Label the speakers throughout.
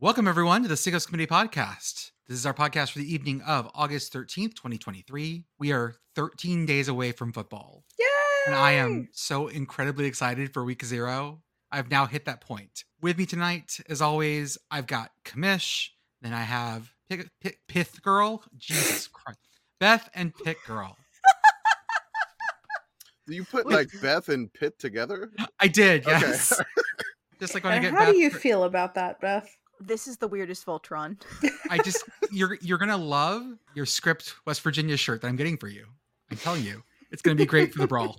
Speaker 1: Welcome, everyone, to the Sickos Committee Podcast. This is our podcast for the evening of August 13th, 2023. We are 13 days away from football.
Speaker 2: Yay!
Speaker 1: And I am so incredibly excited for week zero. I've now hit that point. With me tonight, as always, I've got Kamish, then I have Pith, Pith Girl, Jesus Christ, Beth, and Pit Girl.
Speaker 3: You put like Beth and Pitt together?
Speaker 1: I did, yes. Just like when I
Speaker 2: And
Speaker 1: get
Speaker 2: how
Speaker 1: Beth
Speaker 2: do you
Speaker 1: for-
Speaker 2: feel about that, Beth?
Speaker 4: This is the weirdest Voltron.
Speaker 1: I just you're you're gonna love your script West Virginia shirt that I'm getting for you. I'm telling you, it's gonna be great for the brawl.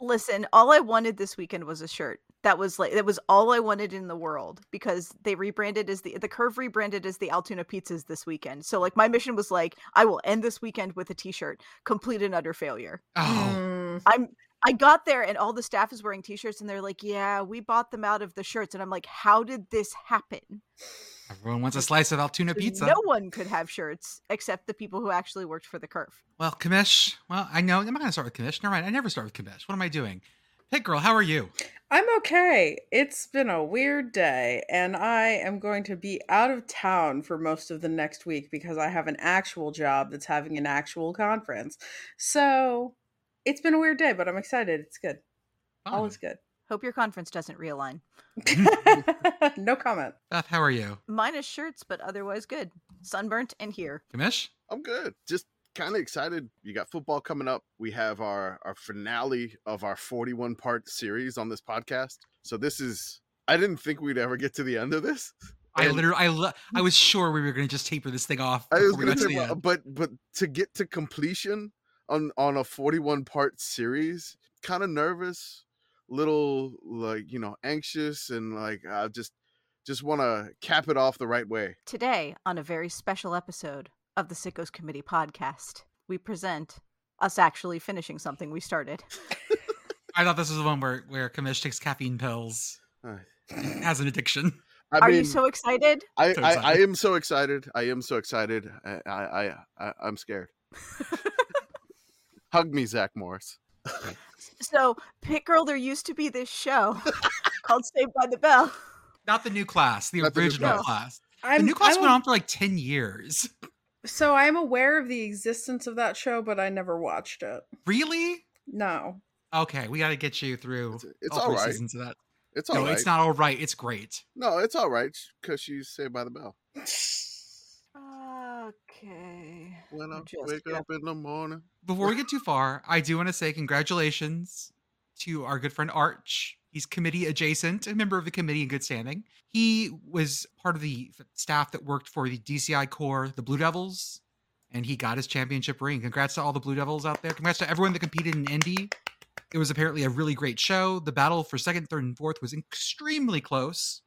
Speaker 4: Listen, all I wanted this weekend was a shirt. That was like that was all I wanted in the world because they rebranded as the the curve rebranded as the Altoona Pizzas this weekend. So like my mission was like I will end this weekend with a t-shirt. Complete and utter failure.
Speaker 1: Oh,
Speaker 2: Mm.
Speaker 4: I'm I got there and all the staff is wearing t-shirts and they're like, "Yeah, we bought them out of the shirts." And I'm like, "How did this happen?"
Speaker 1: everyone wants a slice of Altoona
Speaker 4: 'Cause
Speaker 1: pizza.
Speaker 4: No one could have shirts except the people who actually worked for the curve.
Speaker 1: Well, Kamish. Well, I know I'm not gonna start with Kamish. Never mind. I never start with Kamish. What am I doing? Pit girl, how are you?
Speaker 2: I'm okay. It's been a weird day, and I am going to be out of town for most of the next week because I have an actual job that's having an actual conference. So it's been a weird day, but I'm excited. It's good. All is
Speaker 1: Fun.
Speaker 2: good.
Speaker 4: Hope your conference doesn't realign.
Speaker 1: Mm-hmm.
Speaker 2: no comment.
Speaker 1: Beth, how are you?
Speaker 4: minus shirts, but otherwise good. Sunburnt and here.
Speaker 1: Kamish?
Speaker 3: I'm good. Just kind of excited. You got football coming up. We have our our finale of our 41 part series on this podcast. So this is I didn't think we'd ever get to the end of this.
Speaker 1: I
Speaker 3: And-
Speaker 1: literally, I, lo- I was sure we were gonna just taper this thing off
Speaker 3: I
Speaker 1: before
Speaker 3: was
Speaker 1: we
Speaker 3: gonna
Speaker 1: got to
Speaker 3: say,
Speaker 1: the
Speaker 3: well,
Speaker 1: end.
Speaker 3: but but to get to completion on on a 41 part series, kind of nervous, little like you know anxious, and like I just just want to cap it off the right way.
Speaker 4: Today, on a very special episode of the Sickos Committee podcast, we present us actually finishing something we started.
Speaker 1: I thought this was the one where where Kamish takes caffeine pills,
Speaker 3: Uh,
Speaker 1: and has an addiction.
Speaker 3: I
Speaker 4: Are you
Speaker 3: mean-
Speaker 4: so excited?
Speaker 3: I,
Speaker 1: So
Speaker 3: I, I
Speaker 1: excited.
Speaker 3: am so excited. I am so excited. I I I, I I'm scared. Hug me, Zach Morris.
Speaker 4: So, Pit Girl, there used to be this show called Saved by the Bell.
Speaker 1: Not the new class, the
Speaker 3: Not the new
Speaker 1: original
Speaker 4: class.
Speaker 1: class.
Speaker 2: I'm,
Speaker 1: the new class
Speaker 2: I'm
Speaker 1: went
Speaker 2: a-
Speaker 1: on for like ten years.
Speaker 2: So I am aware of the existence of that show, but I never watched it.
Speaker 1: Really?
Speaker 2: No.
Speaker 1: Okay, we got to get you through.
Speaker 3: It's, it's
Speaker 1: all
Speaker 3: all
Speaker 1: three
Speaker 3: right.
Speaker 1: Seasons of that.
Speaker 3: It's all
Speaker 1: Oh, No,
Speaker 3: right.
Speaker 1: it's not all right. It's great.
Speaker 3: No, it's all right because she's saved by the bell.
Speaker 4: Okay.
Speaker 3: When I
Speaker 4: I'm just-
Speaker 3: wake
Speaker 4: yeah.
Speaker 3: up in the morning,
Speaker 1: Before we get too far, I do want to say congratulations to our good friend Arch. He's committee adjacent, a member of the committee in good standing. He was part of the f- staff that worked for the DCI Corps, the Blue Devils, and he got his championship ring. Congrats to all the Blue Devils out there. Congrats to everyone that competed in Indy. It was apparently a really great show. The battle for second, third, and fourth was extremely close.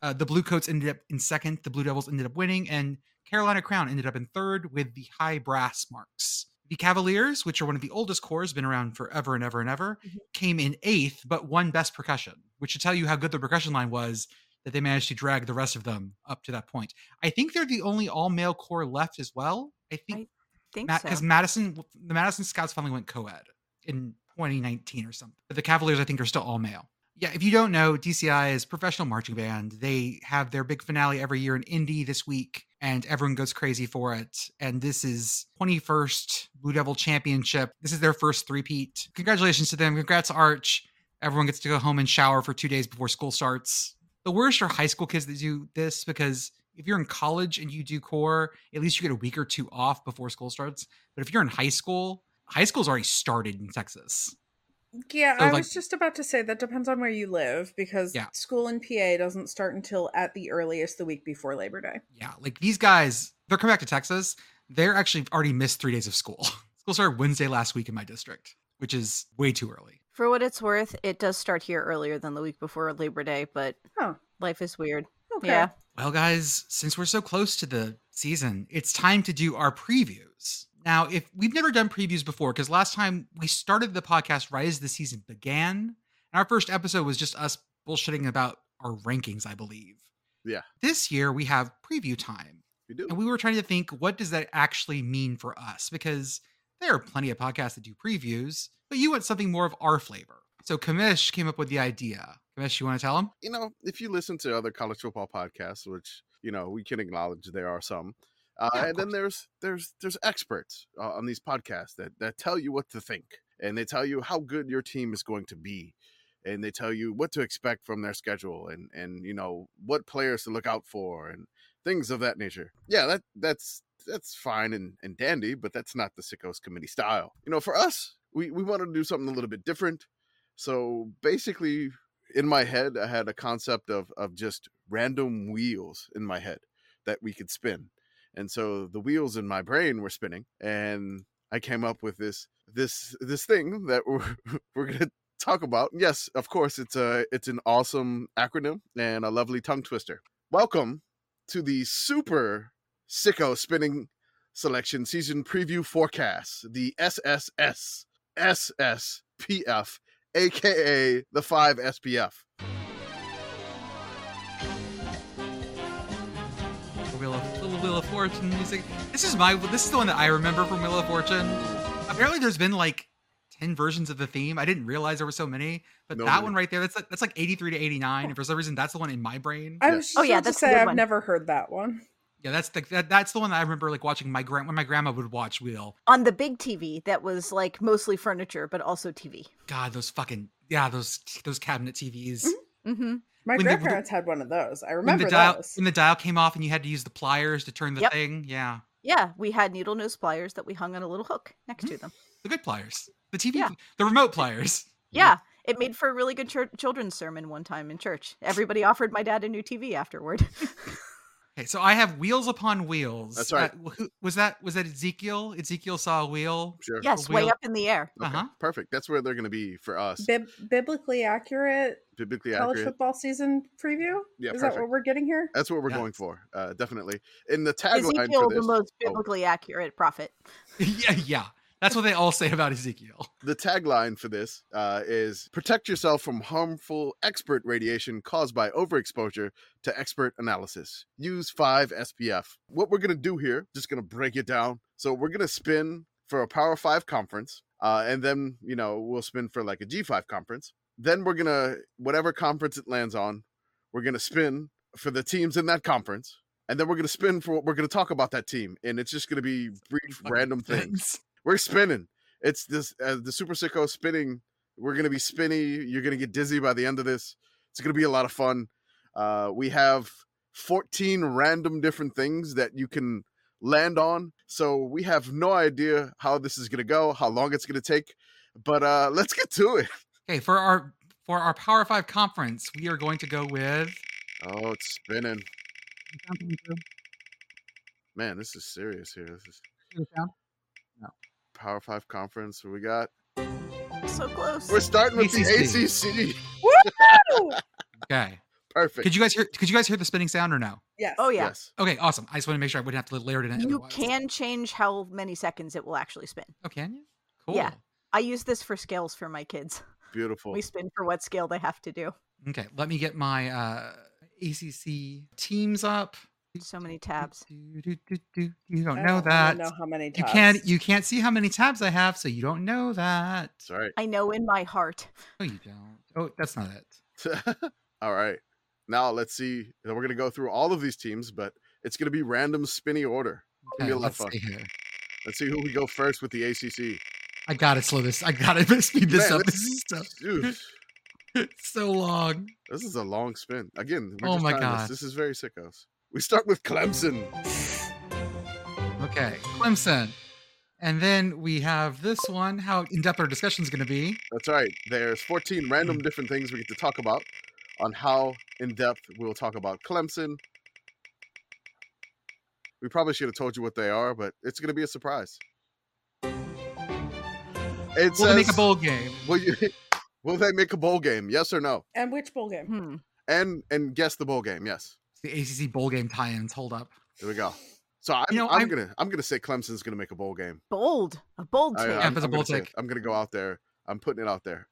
Speaker 1: Uh, the Blue Coats ended up in second. The Blue Devils ended up winning, and Carolina Crown ended up in third with the high brass marks. The Cavaliers, which are one of the oldest cores, been around forever and ever and ever,
Speaker 4: Mhm.
Speaker 1: came in eighth, but won best percussion, which should tell you how good the percussion line was that they managed to drag the rest of them up to that point. I think they're the only all male core left as well. I think
Speaker 4: Think
Speaker 1: because
Speaker 4: so.
Speaker 1: Madison, the Madison Scouts finally went co ed in 2019 or something. But the Cavaliers, I think, are still all male. Yeah, if you don't know, DCI is a professional marching band. They have their big finale every year in Indy this week, and everyone goes crazy for it. And this is 21st Blue Devil Championship. This is their first three-peat. Congratulations to them. Congrats, Arch. Everyone gets to go home and shower for two days before school starts. The worst are high school kids that do this because if you're in college and you do core, at least you get a week or two off before school starts. But if you're in high school, high school's already started in Texas.
Speaker 2: Yeah,
Speaker 1: So,
Speaker 2: I
Speaker 1: like-
Speaker 2: was just about to say that depends on where you live because
Speaker 1: Yeah.
Speaker 2: school in PA doesn't start until at the earliest the week before Labor Day.
Speaker 1: Yeah, like these guys, they're coming back to Texas. They're actually already missed three days of school. School started Wednesday last week in my district, which is way too early.
Speaker 4: For what it's worth, it does start here earlier than the week before Labor Day, but
Speaker 2: Huh.
Speaker 4: life is weird.
Speaker 2: Okay.
Speaker 4: Yeah.
Speaker 1: Well, guys, since we're so close to the season, it's time to do our previews. Now, if we've never done previews before, because last time we started the podcast right as the season began, and our first episode was just us bullshitting about our rankings, I believe.
Speaker 3: Yeah.
Speaker 1: This year we have preview time.
Speaker 3: you do.
Speaker 1: And we were trying to think, what does that actually mean for us? Because there are plenty of podcasts that do previews, but you want something more of our flavor. So Kamish came up with the idea Commish, you want to tell them?
Speaker 3: you know, if you listen to other college football podcasts, which you know we can acknowledge there are some, uh,
Speaker 1: Yeah, of
Speaker 3: and then there's there's there's experts uh, on these podcasts that that tell you what to think, and they tell you how good your team is going to be, and they tell you what to expect from their schedule, and and you know what players to look out for, and things of that nature. Yeah, that that's that's fine and, and dandy, but that's not the sickos committee style. You know, for us, we, we wanted to do something a little bit different. So basically, in my head, I had a concept of of just random wheels in my head that we could spin, and so the wheels in my brain were spinning, and I came up with this this this thing that we're we're gonna talk about. Yes, of course, it's a it's an awesome acronym and a lovely tongue twister. Welcome to the super sicko spinning selection season preview forecast. The SSS SSPF aka the 5 SPF.
Speaker 1: The Wheel of, little Wheel of Fortune music. This is my. This is the one that I remember from Wheel of Fortune. Apparently, there's been like ten versions of the theme. I didn't realize there were so many. But
Speaker 3: No
Speaker 1: that
Speaker 3: way.
Speaker 1: one right there, that's like, that's like 83 to 89, and for some reason, that's the one in my brain.
Speaker 2: I
Speaker 3: Yeah.
Speaker 2: was just
Speaker 4: Oh,
Speaker 2: oh,
Speaker 4: yeah,
Speaker 2: yeah, to
Speaker 4: that's a
Speaker 2: say
Speaker 4: good
Speaker 2: I've
Speaker 4: one.
Speaker 2: never heard that one.
Speaker 1: Yeah, that's the that, that's the one that I remember like watching my grand when my grandma would watch Wheel.
Speaker 4: on the big TV that was like mostly furniture, but also TV.
Speaker 1: God, those fucking yeah, those those cabinet TVs.
Speaker 2: Mhm.
Speaker 4: Mm-hmm.
Speaker 2: My
Speaker 1: When the-
Speaker 2: grandparents had one of those. I
Speaker 1: When the
Speaker 2: remember
Speaker 1: dial
Speaker 2: those.
Speaker 1: when the dial came off and you had to use the pliers to turn the
Speaker 4: Yep.
Speaker 1: thing. Yeah,
Speaker 4: Yeah, we had needle nose pliers that we hung on a little hook next
Speaker 3: Mm-hmm.
Speaker 4: to them.
Speaker 1: the good pliers, the TV,
Speaker 4: Yeah.
Speaker 1: pl- the remote pliers.
Speaker 4: Yeah,
Speaker 3: Mm-hmm.
Speaker 4: it made for a really good chur- children's sermon one time in church. Everybody offered my dad a new TV afterward.
Speaker 1: Okay, so I have wheels upon wheels.
Speaker 3: That's right.
Speaker 1: That- who- was that was that Ezekiel? Ezekiel saw a wheel.
Speaker 3: Sure.
Speaker 4: yes, way
Speaker 1: wheel-
Speaker 4: up in the air.
Speaker 3: Okay,
Speaker 1: Uh-huh.
Speaker 3: Perfect. That's where they're going to be for us.
Speaker 2: Bib- biblically accurate
Speaker 3: Biblically
Speaker 2: college
Speaker 3: accurate.
Speaker 2: football season preview.
Speaker 3: Yeah,
Speaker 2: Is that
Speaker 3: perfect.
Speaker 2: what we're getting here?
Speaker 3: That's what we're
Speaker 1: Yeah.
Speaker 3: going for. Uh, definitely. And the tagline
Speaker 4: Ezekiel,
Speaker 3: for
Speaker 4: the
Speaker 3: this, Oh.
Speaker 4: most biblically accurate prophet.
Speaker 1: yeah, yeah. That's what they all say about Ezekiel.
Speaker 3: the tagline for this uh, is protect yourself from harmful expert radiation caused by overexposure to expert analysis. Use 5 SPF. What we're going to do here, just going to break it down. So we're going to spin for a Power 5 conference, uh, and then, you know, we'll spin for like a G5 conference. Then we're going to, whatever conference it lands on, we're going to spin for the teams in that conference. And then we're going to spin for what we're going to talk about that team. And it's just going to be brief,
Speaker 1: Fucking
Speaker 3: random things we're spinning. It's this uh, the Super Sicko spinning. We're gonna be spinny. You're gonna get dizzy by the end of this. It's gonna be a lot of fun. Uh, we have 14 random different things that you can land on. So we have no idea how this is gonna go, how long it's gonna take. But uh, let's get to it.
Speaker 1: Okay, for our for our Power Five conference, we are going to go with.
Speaker 3: Oh, it's spinning, man. This is serious here. This is Power Five conference. We got.
Speaker 4: So close.
Speaker 3: We're starting with the
Speaker 1: ACC.
Speaker 3: ACC.
Speaker 2: Woo!
Speaker 1: Okay.
Speaker 3: Perfect.
Speaker 1: Could you guys hear? Could you guys hear the spinning sound or no?
Speaker 2: yes.
Speaker 4: Oh yeah.
Speaker 3: Yes.
Speaker 1: Okay, awesome. I just want to make sure I wouldn't have to layer it in.
Speaker 4: You
Speaker 1: otherwise.
Speaker 4: can change how many seconds it will actually spin.
Speaker 1: Oh, can you? Cool.
Speaker 4: Yeah. I use this for scales for my kids.
Speaker 3: Beautiful.
Speaker 4: We spin for what scale they have to do.
Speaker 1: Okay, let me get my uh, ACC teams up.
Speaker 4: So many tabs.
Speaker 1: Do, do, do, do. You
Speaker 2: I
Speaker 1: don't know
Speaker 2: even
Speaker 1: that.
Speaker 2: know how many
Speaker 1: You
Speaker 2: times.
Speaker 1: can't. You can't see how many tabs I have, so you don't know that.
Speaker 3: That's right.
Speaker 4: I know in my heart.
Speaker 1: No, you don't. Oh, that's not it.
Speaker 3: all right. Now let's see. uh, We're going to go through all of these teams, but it's going to be random spinny order. It's gonna
Speaker 1: Okay,
Speaker 3: be a lot of
Speaker 1: let's
Speaker 3: fun.
Speaker 1: see here.
Speaker 3: Let's see who we go first with the ACC.
Speaker 1: I gotta slow this. I gotta speed this
Speaker 3: Man,
Speaker 1: up. This is so,
Speaker 3: dude,
Speaker 1: it's so long.
Speaker 3: this is a long spin. Again, we're
Speaker 1: Oh
Speaker 3: just
Speaker 1: my
Speaker 3: trying
Speaker 1: God.
Speaker 3: This. this is very sickos. We start with Clemson.
Speaker 1: Okay, Clemson, and then we have this one. How in depth our discussion is going to be?
Speaker 3: That's right. There's 14 random
Speaker 1: Mm.
Speaker 3: different things we get to talk about on how in depth we'll talk about Clemson. We probably should have told you what they are, but it's going to be a surprise. It
Speaker 1: Will they make a
Speaker 3: says-
Speaker 1: bowl game?
Speaker 3: Will you? Will they make a bowl game? Yes or no?
Speaker 2: And which bowl game?
Speaker 4: Hmm.
Speaker 3: And and guess the bowl game. Yes.
Speaker 1: It's the ACC bowl game tie-ins. Hold up.
Speaker 3: There we go. So I'm,
Speaker 1: You know,
Speaker 3: I'm,
Speaker 1: I'm-
Speaker 3: gonna I'm gonna say Clemson's gonna make a bowl game.
Speaker 4: Bold. A bold
Speaker 3: I, uh,
Speaker 4: take.
Speaker 3: am
Speaker 1: that's a bold
Speaker 3: gonna say it.
Speaker 1: take.
Speaker 3: I'm gonna go out there. I'm putting it out there.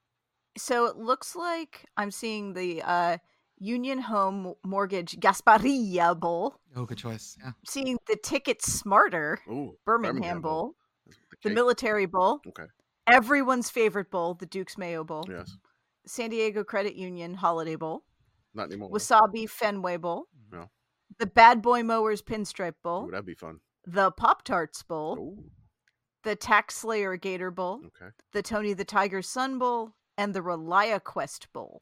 Speaker 4: So it looks like I'm seeing the uh, Union Home Mortgage Gasparilla Bowl.
Speaker 1: Oh, good choice. Yeah.
Speaker 4: I'm seeing the Ticket Smarter
Speaker 3: Ooh,
Speaker 4: Birmingham,
Speaker 3: Birmingham Bowl.
Speaker 4: Bowl,
Speaker 3: that's what
Speaker 4: the
Speaker 3: cake-
Speaker 4: Military Bowl.
Speaker 3: Okay.
Speaker 4: Everyone's favorite bowl, the Duke's Mayo Bowl.
Speaker 3: Yes.
Speaker 4: San Diego Credit Union Holiday Bowl,
Speaker 3: Not anymore.
Speaker 4: Wasabi Fenway Bowl,
Speaker 3: No.
Speaker 4: the Bad Boy Mowers Pinstripe Bowl,
Speaker 3: Ooh, that'd be fun.
Speaker 4: the Pop Tarts Bowl,
Speaker 3: Oh,
Speaker 4: the Tax Slayer Gator Bowl,
Speaker 3: okay.
Speaker 4: the Tony the Tiger Sun Bowl, and the Relia Quest Bowl.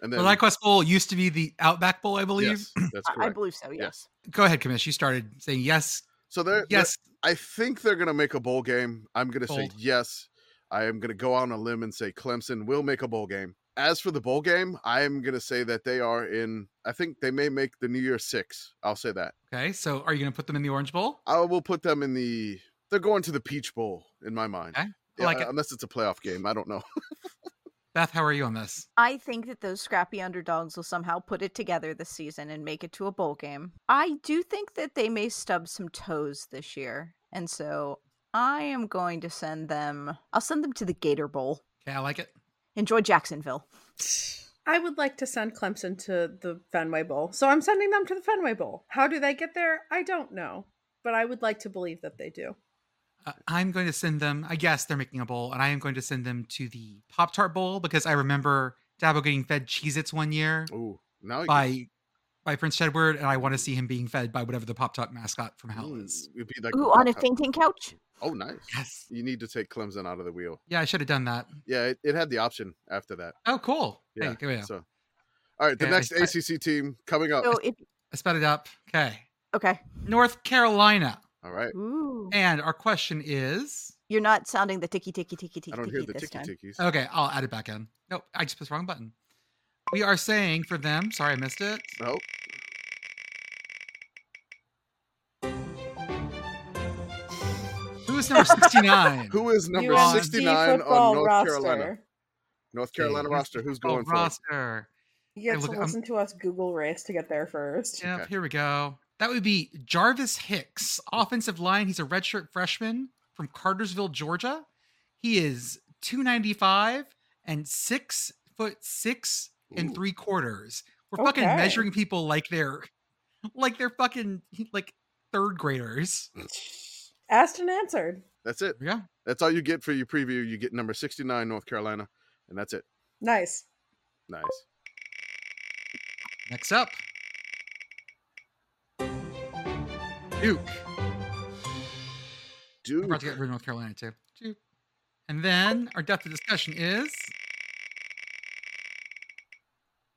Speaker 3: And
Speaker 1: The
Speaker 3: then
Speaker 1: Quest Bowl used to be the Outback Bowl, I believe.
Speaker 3: yes, that's
Speaker 4: I, I
Speaker 3: correct.
Speaker 4: believe so, yes.
Speaker 3: Yes.
Speaker 1: Go ahead, Kamish. You started saying yes,
Speaker 3: so there. Yes.
Speaker 1: yes.
Speaker 3: I think they're gonna make a bowl game. I'm gonna
Speaker 1: Bold.
Speaker 3: say yes. I am gonna go out on a limb and say Clemson will make a bowl game. As for the bowl game, I am gonna say that they are in. I think they may make the New Year six. I'll say that.
Speaker 1: Okay, so are you going to put them in the Orange Bowl?
Speaker 3: I will put them in the. They're going to the Peach Bowl in my mind.
Speaker 1: Okay. I
Speaker 3: Yeah, uh,
Speaker 1: like it.
Speaker 3: Unless it's a playoff game, I don't know.
Speaker 1: Beth, how are you on this?
Speaker 4: I think that those scrappy underdogs will somehow put it together this season and make it to a bowl game. I do think that they may stub some toes this year. And so I am going to send them, I'll send them to the Gator Bowl.
Speaker 1: Okay, I like it.
Speaker 4: Enjoy Jacksonville.
Speaker 2: I would like to send Clemson to the Fenway Bowl. So I'm sending them to the Fenway Bowl. How do they get there? I don't know. But I would like to believe that they do.
Speaker 1: Uh, I'm going to send them. I guess they're making a bowl, and I am going to send them to the Pop Tart Bowl because I remember Dabo getting fed Cheez Its one year
Speaker 3: Ooh, now it gets-
Speaker 1: by by Prince Edward, and I want to see him being fed by whatever the Pop Tart mascot from Hell
Speaker 3: Ooh,
Speaker 1: is.
Speaker 3: hmm, it'd be like
Speaker 4: Ooh,
Speaker 3: the
Speaker 4: on a
Speaker 3: Blackhawks.
Speaker 4: fainting couch?
Speaker 3: Oh, nice.
Speaker 1: Yes.
Speaker 3: You need to take Clemson out of the wheel.
Speaker 1: Yeah, I should have done that.
Speaker 3: Yeah, it, it had the option after that.
Speaker 1: Oh, cool.
Speaker 3: Yeah.
Speaker 1: Hey, go.
Speaker 3: So, all right, the
Speaker 1: Yeah, I-
Speaker 3: next
Speaker 1: I-
Speaker 3: ACC team coming up.
Speaker 4: So if,
Speaker 1: I sped it up. Okay.
Speaker 4: okay.
Speaker 1: North Carolina.
Speaker 3: all right,
Speaker 4: Ooh.
Speaker 1: And our question is
Speaker 4: You're not sounding the ticky ticky ticky ticky
Speaker 3: I don't hear
Speaker 4: ticky
Speaker 3: the
Speaker 4: this
Speaker 3: ticky
Speaker 4: time.
Speaker 3: tickies.
Speaker 1: okay, I'll add it back in. Nope, I just pressed the wrong button. We are saying for them, sorry I missed it.
Speaker 3: Oh,
Speaker 1: Who is number 69?
Speaker 3: who is number
Speaker 1: UNC
Speaker 3: sixty nine on North Carolina? North
Speaker 1: Okay,
Speaker 3: Carolina
Speaker 1: who's
Speaker 3: roster.
Speaker 1: the
Speaker 3: Who's
Speaker 1: football
Speaker 3: going for? it?
Speaker 1: roster?
Speaker 2: You
Speaker 1: I
Speaker 2: get to
Speaker 1: look- I'm-
Speaker 2: listen to us Google race to get there first.
Speaker 1: Yep,
Speaker 3: Okay.
Speaker 1: here we go. That would be Jarvis Hicks, offensive line. He's a redshirt freshman from Cartersville, Georgia. He is 295 and six foot six and
Speaker 3: Ooh.
Speaker 1: three quarters. We're fucking
Speaker 2: Okay.
Speaker 1: measuring people like they're like they're fucking like third graders.
Speaker 2: Asked and answered.
Speaker 3: That's it.
Speaker 1: Yeah.
Speaker 3: That's all you get for your preview. You get number sixty nine, North Carolina, and that's it.
Speaker 2: Nice.
Speaker 3: Nice.
Speaker 1: Next up. Duke. I'm
Speaker 3: Dude,
Speaker 1: about to get rid of North Carolina too. Duke. And then our depth of discussion is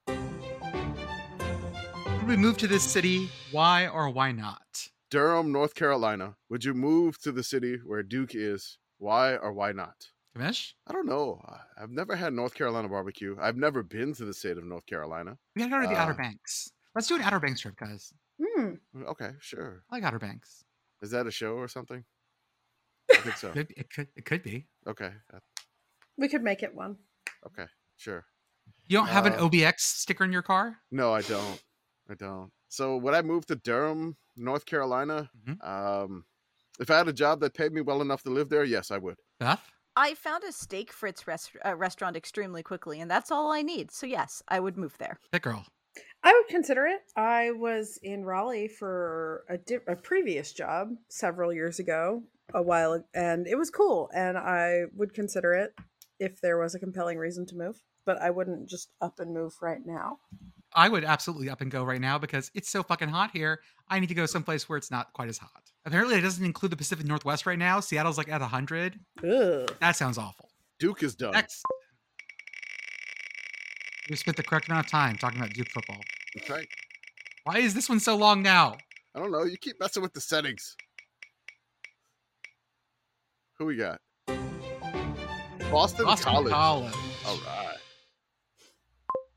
Speaker 1: Would we move to this city? Why or why not?
Speaker 3: Durham, North Carolina. Would you move to the city where Duke is? Why or why not?
Speaker 1: Kamesh?
Speaker 3: I don't know. I- I've never had North Carolina barbecue. I've never been to the state of North Carolina.
Speaker 1: We gotta go to the Outer
Speaker 3: Uh,
Speaker 1: Banks. Let's do an Outer Banks trip, guys.
Speaker 2: Hmm.
Speaker 3: Okay, sure.
Speaker 1: I like Outer Banks.
Speaker 3: Is that a show or something? I think so.
Speaker 1: Could, it could it could be.
Speaker 3: Okay. uh,
Speaker 2: We could make it one.
Speaker 3: Okay. Sure.
Speaker 1: You don't have an
Speaker 3: Uh,
Speaker 1: OBX sticker in your car?
Speaker 3: No, I don't. I don't. So would I move to Durham, North Carolina?
Speaker 1: Mhm.
Speaker 3: Um, if I had a job that paid me well enough to live there, yes, I would.
Speaker 1: Beth?
Speaker 4: I found a Steak Fritz rest- uh, restaurant extremely quickly, and that's all I need. So, yes, I would move there.
Speaker 1: That girl.
Speaker 2: I would consider it. I was in Raleigh for a, di- a previous job several years ago, a while, ag- and it was cool. And I would consider it if there was a compelling reason to move, but I wouldn't just up and move right now.
Speaker 1: I would absolutely up and go right now because it's so fucking hot here. I need to go someplace where it's not quite as hot. Apparently, it doesn't include the Pacific Northwest right now. Seattle's like at 100.
Speaker 2: Ugh.
Speaker 1: That sounds awful.
Speaker 3: Duke is done.
Speaker 1: Next. We spent the correct amount of time talking about Duke football.
Speaker 3: That's right.
Speaker 1: Why is this one so long now?
Speaker 3: I don't know. You keep messing with the settings. Who we got? Boston,
Speaker 1: Boston
Speaker 3: College.
Speaker 1: College.
Speaker 3: All right.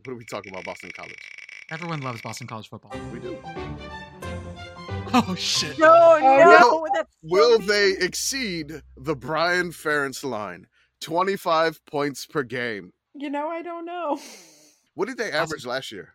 Speaker 3: What are we talking about, Boston College?
Speaker 1: Everyone loves Boston College football.
Speaker 3: We do.
Speaker 1: Oh, shit.
Speaker 4: No,
Speaker 3: no,
Speaker 4: no. Oh, That's
Speaker 3: Will they exceed the Brian Ferentz line? 25 points per game.
Speaker 2: You know, I don't know.
Speaker 3: What did they average last year?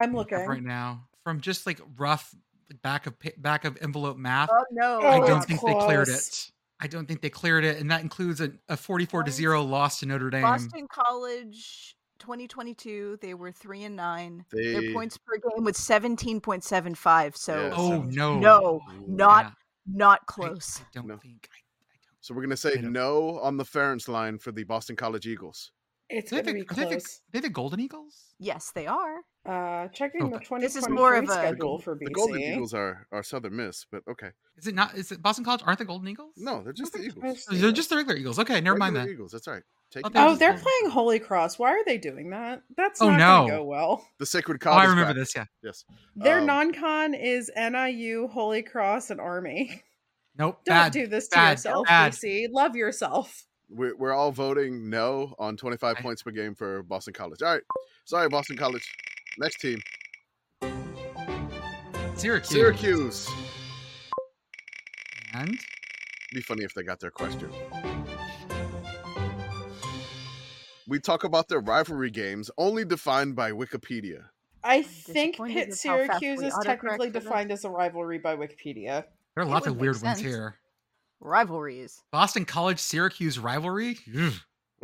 Speaker 2: I'm
Speaker 1: Up Right
Speaker 2: looking.
Speaker 1: now, from just like rough like, back of pa- back of envelope math,
Speaker 4: Oh, no.
Speaker 2: Oh,
Speaker 1: I
Speaker 2: it's
Speaker 1: don't think they cleared
Speaker 2: close.
Speaker 1: it. I don't think they cleared it, and that includes a, a 44 to 0 loss to Notre Dame.
Speaker 4: Boston College 2022, they were 3 and 9.
Speaker 3: They,
Speaker 4: Their points per game was 17.75, so
Speaker 3: Yeah,
Speaker 1: Oh
Speaker 3: seven.
Speaker 1: no.
Speaker 4: no, not
Speaker 1: Yeah,
Speaker 4: not
Speaker 1: I-
Speaker 4: close.
Speaker 1: I, don't
Speaker 3: No.
Speaker 1: think I, I
Speaker 3: So we're going to say
Speaker 1: I don't-
Speaker 3: no on the Ferentz line for the Boston College Eagles.
Speaker 2: It's
Speaker 1: They
Speaker 2: going
Speaker 1: the, are
Speaker 2: to be
Speaker 1: they, the,
Speaker 2: close.
Speaker 1: they the Golden Eagles?
Speaker 4: Yes, they are.
Speaker 2: Uh, checking the
Speaker 1: Okay.
Speaker 2: 2023
Speaker 4: This is more of a-
Speaker 2: schedule for BC.
Speaker 3: The Golden Eagles are, are Southern Miss, but okay.
Speaker 1: Is it not? Is it Boston College? Aren't the Golden Eagles? Oh,
Speaker 3: No, they're just the
Speaker 2: think
Speaker 3: Eagles.
Speaker 2: they're
Speaker 1: they're just the regular Eagles. Okay, never mind
Speaker 3: Regular
Speaker 1: that.
Speaker 3: Eagles. That's right. Take
Speaker 1: Oh,
Speaker 3: it.
Speaker 1: they're
Speaker 2: Oh,
Speaker 1: just
Speaker 2: they're
Speaker 1: there.
Speaker 2: playing Holy Cross. Why are they doing that? That's
Speaker 1: Oh,
Speaker 2: not going to
Speaker 1: no.
Speaker 2: go well.
Speaker 3: the Sacred
Speaker 1: Oh,
Speaker 3: College.
Speaker 1: I remember this. Yeah.
Speaker 3: Yes.
Speaker 2: Their
Speaker 3: Um,
Speaker 2: non-con is NIU, Holy Cross, and Army.
Speaker 1: Nope.
Speaker 2: Don't
Speaker 1: bad.
Speaker 2: do this to
Speaker 1: bad,
Speaker 2: yourself,
Speaker 1: bad.
Speaker 2: BC. Love yourself.
Speaker 3: We're, we're all voting no on 25
Speaker 1: I-
Speaker 3: points per game for Boston College. All right. Sorry, Boston College. Next team,
Speaker 1: Syracuse.
Speaker 3: Syracuse.
Speaker 1: And
Speaker 3: Be funny if they got their question. We talk about their rivalry games only defined by Wikipedia.
Speaker 2: I
Speaker 4: I'm
Speaker 2: think
Speaker 4: disappointed
Speaker 2: Pitt
Speaker 4: with how fast
Speaker 2: Syracuse
Speaker 4: we
Speaker 2: is
Speaker 4: autocorrected
Speaker 2: technically
Speaker 4: this.
Speaker 2: defined as a rivalry by Wikipedia.
Speaker 1: there are
Speaker 4: It
Speaker 1: lots
Speaker 4: would
Speaker 1: of
Speaker 4: make
Speaker 1: weird ones
Speaker 4: sense.
Speaker 1: here.
Speaker 4: Rivalries.
Speaker 1: Boston College Syracuse rivalry. Ugh.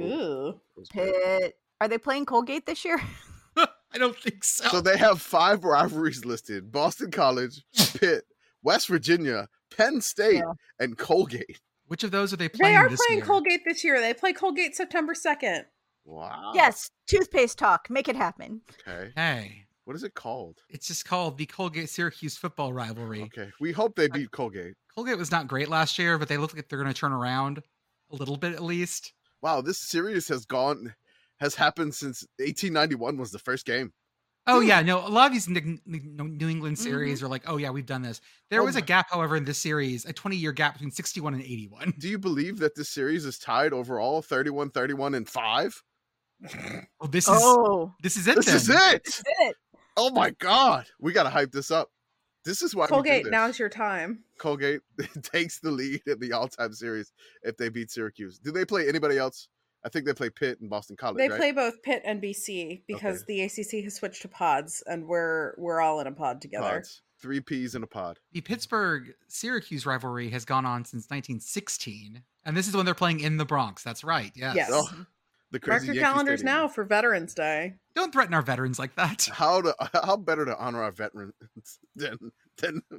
Speaker 2: Ooh.
Speaker 4: Pitt. Are they playing Colgate this year?
Speaker 1: I don't think so.
Speaker 3: So they have five rivalries listed: Boston College, Pitt, West Virginia, Penn State,
Speaker 4: Yeah.
Speaker 3: and Colgate.
Speaker 1: Which of those are they playing?
Speaker 2: They are
Speaker 1: this
Speaker 2: playing
Speaker 1: year?
Speaker 2: Colgate this year. They play Colgate September 2nd. Uh.
Speaker 3: Wow.
Speaker 4: Yes. Toothpaste talk. Make it happen.
Speaker 3: Okay.
Speaker 1: Hey,
Speaker 3: What is it called?
Speaker 1: it's just called the Colgate Syracuse football rivalry.
Speaker 3: Okay. We hope they beat Colgate.
Speaker 1: Colgate was not great last year, but they look like they're going to turn around a little bit at least.
Speaker 3: Wow, this series has gone has happened since 1891 was the first game.
Speaker 1: Oh
Speaker 4: Hmm.
Speaker 1: yeah, no, a lot of these Nick- Nick- New New England series are like, oh yeah, we've done this. There
Speaker 3: Mm-hmm. Oh
Speaker 1: was a
Speaker 3: my-
Speaker 1: gap, however, in this series, a 20 year gap between 61 and 81.
Speaker 3: Do you believe that this series is tied overall 31 31 and 5?
Speaker 1: Well, this is
Speaker 4: Oh.
Speaker 1: this is it.
Speaker 3: This
Speaker 1: then.
Speaker 3: is it.
Speaker 4: That's it.
Speaker 3: Oh my god. We got to hype this up. This is why we do
Speaker 2: Colgate,
Speaker 3: this.
Speaker 2: now's your time.
Speaker 3: Colgate takes the lead in the all-time series if they beat Syracuse. Do they play anybody else? I think they play Pitt and Boston College.
Speaker 2: They
Speaker 3: right?
Speaker 2: play both Pitt and BC because the ACC has switched to pods and we're we're all in a pod together.
Speaker 3: Pods. Three peas in a pod.
Speaker 1: The Pittsburgh Syracuse rivalry has gone on since 1916, and this is when they're playing in the Bronx. That's right. Yes.
Speaker 2: Yes.
Speaker 3: Oh, the
Speaker 2: Mark
Speaker 3: crazy
Speaker 2: your
Speaker 3: Yankee
Speaker 2: calendars
Speaker 3: Stadium.
Speaker 2: now for Veterans Day.
Speaker 1: Don't threaten our veterans like that.
Speaker 3: How to how better to honor our veterans than than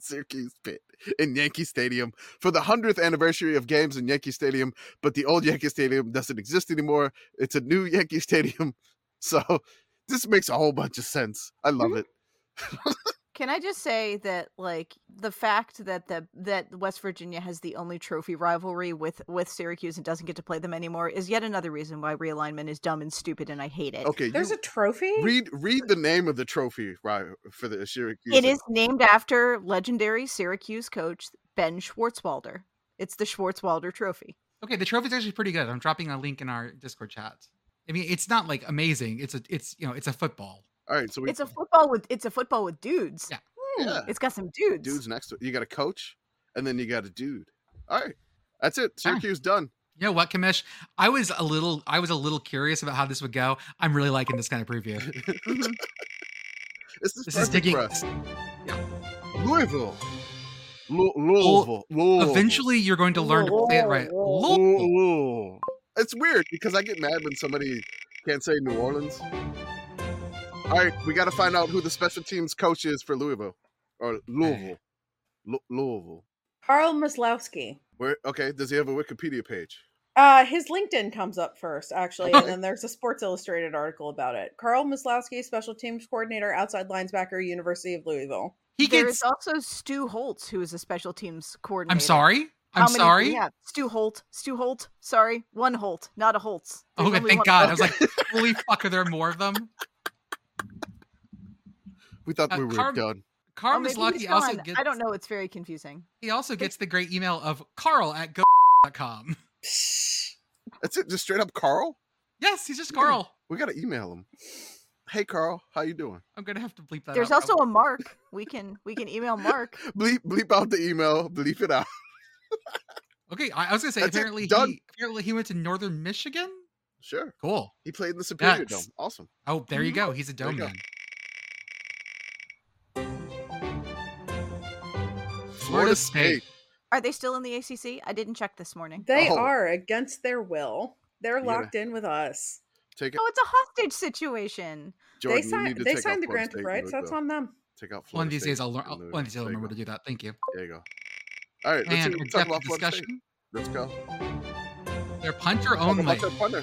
Speaker 3: Syracuse Pitt in Yankee Stadium for the hundredth anniversary of games in Yankee Stadium, but the old Yankee Stadium doesn't exist anymore. It's a new Yankee Stadium, so this makes a whole bunch of sense. I love it.
Speaker 4: Can I just say that, like, the fact that the that West Virginia has the only trophy rivalry with with Syracuse and doesn't get to play them anymore is yet another reason why realignment is dumb and stupid, and I hate it.
Speaker 3: Okay,
Speaker 2: There's
Speaker 3: you-
Speaker 2: a trophy.
Speaker 3: Read read the name of the trophy right for the Syracuse.
Speaker 4: It is named after legendary Syracuse coach Ben Schwartzwalder. It's the Schwartzwalder Trophy.
Speaker 1: Okay, the trophy's actually pretty good. I'm dropping a link in our Discord chat. I mean, it's not like amazing. It's a it's you know it's a football.
Speaker 3: All right, so we
Speaker 4: It's a football with it's a football with dudes.
Speaker 1: Yeah.
Speaker 3: yeah,
Speaker 4: It's got some dudes.
Speaker 3: dudes next to it. You got a coach, and then you got a dude. All right, that's
Speaker 4: Ah.
Speaker 3: it. Syracuse done.
Speaker 1: You know what, Kamish? I was a little I was a little curious about how this would go. I'm really liking this kind of preview.
Speaker 3: Mm-hmm. This is,
Speaker 1: This is
Speaker 3: perfect
Speaker 1: digging.
Speaker 3: for us. Louisville. Lu- Louisville. Louisville.
Speaker 1: Eventually, you're going to learn to play it right.
Speaker 2: Whoa.
Speaker 1: Lol.
Speaker 3: Louisville. It's weird because I get mad when somebody can't say New Orleans. All right, we got to find out who the special teams coach is for Louisville or Louisville. Lu- Louisville.
Speaker 2: Carl Maslowski.
Speaker 3: Where? Okay. Does he have a Wikipedia page?
Speaker 2: Uh, his LinkedIn comes up first, actually, and
Speaker 3: Okay.
Speaker 2: then there's a Sports Illustrated article about it. Carl Maslowski, special teams coordinator, outside linebacker, University of Louisville.
Speaker 1: He
Speaker 4: There
Speaker 1: gets.
Speaker 4: is also Stu Holtz, who is a special teams coordinator.
Speaker 1: I'm sorry.
Speaker 4: How
Speaker 1: I'm
Speaker 4: many-
Speaker 1: sorry.
Speaker 4: Yeah, Stu Holt. Stu Holt. Sorry, one Holt, not a Holtz. There's
Speaker 1: okay,
Speaker 4: only
Speaker 1: thank
Speaker 4: one
Speaker 1: God. I
Speaker 4: Holt.
Speaker 1: was like, holy fuck, are there more of them?
Speaker 3: We thought
Speaker 1: Uh,
Speaker 3: we were
Speaker 1: Carm-
Speaker 3: done.
Speaker 4: Oh,
Speaker 1: Carl
Speaker 4: maybe he's
Speaker 1: Maslowski also
Speaker 4: gone.
Speaker 1: gets.
Speaker 4: I don't know. It's very confusing.
Speaker 1: He also gets the great email of Carl at go.com.
Speaker 3: That's it. Just straight up, Carl.
Speaker 1: Yes, he's just
Speaker 4: Hmm.
Speaker 3: Yeah.
Speaker 1: Carl.
Speaker 3: We got to email him. Hey, Carl, how you doing?
Speaker 1: I'm gonna have to bleep that.
Speaker 4: There's
Speaker 1: out
Speaker 4: also
Speaker 1: probably.
Speaker 4: a Mark. We can we can email Mark.
Speaker 3: Bleep, bleep out the email. Bleep it out.
Speaker 1: okay. I I was gonna say
Speaker 3: That's it,
Speaker 1: apparently
Speaker 3: done.
Speaker 1: he apparently he went to Northern Michigan.
Speaker 3: Sure.
Speaker 1: Cool.
Speaker 3: He played in the Superior
Speaker 1: Next.
Speaker 3: Dome. Awesome.
Speaker 1: Oh, there
Speaker 4: Mm-hmm.
Speaker 1: you go. He's a
Speaker 3: There you
Speaker 1: dome
Speaker 3: go.
Speaker 1: man.
Speaker 3: Florida
Speaker 1: State.
Speaker 3: State.
Speaker 4: Are they still in the ACC? I didn't check this morning.
Speaker 2: They
Speaker 3: Oh.
Speaker 2: are against their will. They're
Speaker 3: Yeah.
Speaker 2: locked in with us.
Speaker 3: Take it.
Speaker 4: Oh, it's a hostage situation.
Speaker 3: Jordan,
Speaker 2: they
Speaker 3: you
Speaker 2: signed.
Speaker 3: need to
Speaker 2: They
Speaker 3: take out
Speaker 2: signed the
Speaker 3: Florida
Speaker 2: grant of
Speaker 3: State
Speaker 2: rights.
Speaker 3: real
Speaker 2: That's
Speaker 3: quick.
Speaker 2: on them.
Speaker 3: Take out Florida
Speaker 1: One of these
Speaker 3: State
Speaker 1: days I'll learn.
Speaker 3: and
Speaker 1: I'll-
Speaker 3: Louisville.
Speaker 1: One of these days I'll
Speaker 3: There you
Speaker 1: remember to
Speaker 3: go.
Speaker 1: do that. Thank you.
Speaker 3: There you go. All right, let's see
Speaker 1: And
Speaker 3: what we
Speaker 1: in
Speaker 3: can talk
Speaker 1: depth
Speaker 3: about Florida State.
Speaker 1: discussion.
Speaker 3: Let's go.
Speaker 1: They're punter
Speaker 3: Talk
Speaker 1: only.
Speaker 3: about their punter.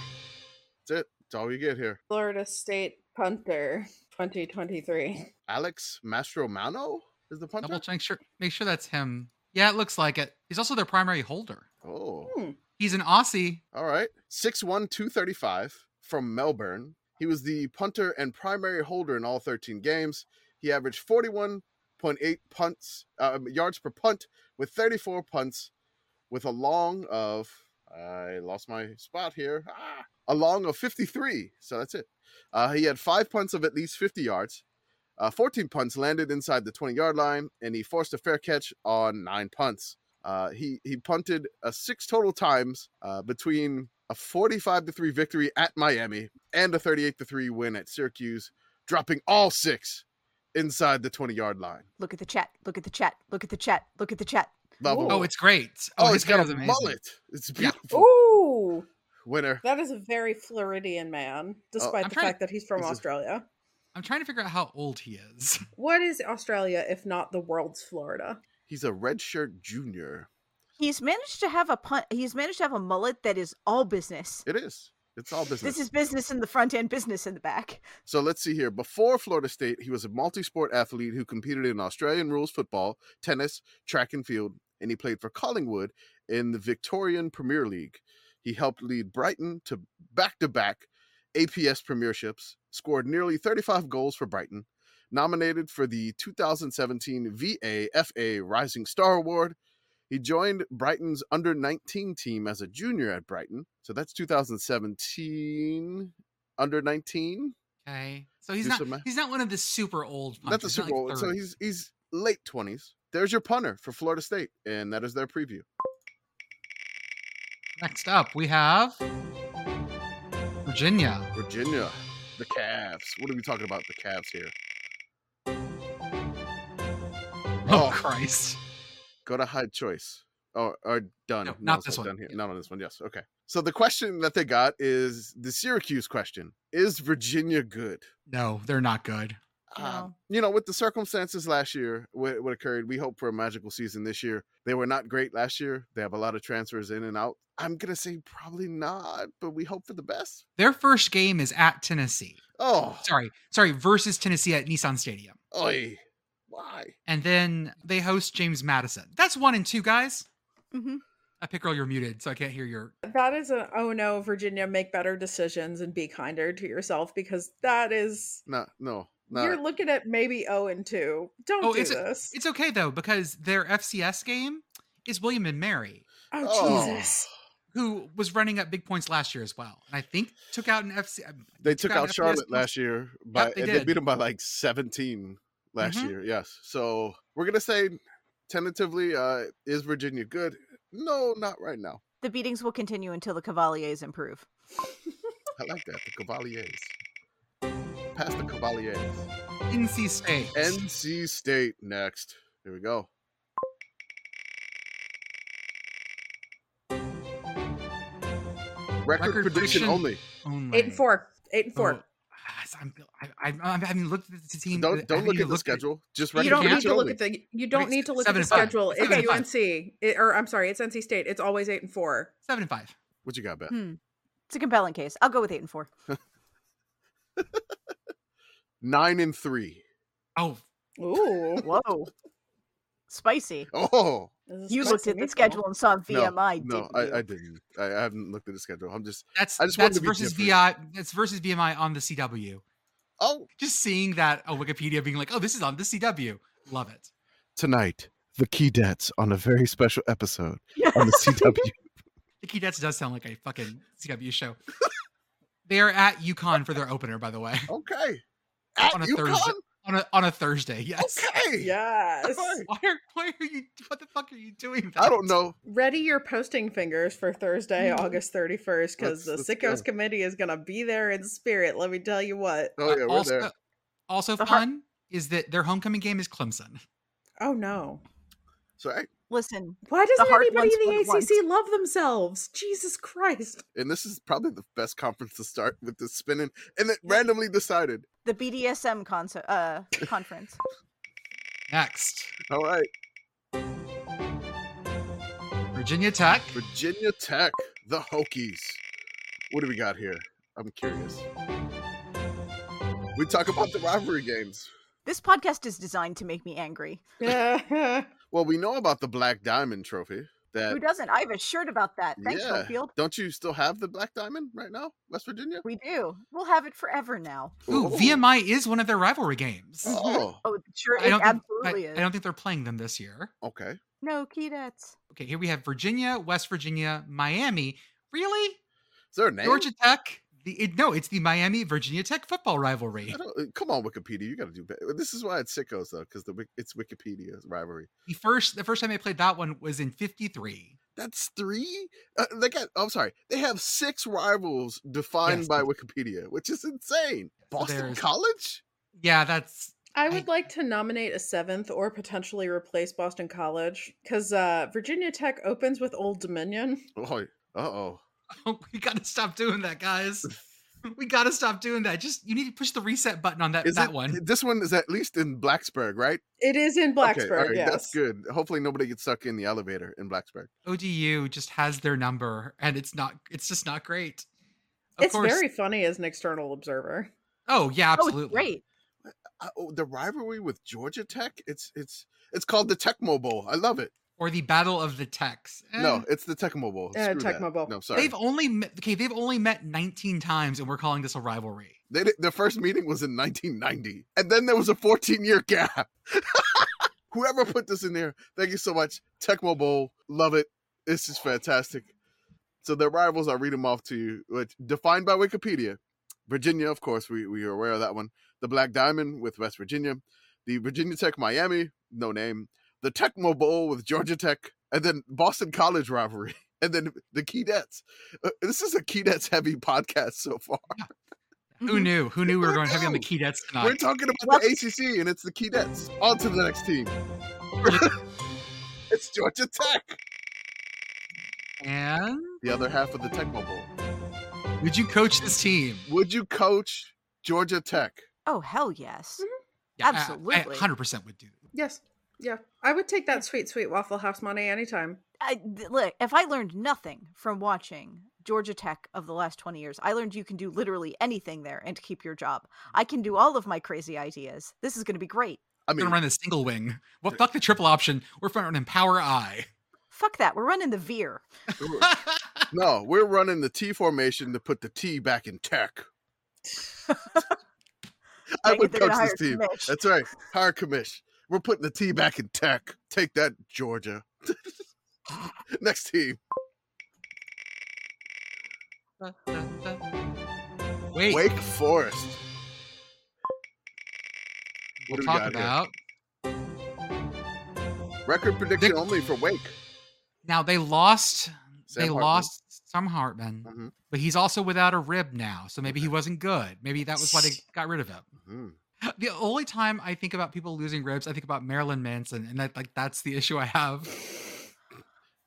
Speaker 3: That's it. That's all you get here.
Speaker 2: Florida State punter 2023.
Speaker 3: Alex Mastromano is the punter.
Speaker 1: Double check, sure, make sure that's him. Yeah, it looks like it. He's also their primary holder.
Speaker 3: Oh,
Speaker 2: Hmm.
Speaker 1: He's an Aussie.
Speaker 3: all right. Six one two thirty five from Melbourne. He was the punter and primary holder in all 13 games. He averaged 41.8 punts uh, yards per punt with 34 punts with a long of I lost my spot here. Ah, a long of 53. So that's it. Uh, he had five punts of at least 50 yards. Uh, 14 punts landed inside the 20 yard line, and he forced a fair catch on nine punts. Uh, he he punted uh, six total times uh, between a 45 to three victory at Miami and a 38 to three win at Syracuse, dropping all six inside the 20 yard line.
Speaker 4: Look at the chat. Look at the chat. Look at the chat. Look at the chat.
Speaker 3: Love him.
Speaker 2: Ooh.
Speaker 1: Oh, it's great.
Speaker 3: oh,
Speaker 1: his
Speaker 3: he's got
Speaker 1: hair is
Speaker 3: a
Speaker 1: amazing.
Speaker 3: mullet. It's
Speaker 1: Yeah.
Speaker 3: beautiful.
Speaker 2: Ooh,
Speaker 3: Winner.
Speaker 2: that is a very Floridian man, despite
Speaker 1: Oh, I'm
Speaker 2: the
Speaker 1: trying to-
Speaker 2: fact that he's from
Speaker 3: This is-
Speaker 2: Australia.
Speaker 1: I'm trying to figure out how old he is.
Speaker 2: What is Australia if not the world's Florida?
Speaker 3: He's a redshirt junior.
Speaker 4: He's managed to have a pun- he's managed to have a mullet that is all business.
Speaker 3: It is. It's all business.
Speaker 4: This is business in the front and business in the back.
Speaker 3: So let's see here. Before Florida State, he was a multi sport athlete who competed in Australian rules football, tennis, track and field, and he played for Collingwood in the Victorian Premier League. He helped lead Brighton to back to back APS premierships, scored nearly 35 goals for Brighton, nominated for the 2017 VAFA Rising Star Award. He joined Brighton's under 19 team as a junior at Brighton. So that's 2017 under 19.
Speaker 1: Okay, so he's
Speaker 3: Do
Speaker 1: not
Speaker 3: some math.
Speaker 1: he's not one of the super old.
Speaker 3: not the
Speaker 1: punters,
Speaker 3: Super
Speaker 1: like
Speaker 3: Bowl. so
Speaker 1: 30.
Speaker 3: he's he's late twenties. There's your punter for Florida State, and that is their preview.
Speaker 1: Next up, we have Virginia.
Speaker 3: Virginia, the Cavs. What are we talking about? The Cavs here.
Speaker 1: Oh,
Speaker 3: Oh.
Speaker 1: Christ!
Speaker 3: Go to high choice. Or or done.
Speaker 1: No,
Speaker 3: No,
Speaker 1: not
Speaker 3: it's
Speaker 1: this one.
Speaker 3: Done here.
Speaker 1: Yeah.
Speaker 3: Not on this one. Yes. Okay. So the question that they got is the Syracuse question: Is Virginia good?
Speaker 1: No, they're not good.
Speaker 3: Um, you know, with the circumstances last year, what, what occurred, we hope for a magical season this year. They were not great last year. They have a lot of transfers in and out. I'm gonna say probably not, but we hope for the best.
Speaker 1: Their first game is at Tennessee.
Speaker 3: Oh,
Speaker 1: Sorry, sorry, versus Tennessee at Nissan Stadium,
Speaker 3: oy, why?
Speaker 1: and then they host James Madison. That's one and two, guys.
Speaker 4: hmm
Speaker 1: Uh, Pick girl, you're muted, so I can't hear your.
Speaker 2: That is an oh no, Virginia, make better decisions and be kinder to yourself because that is
Speaker 3: No, no, no.
Speaker 2: you're looking at maybe 0 and 2. Don't
Speaker 1: Oh,
Speaker 2: do
Speaker 1: it's a-
Speaker 2: this.
Speaker 1: It's okay though because their FCS game is William and Mary,
Speaker 2: oh,
Speaker 3: Oh.
Speaker 2: Jesus.
Speaker 1: who was running up big points last year as well, and I think took out an FC.
Speaker 3: they took
Speaker 1: got
Speaker 3: out
Speaker 1: FBS
Speaker 3: Charlotte
Speaker 1: points.
Speaker 3: last year, by
Speaker 1: they
Speaker 3: and they
Speaker 1: did.
Speaker 3: beat them by like 17 last
Speaker 1: Mhm.
Speaker 3: year. Yes, so we're gonna say tentatively, uh, is Virginia good? No, not right now.
Speaker 4: The beatings will continue until the Cavaliers improve.
Speaker 3: I like that. The Cavaliers. Past the Cavaliers.
Speaker 1: NC State.
Speaker 3: NC State next. Here we go. Record,
Speaker 1: Record
Speaker 3: prediction,
Speaker 1: prediction.
Speaker 3: only.
Speaker 1: only.
Speaker 2: 8 and 4. 8 and 4
Speaker 1: Oh, ah, I'm, I, I, I haven't looked at the team.
Speaker 3: Don't
Speaker 1: I
Speaker 3: don't
Speaker 1: haven't
Speaker 3: look
Speaker 1: even
Speaker 3: at the
Speaker 1: looked
Speaker 3: schedule. Just
Speaker 2: you
Speaker 3: record
Speaker 1: Yeah.
Speaker 2: don't need
Speaker 3: prediction
Speaker 2: to look
Speaker 3: only.
Speaker 2: at the you don't
Speaker 1: it's
Speaker 2: need to look at
Speaker 1: seven
Speaker 2: the
Speaker 1: and five.
Speaker 2: schedule.
Speaker 1: It's
Speaker 2: It's
Speaker 1: seven and five.
Speaker 2: UNC, It- or I'm sorry, it's NC State. It's always eight and four.
Speaker 1: Seven and five.
Speaker 3: What you got, Bet?
Speaker 4: Hmm. It's a compelling case. I'll go with eight and four.
Speaker 3: Nine and three.
Speaker 1: Oh,
Speaker 2: Ooh,
Speaker 4: Whoa, spicy.
Speaker 3: Oh
Speaker 2: this is
Speaker 4: You
Speaker 2: spicy
Speaker 4: looked at the
Speaker 2: meatball.
Speaker 4: schedule and saw
Speaker 3: no,
Speaker 4: VMI.
Speaker 3: No,
Speaker 4: didn't you?
Speaker 3: I, I didn't. I, I haven't looked at the schedule. I'm just.
Speaker 1: that's
Speaker 3: I just wanted
Speaker 1: that's
Speaker 3: to be
Speaker 1: versus
Speaker 3: different.
Speaker 1: VI. That's versus VMI on the CW.
Speaker 3: Oh,
Speaker 1: Just seeing that on Wikipedia, being like, "Oh, this is on the CW." Love it.
Speaker 3: tonight the key debts on a very special episode on the CW.
Speaker 1: Nikki Dets does sound like a fucking CW show. they are at UConn for their opener, by the way,
Speaker 3: okay. At
Speaker 1: On a
Speaker 3: UConn?
Speaker 1: Thursday. on a on a Thursday. Yes.
Speaker 3: Okay.
Speaker 2: Yes.
Speaker 3: Alright.
Speaker 1: Why are why are you what the fuck are you doing?
Speaker 3: I don't
Speaker 1: that?
Speaker 3: know.
Speaker 2: Ready your posting fingers for Thursday,
Speaker 4: Mhm.
Speaker 2: August 31st, because the
Speaker 3: Hmm. Let's- let's
Speaker 2: Sickos
Speaker 3: go.
Speaker 2: Committee is going to be there in spirit. Let me tell you what.
Speaker 3: Oh
Speaker 1: Uh,
Speaker 3: yeah, we're
Speaker 1: also,
Speaker 3: there.
Speaker 1: also
Speaker 4: The
Speaker 1: fun
Speaker 4: har-
Speaker 1: is that their homecoming game is Clemson.
Speaker 2: Oh, no.
Speaker 3: So hey,
Speaker 4: Listen,
Speaker 2: Why doesn't
Speaker 4: hard
Speaker 2: anybody
Speaker 4: ones
Speaker 2: in the
Speaker 4: were the
Speaker 2: ACC
Speaker 4: ones.
Speaker 2: love themselves? Jesus Christ.
Speaker 3: and this is probably the best conference to start with this spinning, and then randomly decided.
Speaker 4: the BDSM concert uh, conference.
Speaker 1: Next,
Speaker 3: All right,
Speaker 1: Virginia Tech.
Speaker 3: Virginia Tech, the Hokies. What do we got here? I'm curious. We talk about the rivalry games.
Speaker 4: This podcast is designed to make me angry.
Speaker 2: Yeah.
Speaker 3: Well, we know about the Black Diamond Trophy. That
Speaker 4: Who doesn't? I have a shirt about that. Thanks,
Speaker 3: Uh, Yeah.
Speaker 4: Field.
Speaker 3: don't you still have the Black Diamond right now, West Virginia?
Speaker 4: We do. We'll have it forever now.
Speaker 1: Ooh,
Speaker 3: Oh.
Speaker 1: VMI is one of their rivalry games.
Speaker 3: Oh,
Speaker 4: Oh, sure.
Speaker 1: I
Speaker 4: It
Speaker 1: don't think-
Speaker 4: absolutely
Speaker 1: I, I
Speaker 4: is.
Speaker 1: don't think they're playing them this year.
Speaker 3: okay.
Speaker 4: No, Keydets.
Speaker 1: Okay, here we have Virginia, West Virginia, Miami. Really?
Speaker 3: Is there a name?
Speaker 1: Georgia Tech? The, it- no, it's the Miami Virginia Tech football rivalry.
Speaker 3: I don't, uh, come on, Wikipedia. You got to do better. This is why it's sickos though, because the Wik- it's Wikipedia rivalry.
Speaker 1: The first the first time I played that one was in 53.
Speaker 3: That's three. Uh, they got. I'm sorry. They have six rivals defined
Speaker 1: Yes.
Speaker 3: by Wikipedia, which is insane.
Speaker 1: So
Speaker 3: Boston
Speaker 1: there's-
Speaker 3: College.
Speaker 1: Yeah, that's
Speaker 2: I
Speaker 1: I-
Speaker 2: would like to nominate a seventh or potentially replace Boston College because uh, Virginia Tech opens with Old Dominion.
Speaker 3: Oh, uh oh.
Speaker 1: we gotta stop doing that, guys. We gotta stop doing that. Just you need to push the reset button on that,
Speaker 3: Is
Speaker 1: that
Speaker 3: it-
Speaker 1: one.
Speaker 3: This one is at least in Blacksburg, right?
Speaker 2: It is in
Speaker 3: Okay,
Speaker 2: Blacksburg.
Speaker 3: all right,
Speaker 2: yes.
Speaker 3: That's good. Hopefully nobody gets stuck in the elevator in Blacksburg.
Speaker 1: ODU just has their number and it's not it's just not great. Of
Speaker 2: It's
Speaker 1: course.
Speaker 2: very funny as an external observer.
Speaker 1: oh yeah,
Speaker 4: Oh,
Speaker 1: absolutely.
Speaker 4: it's great.
Speaker 3: Uh, oh, the rivalry with Georgia Tech. It's it's it's called the Tecmo Bowl. I love it.
Speaker 1: Or the Battle of the Techs. Eh.
Speaker 3: No, it's the Tecmo Bowl.
Speaker 2: Uh,
Speaker 3: Screw that.
Speaker 2: Tecmo Bowl.
Speaker 3: No, sorry.
Speaker 1: They've only met, okay. They've only met 19 times, and we're calling this a rivalry.
Speaker 3: They, di- their first meeting was in 1990, and then there was a 14 year gap. Whoever put this in there, thank you so much. Tecmo Bowl, love it. It's just fantastic. So their rivals, I'll read them off to you. Which, defined by Wikipedia, Virginia, of course, we, we are aware of that one. The Black Diamond with West Virginia, the Virginia Tech Miami, no name, the Tecmo Bowl with Georgia Tech, and then Boston College rivalry, and then the Keydets. Uh, this is a Keydets heavy podcast so far.
Speaker 4: Mm-hmm.
Speaker 1: Who knew? Who knew we were
Speaker 3: Who
Speaker 1: going heavy on the
Speaker 3: knew?
Speaker 1: key debts
Speaker 3: We're
Speaker 1: tonight?
Speaker 3: talking about
Speaker 4: Well-
Speaker 3: the ACC, and it's the Keydets. On to the next team. it's Georgia Tech.
Speaker 1: and
Speaker 3: The other half of the Tecmo Bowl.
Speaker 1: would you coach this team?
Speaker 3: Would you coach Georgia Tech?
Speaker 4: Oh, hell yes.
Speaker 1: Mm.
Speaker 4: Absolutely.
Speaker 1: 100 percent would do.
Speaker 2: Yes. Yeah. I would take that sweet, sweet Waffle House money anytime.
Speaker 4: I, th- look, if I learned nothing from watching Georgia Tech of the last 20 years, I learned you can do literally anything there and keep your
Speaker 1: Mm.
Speaker 4: job. I can do all of my crazy ideas. This is going to be great.
Speaker 3: I
Speaker 1: We're gonna
Speaker 3: mean,
Speaker 1: run the single wing. Well, fuck the triple option. We're running Empower I.
Speaker 4: Fuck that. We're running the veer.
Speaker 3: no, we're running the T formation to put the T back in Tech. I
Speaker 4: Dang it,
Speaker 3: would
Speaker 4: they're gonna
Speaker 3: coach this
Speaker 4: hire
Speaker 3: team.
Speaker 4: Kamish.
Speaker 3: That's right. Hire Kamish. We're putting the T back in Tech. Take that, Georgia. next team.
Speaker 1: Wait,
Speaker 3: Wake Forest. What
Speaker 1: we'll
Speaker 3: do we
Speaker 1: talk
Speaker 3: got here?
Speaker 1: about.
Speaker 3: Record prediction only for Wake.
Speaker 1: Now they lost.
Speaker 3: Sam
Speaker 1: they
Speaker 3: Hartman.
Speaker 1: lost some Hartman,
Speaker 3: Mhm.
Speaker 1: but he's also without a rib now, so maybe he
Speaker 3: Okay.
Speaker 1: wasn't good. Maybe that was why they got rid of him.
Speaker 3: Mhm.
Speaker 1: The only time I think about people losing ribs, I think about Marilyn Manson, and that like that's the issue I have.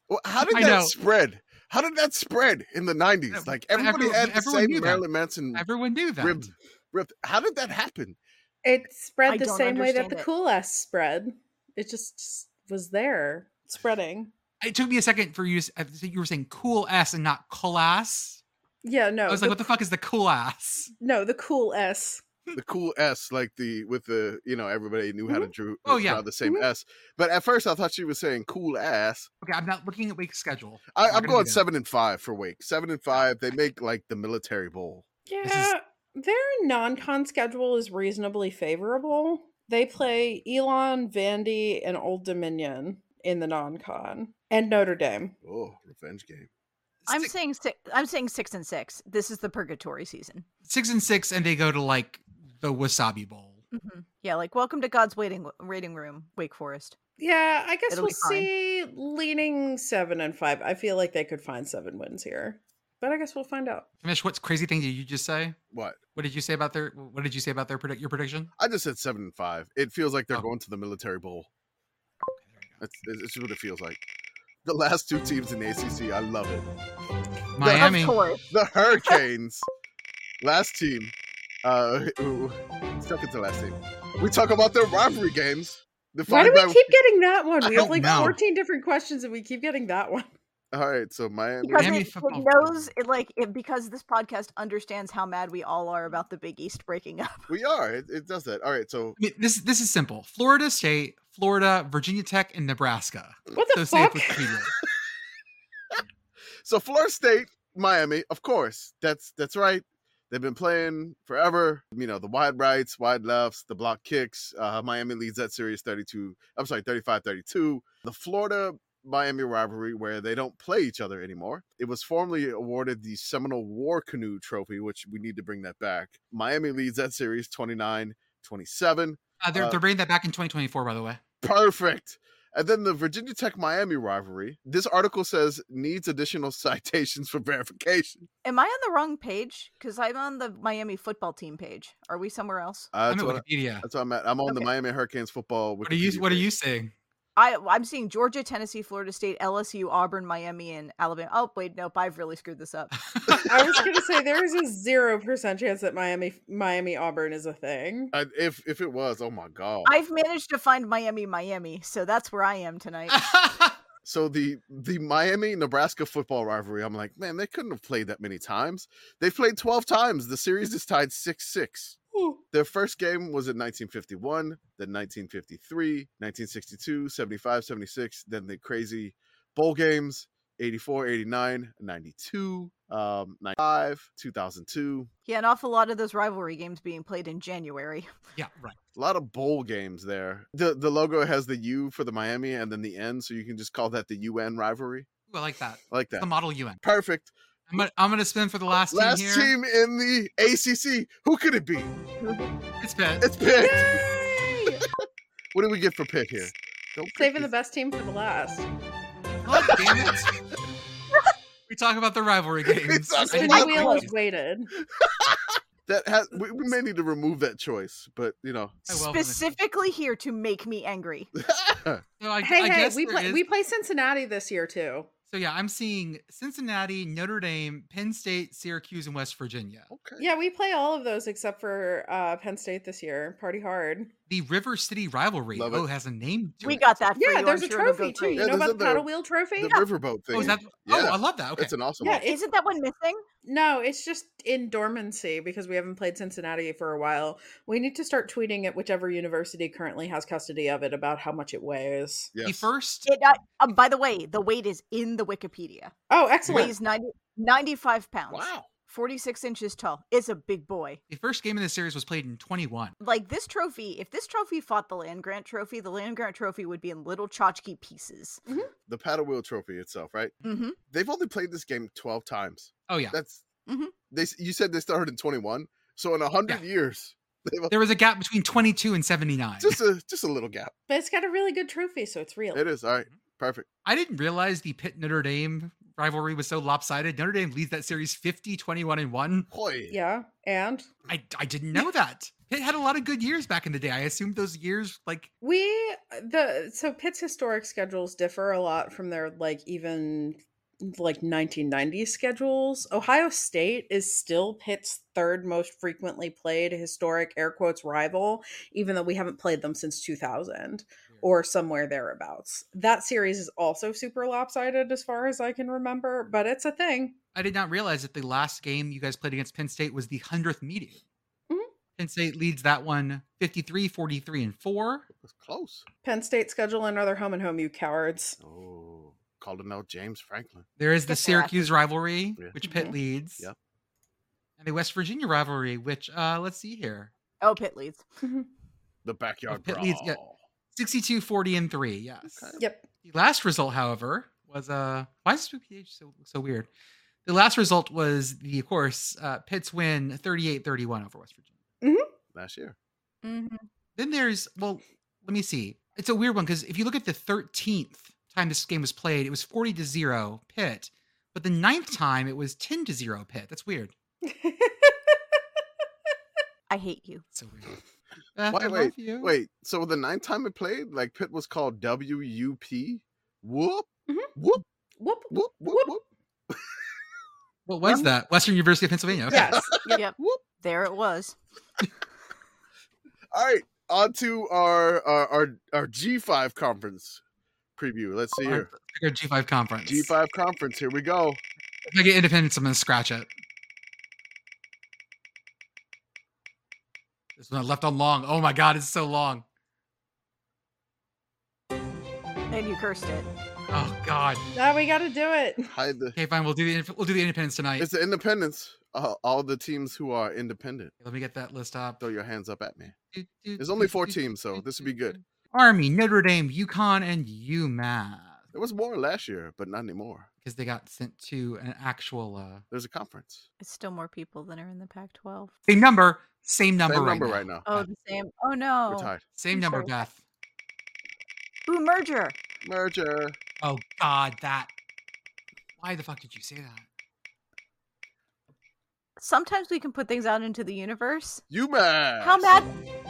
Speaker 3: Well, how did
Speaker 1: I
Speaker 3: that
Speaker 1: know.
Speaker 3: spread? How did that spread in the
Speaker 1: Yeah,
Speaker 3: nineties? Like
Speaker 1: but
Speaker 3: everybody
Speaker 1: everyone-
Speaker 3: had the
Speaker 1: everyone
Speaker 3: same
Speaker 1: knew that.
Speaker 3: Marilyn Manson
Speaker 1: Everyone knew that.
Speaker 3: ripped, ripped. How did that happen?
Speaker 2: It spread
Speaker 4: I
Speaker 2: the
Speaker 4: don't
Speaker 2: same way that
Speaker 4: understand
Speaker 2: the
Speaker 4: it.
Speaker 2: cool ass spread. It just was there spreading.
Speaker 1: It took me a second for you. To, s- I think you were saying cool ass and not cool ass.
Speaker 2: Yeah, no.
Speaker 1: I was
Speaker 2: the,
Speaker 1: like, what the fuck is the cool ass?
Speaker 2: no, the cool S.
Speaker 3: The cool S, like the with the you know everybody knew how to drew.
Speaker 1: Oh, yeah.
Speaker 3: draw the same S. But at first I thought she was saying cool ass.
Speaker 1: Okay, I'm not looking at Wake's schedule. not
Speaker 3: I, I'm
Speaker 1: gonna do
Speaker 3: going
Speaker 1: that.
Speaker 3: seven and five for Wake. Seven and five. They make like the military bowl.
Speaker 1: is-
Speaker 2: Yeah. Their non con schedule is reasonably favorable. They play Elon, Vandy, and Old Dominion in the non con, and Notre Dame.
Speaker 3: Oh, revenge game.
Speaker 4: I'm
Speaker 1: Six,
Speaker 4: saying six. I'm saying six and six. This is the purgatory season.
Speaker 1: six and six, and they go to like the Wasabi Bowl.
Speaker 4: hmm Yeah, like welcome to God's waiting waiting room, Wake Forest.
Speaker 2: Yeah, I guess
Speaker 4: It'll be
Speaker 2: we'll
Speaker 4: fine.
Speaker 2: see. Leaning seven and five. I feel like they could find seven wins here, but I guess we'll find out.
Speaker 1: Mish, what's crazy thing did you just say?
Speaker 3: What?
Speaker 1: What did you say about their? What did you say about their predict your prediction?
Speaker 3: I just said seven and five. It feels like they're
Speaker 1: Oh.
Speaker 3: going to the military bowl.
Speaker 1: Okay, there you go.
Speaker 3: That's, that's what it feels like. The last two teams in the ACC. I love it.
Speaker 1: Miami.
Speaker 4: Of course.
Speaker 3: the Hurricanes. last team. Uh, ooh, second to last team. We talk about their rivalry games.
Speaker 2: Why
Speaker 3: defined
Speaker 2: do
Speaker 3: by-
Speaker 2: we keep getting that one? We have
Speaker 1: don't
Speaker 2: like
Speaker 1: know.
Speaker 2: 14 different questions and we keep getting that one.
Speaker 3: All right, so Miami.
Speaker 4: because
Speaker 1: Miami
Speaker 4: it,
Speaker 1: football
Speaker 4: it knows it like it, because this podcast understands how mad we all
Speaker 2: Mm-hmm.
Speaker 4: are about the Big East breaking up.
Speaker 3: We are. It, it does that. All right, so
Speaker 1: I mean, this this is simple. Florida State, Florida, Virginia Tech, and Nebraska.
Speaker 2: What
Speaker 1: so
Speaker 2: the
Speaker 1: safe
Speaker 2: fuck?
Speaker 1: with Peter.
Speaker 3: so Florida State, Miami, of course. That's that's right. They've been playing forever. You know, the wide rights, wide lefts, the block kicks. Uh, Miami leads that series 32, I'm sorry, 35 32. The Florida Miami rivalry, where they don't play each other anymore. It was formerly awarded the Seminole War Canoe Trophy, which we need to bring that back. Miami leads that series 29 27.
Speaker 1: Uh, they're,
Speaker 3: Uh,
Speaker 1: they're bringing that back in 2024, by the way.
Speaker 3: Perfect. And then the Virginia Tech Miami rivalry. This article says needs additional citations for verification.
Speaker 4: Am I on the wrong page? Because I'm on the Miami football team page. Are we somewhere else?
Speaker 3: Uh,
Speaker 1: I'm
Speaker 3: that's,
Speaker 1: at
Speaker 3: what, I-
Speaker 1: Wikipedia.
Speaker 3: that's what I'm at. I'm on the
Speaker 4: Okay.
Speaker 3: Miami Hurricanes football.
Speaker 1: What are you
Speaker 3: Wikipedia
Speaker 1: What are
Speaker 3: page.
Speaker 1: you saying?
Speaker 4: I I'm seeing Georgia, Tennessee, Florida State, LSU, Auburn, Miami, and Alabama. Oh wait, nope, I've really screwed this up.
Speaker 2: I was gonna say there is a zero percent chance that Miami Miami Auburn is a thing.
Speaker 3: I, if if it was, oh my god.
Speaker 4: I've managed to find Miami, Miami, so that's where I am tonight.
Speaker 3: so the the Miami Nebraska football rivalry. I'm like, man, they couldn't have played that many times. They played 12 times. The series is tied six six.
Speaker 1: Uh,
Speaker 2: Ooh.
Speaker 3: Their first game was in 1951, then 1953, 1962, 75, 76, then the crazy bowl games 84, 89, 92, um, 95, 2002.
Speaker 4: yeah, an awful lot of those rivalry games being played in January.
Speaker 1: yeah, right.
Speaker 3: A lot of bowl games there. The the logo has the U for the Miami and then the N, so you can just call that the UN rivalry.
Speaker 1: Ooh, I like that.
Speaker 3: I like
Speaker 1: The
Speaker 3: that.
Speaker 1: model UN.
Speaker 3: Perfect.
Speaker 1: I'm gonna, I'm gonna spin for the last,
Speaker 3: Last
Speaker 1: team here.
Speaker 3: team in the ACC. Who could it be?
Speaker 1: It's Pitt.
Speaker 3: It's Pitt.
Speaker 2: Yay!
Speaker 3: What do we get for Pitt here? Don't pick
Speaker 2: Saving the
Speaker 3: these-
Speaker 2: best team for the last.
Speaker 1: God oh, damn it. we talk about the rivalry games. I
Speaker 3: talk
Speaker 1: did
Speaker 2: And
Speaker 3: about
Speaker 1: not
Speaker 2: the
Speaker 3: the
Speaker 1: like
Speaker 2: wheel
Speaker 1: this.
Speaker 2: has waited.
Speaker 3: that has. We, we may need to remove that choice, but you know,
Speaker 1: I
Speaker 2: Oh,
Speaker 1: will finish it.
Speaker 4: Specifically here to make me angry.
Speaker 1: So I,
Speaker 2: Hey,
Speaker 1: I
Speaker 2: hey,
Speaker 1: guess
Speaker 2: we
Speaker 1: there
Speaker 2: play
Speaker 1: is-
Speaker 2: we play Cincinnati this year too.
Speaker 1: So yeah, I'm seeing Cincinnati, Notre Dame, Penn State, Syracuse, and West Virginia.
Speaker 3: Okay.
Speaker 2: Yeah, we play all of those except for uh, Penn State this year. Party hard.
Speaker 1: The River City rivalry.
Speaker 3: Love
Speaker 1: oh,
Speaker 3: it.
Speaker 1: has a name. To
Speaker 4: We
Speaker 1: it.
Speaker 4: got that. For you.
Speaker 2: Yeah,
Speaker 4: I'm
Speaker 2: there's a
Speaker 4: sure it'll go
Speaker 2: trophy too.
Speaker 4: great.
Speaker 2: You
Speaker 3: Yeah,
Speaker 2: know
Speaker 3: there's
Speaker 2: about the
Speaker 3: a-
Speaker 2: paddle wheel trophy?
Speaker 3: The riverboat
Speaker 1: Oh,
Speaker 3: thing.
Speaker 1: is that?
Speaker 3: yeah,
Speaker 1: Oh, I love that. Okay.
Speaker 3: It's an awesome
Speaker 2: Yeah,
Speaker 3: one.
Speaker 2: it's
Speaker 4: Isn't that one missing?
Speaker 2: no, it's just in dormancy because we haven't played Cincinnati for a while. We need to start tweeting at whichever university currently has custody of it about how much it weighs.
Speaker 1: The
Speaker 3: Yes.
Speaker 1: first.
Speaker 4: It, uh, um, by the way, the weight is in the Wikipedia.
Speaker 2: Oh,
Speaker 4: It
Speaker 2: excellent.
Speaker 4: weighs 90, 95 pounds.
Speaker 3: Wow.
Speaker 4: 46 inches tall. It's a big boy.
Speaker 1: The first game in the series was played in 21.
Speaker 4: Like this trophy, if this trophy fought the land grant trophy, the land grant trophy would be in little tchotchke pieces.
Speaker 3: The paddle wheel trophy itself, right?
Speaker 4: Mm-hmm.
Speaker 3: They've only played this game 12 times.
Speaker 1: Oh yeah,
Speaker 3: That's
Speaker 2: Mm-hmm.
Speaker 4: Mhm.
Speaker 3: they s- you said they started in 21. So in 100 years, they've o-
Speaker 1: there was a gap between 22 and 79.
Speaker 3: just a just a little gap.
Speaker 2: But it's got a really good trophy, so it's real.
Speaker 3: It is. All right. Perfect.
Speaker 1: I didn't realize the Pitt Notre Dame rivalry was so lopsided. Notre Dame leads that series 50, 21, and one.
Speaker 3: Hoy.
Speaker 2: Yeah, and
Speaker 1: I I didn't know that. Pitt had a lot of good years back in the day. I assumed those years like
Speaker 2: we uh, the so Pitt's historic schedules differ a lot from their like even like 1990 schedules. Ohio State is still Pitt's third most frequently played historic air quotes rival, even though we haven't played them since 2000 or somewhere thereabouts. That series is also super lopsided as far as I can remember, but it's a thing.
Speaker 1: I did not realize that the last game you guys played against Penn State was the 100th meeting.
Speaker 2: Mhm.
Speaker 1: Penn State leads that one 53, 43, and 4.
Speaker 3: That's close.
Speaker 2: Penn State schedule another home and home, you cowards.
Speaker 3: Oh, calling out James Franklin.
Speaker 1: There is the
Speaker 4: Good for us.
Speaker 1: Syracuse rivalry,
Speaker 3: Yeah.
Speaker 1: which Pitt
Speaker 2: Mhm.
Speaker 1: leads.
Speaker 3: Yep.
Speaker 1: And the West Virginia rivalry, which uh let's see here.
Speaker 4: Oh, Pitt leads.
Speaker 3: The backyard
Speaker 1: Pitt
Speaker 3: brawl.
Speaker 1: leads- yeah. 62, 40, and 3. Yes.
Speaker 2: yep.
Speaker 1: The last result, however, was uh why is this page so so weird? The last result was the of course uh Pitt's win 38-31 over West Virginia.
Speaker 3: Last year.
Speaker 4: Mm-hmm.
Speaker 1: Then there's well, let me see. It's a weird one because if you look at the thirteenth time this game was played, it was forty to zero Pitt, but the ninth time it was ten to zero Pitt. That's weird.
Speaker 4: I hate you.
Speaker 1: So weird. Uh, Beth,
Speaker 3: Wait,
Speaker 1: I love you.
Speaker 3: Wait, so the ninth time it played, like Pitt was called WUP. Whoop.
Speaker 2: Mhm. Whoop.
Speaker 3: Whoop. Whoop. Whoop.
Speaker 2: Whoop.
Speaker 3: Whoop.
Speaker 1: what was that? Western University of Pennsylvania. Okay.
Speaker 2: Yes. Yep.
Speaker 4: Yep.
Speaker 3: Whoop.
Speaker 4: There it was.
Speaker 3: All right, on to our our our, our G five conference. preview. Let's see
Speaker 1: All right,
Speaker 3: here.
Speaker 1: Go G5 conference.
Speaker 3: G5 conference. Here we go.
Speaker 1: If I get independence, I'm gonna scratch it. This one I left on long. Oh my god, it's so long.
Speaker 4: and you cursed it.
Speaker 1: Oh god.
Speaker 2: Now we got to do it.
Speaker 3: Hide the.
Speaker 1: Okay, fine. We'll do the indep- we'll do the independence tonight.
Speaker 3: It's the independence. Uh, all the teams who are independent.
Speaker 1: Let me get that list up.
Speaker 3: Throw your hands up at me. There's only four teams, so this would be good.
Speaker 1: Army, Notre Dame, UConn, and UMass
Speaker 3: There was more last year, but not anymore.
Speaker 1: because they got sent to an actual uh,
Speaker 3: There's a conference.
Speaker 4: It's still more people than are in the Pac-12.
Speaker 1: same number, same number,
Speaker 3: Same
Speaker 1: right,
Speaker 3: number
Speaker 1: now.
Speaker 3: right now.
Speaker 4: Oh,
Speaker 1: Beth.
Speaker 4: the same. Oh
Speaker 3: We're
Speaker 4: no.
Speaker 3: tied.
Speaker 1: Same
Speaker 4: I'm
Speaker 1: number,
Speaker 4: sorry.
Speaker 1: Beth.
Speaker 4: Ooh, merger.
Speaker 3: Merger.
Speaker 1: Oh God, that. Why the fuck did you say that?
Speaker 4: Sometimes we can put things out into the universe.
Speaker 3: UMass.
Speaker 4: How mad?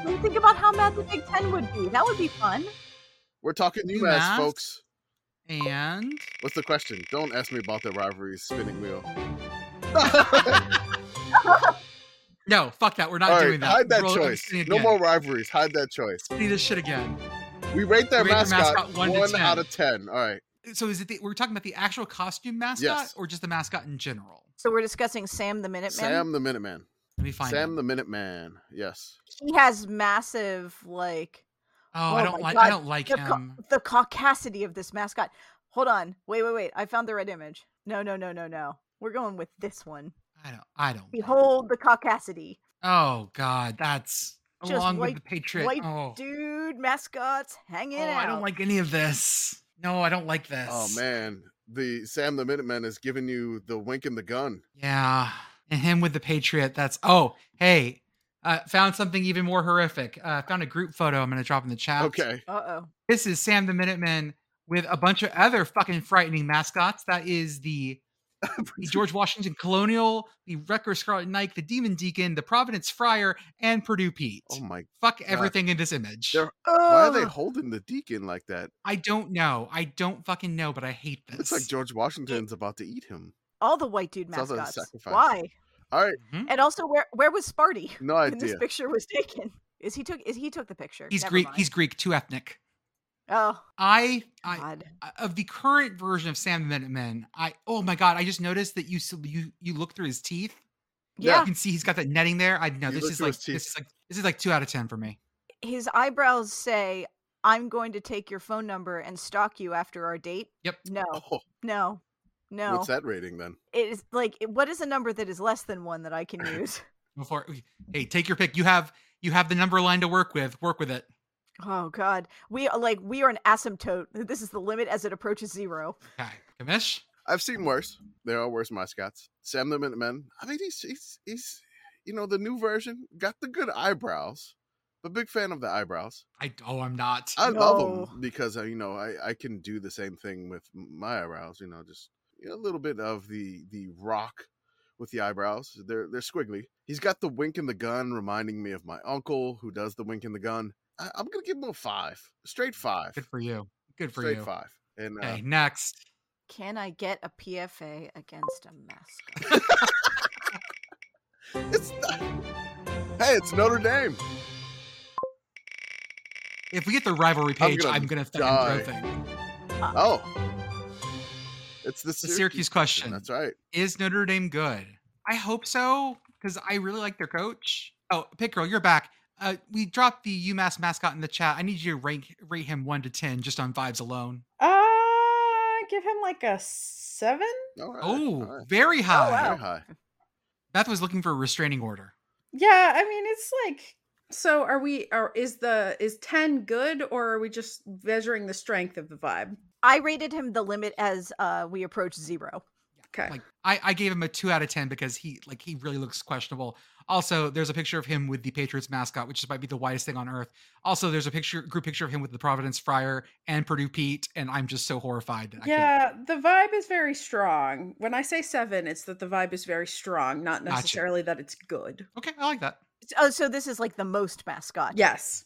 Speaker 4: Think think about how mad the Big Ten would be. That would be fun.
Speaker 3: We're talking UMass,
Speaker 1: UMass?
Speaker 3: folks.
Speaker 1: And
Speaker 3: What's the question? Don't ask me about the rivalry spinning wheel.
Speaker 1: no, fuck that. We're not
Speaker 3: All right,
Speaker 1: doing that.
Speaker 3: hide that
Speaker 1: Roll- I'm
Speaker 3: choice.
Speaker 1: saying
Speaker 3: No
Speaker 1: again.
Speaker 3: more rivalries. Hide that choice.
Speaker 1: See this shit again.
Speaker 3: We rate their
Speaker 1: We rate their
Speaker 3: mascot,
Speaker 1: mascot
Speaker 3: one,
Speaker 1: one to 10.
Speaker 3: out of ten. All right.
Speaker 1: So is it the, we're talking about the actual costume mascot
Speaker 3: Yes.
Speaker 1: or just the mascot in general?
Speaker 4: So we're discussing Sam the Minuteman.
Speaker 3: Sam the Minuteman.
Speaker 1: Let me find him.
Speaker 3: Sam the Minuteman. Yes.
Speaker 4: He has massive like
Speaker 1: Oh,
Speaker 4: Oh
Speaker 1: I don't
Speaker 4: my
Speaker 1: like.
Speaker 4: God,
Speaker 1: I don't like
Speaker 4: the, ca-
Speaker 1: him.
Speaker 4: the caucasity of this mascot. Hold on. Wait, wait, wait. I found the red image. No, no, no, no, no. We're going with this one.
Speaker 1: I don't. I don't. like him.
Speaker 4: Behold the caucasity.
Speaker 1: Oh God, that's
Speaker 4: Just
Speaker 1: along
Speaker 4: white-
Speaker 1: with the Patriot.
Speaker 4: white
Speaker 1: oh,
Speaker 4: Dude, mascots hanging
Speaker 1: Oh,
Speaker 4: out.
Speaker 1: I don't like any of this. No, I don't like this.
Speaker 3: Oh man, the Sam the Minuteman is giving you the wink and the gun.
Speaker 1: Yeah, and him with the Patriot. That's oh hey, uh, found something even more horrific. Uh, found a group photo. I'm gonna drop in the chat.
Speaker 3: Okay.
Speaker 4: Uh oh.
Speaker 1: this is Sam the Minuteman with a bunch of other fucking frightening mascots. That is the the George Washington Colonial, the Wrecker Scarlet Knight, the Demon Deacon, the Providence Friar, and Purdue Pete.
Speaker 3: Oh my.
Speaker 1: Fuck everything in this image.
Speaker 3: They're- Why are they
Speaker 4: Oh,
Speaker 3: holding the deacon like that?
Speaker 1: I don't know. I don't fucking know, but I hate this.
Speaker 3: Looks like George Washington's about to eat him.
Speaker 4: all the white dude
Speaker 3: It's also a
Speaker 4: mascots.
Speaker 3: sacrifice.
Speaker 4: Why?
Speaker 3: All right.
Speaker 1: Mhm.
Speaker 4: And also, where where was Sparty
Speaker 3: No
Speaker 4: when this
Speaker 3: idea.
Speaker 4: picture was taken? Is he took? Is he took the picture?
Speaker 1: He's
Speaker 4: Never
Speaker 1: Greek.
Speaker 4: mind.
Speaker 1: He's Greek, too ethnic.
Speaker 4: oh
Speaker 1: I, I
Speaker 4: God.
Speaker 1: of the current version of Sam the Minuteman, I oh my god, I just noticed that you s- you you look through his teeth.
Speaker 4: yeah.
Speaker 1: You can see he's got that netting there. I know
Speaker 3: You
Speaker 1: this
Speaker 3: look
Speaker 1: is
Speaker 3: through
Speaker 1: like
Speaker 3: his teeth.
Speaker 1: this is like this is like two out of ten for me.
Speaker 4: His eyebrows say, "I'm going to take your phone number and stalk you after our date."
Speaker 1: Yep.
Speaker 4: No.
Speaker 3: Oh,
Speaker 4: No, no.
Speaker 3: what's that rating then?
Speaker 4: It is like it- what is a number that is less than one that I can use?
Speaker 1: Before hey, take your pick. You have you have the number line to work with. Work with it.
Speaker 4: oh God, we are like we are an asymptote. This is the limit as it approaches zero.
Speaker 1: Okay. Kamish?
Speaker 3: I've seen worse. There are worse mascots. Sam the Minuteman. I mean, he's he's he's you know the new version got the good eyebrows. A big fan of the eyebrows.
Speaker 1: I oh I'm not.
Speaker 3: I love
Speaker 4: No.
Speaker 3: them because uh, you know I I can do the same thing with m- my eyebrows. You know, just you know, a little bit of the the rock with the eyebrows. They're they're squiggly. He's got the wink and the gun, reminding me of my uncle who does the wink and the gun. I, I'm gonna give him a five, straight five,
Speaker 1: Good for you. Good for
Speaker 3: straight
Speaker 1: you.
Speaker 3: five. And uh,
Speaker 1: Okay, next.
Speaker 4: Can I get a PFA against a mascot?
Speaker 3: it's not- hey, it's Notre Dame.
Speaker 1: If we get the rivalry page,
Speaker 3: gonna
Speaker 1: I'm gonna, fucking throw
Speaker 3: die.
Speaker 1: things.
Speaker 3: Oh, it's the
Speaker 1: The Syracuse question.
Speaker 3: That's right.
Speaker 1: Is Notre Dame good? I hope so because I really like their coach. Oh, Pit Girl, you're back. Uh, we dropped the UMass mascot in the chat. I need you to rank rate him one to ten just on vibes alone.
Speaker 2: Uh, give him like a seven.
Speaker 3: All right.
Speaker 1: oh,
Speaker 3: all right.
Speaker 1: very high.
Speaker 4: wow.
Speaker 3: Very high.
Speaker 1: Beth was looking for a restraining order.
Speaker 2: Yeah, I mean it's like so are we are is the is 10 good or are we just measuring the strength of the vibe?
Speaker 4: I rated him the limit as uh, we approach zero.
Speaker 2: Okay.
Speaker 1: Like I, I gave him a two out of ten because he like he really looks questionable. Also, there's a picture of him with the Patriots mascot, which might be the whitest thing on earth. Also, there's a picture group picture of him with the Providence Friar and Purdue Pete, and I'm just so horrified. That I
Speaker 2: yeah, the vibe is very strong. When I say 7, it's that the vibe is very strong, not
Speaker 1: Gotcha.
Speaker 2: necessarily that it's good.
Speaker 1: can't. Okay, I like that.
Speaker 4: S- Oh, so this is like the most mascot.
Speaker 2: Yes.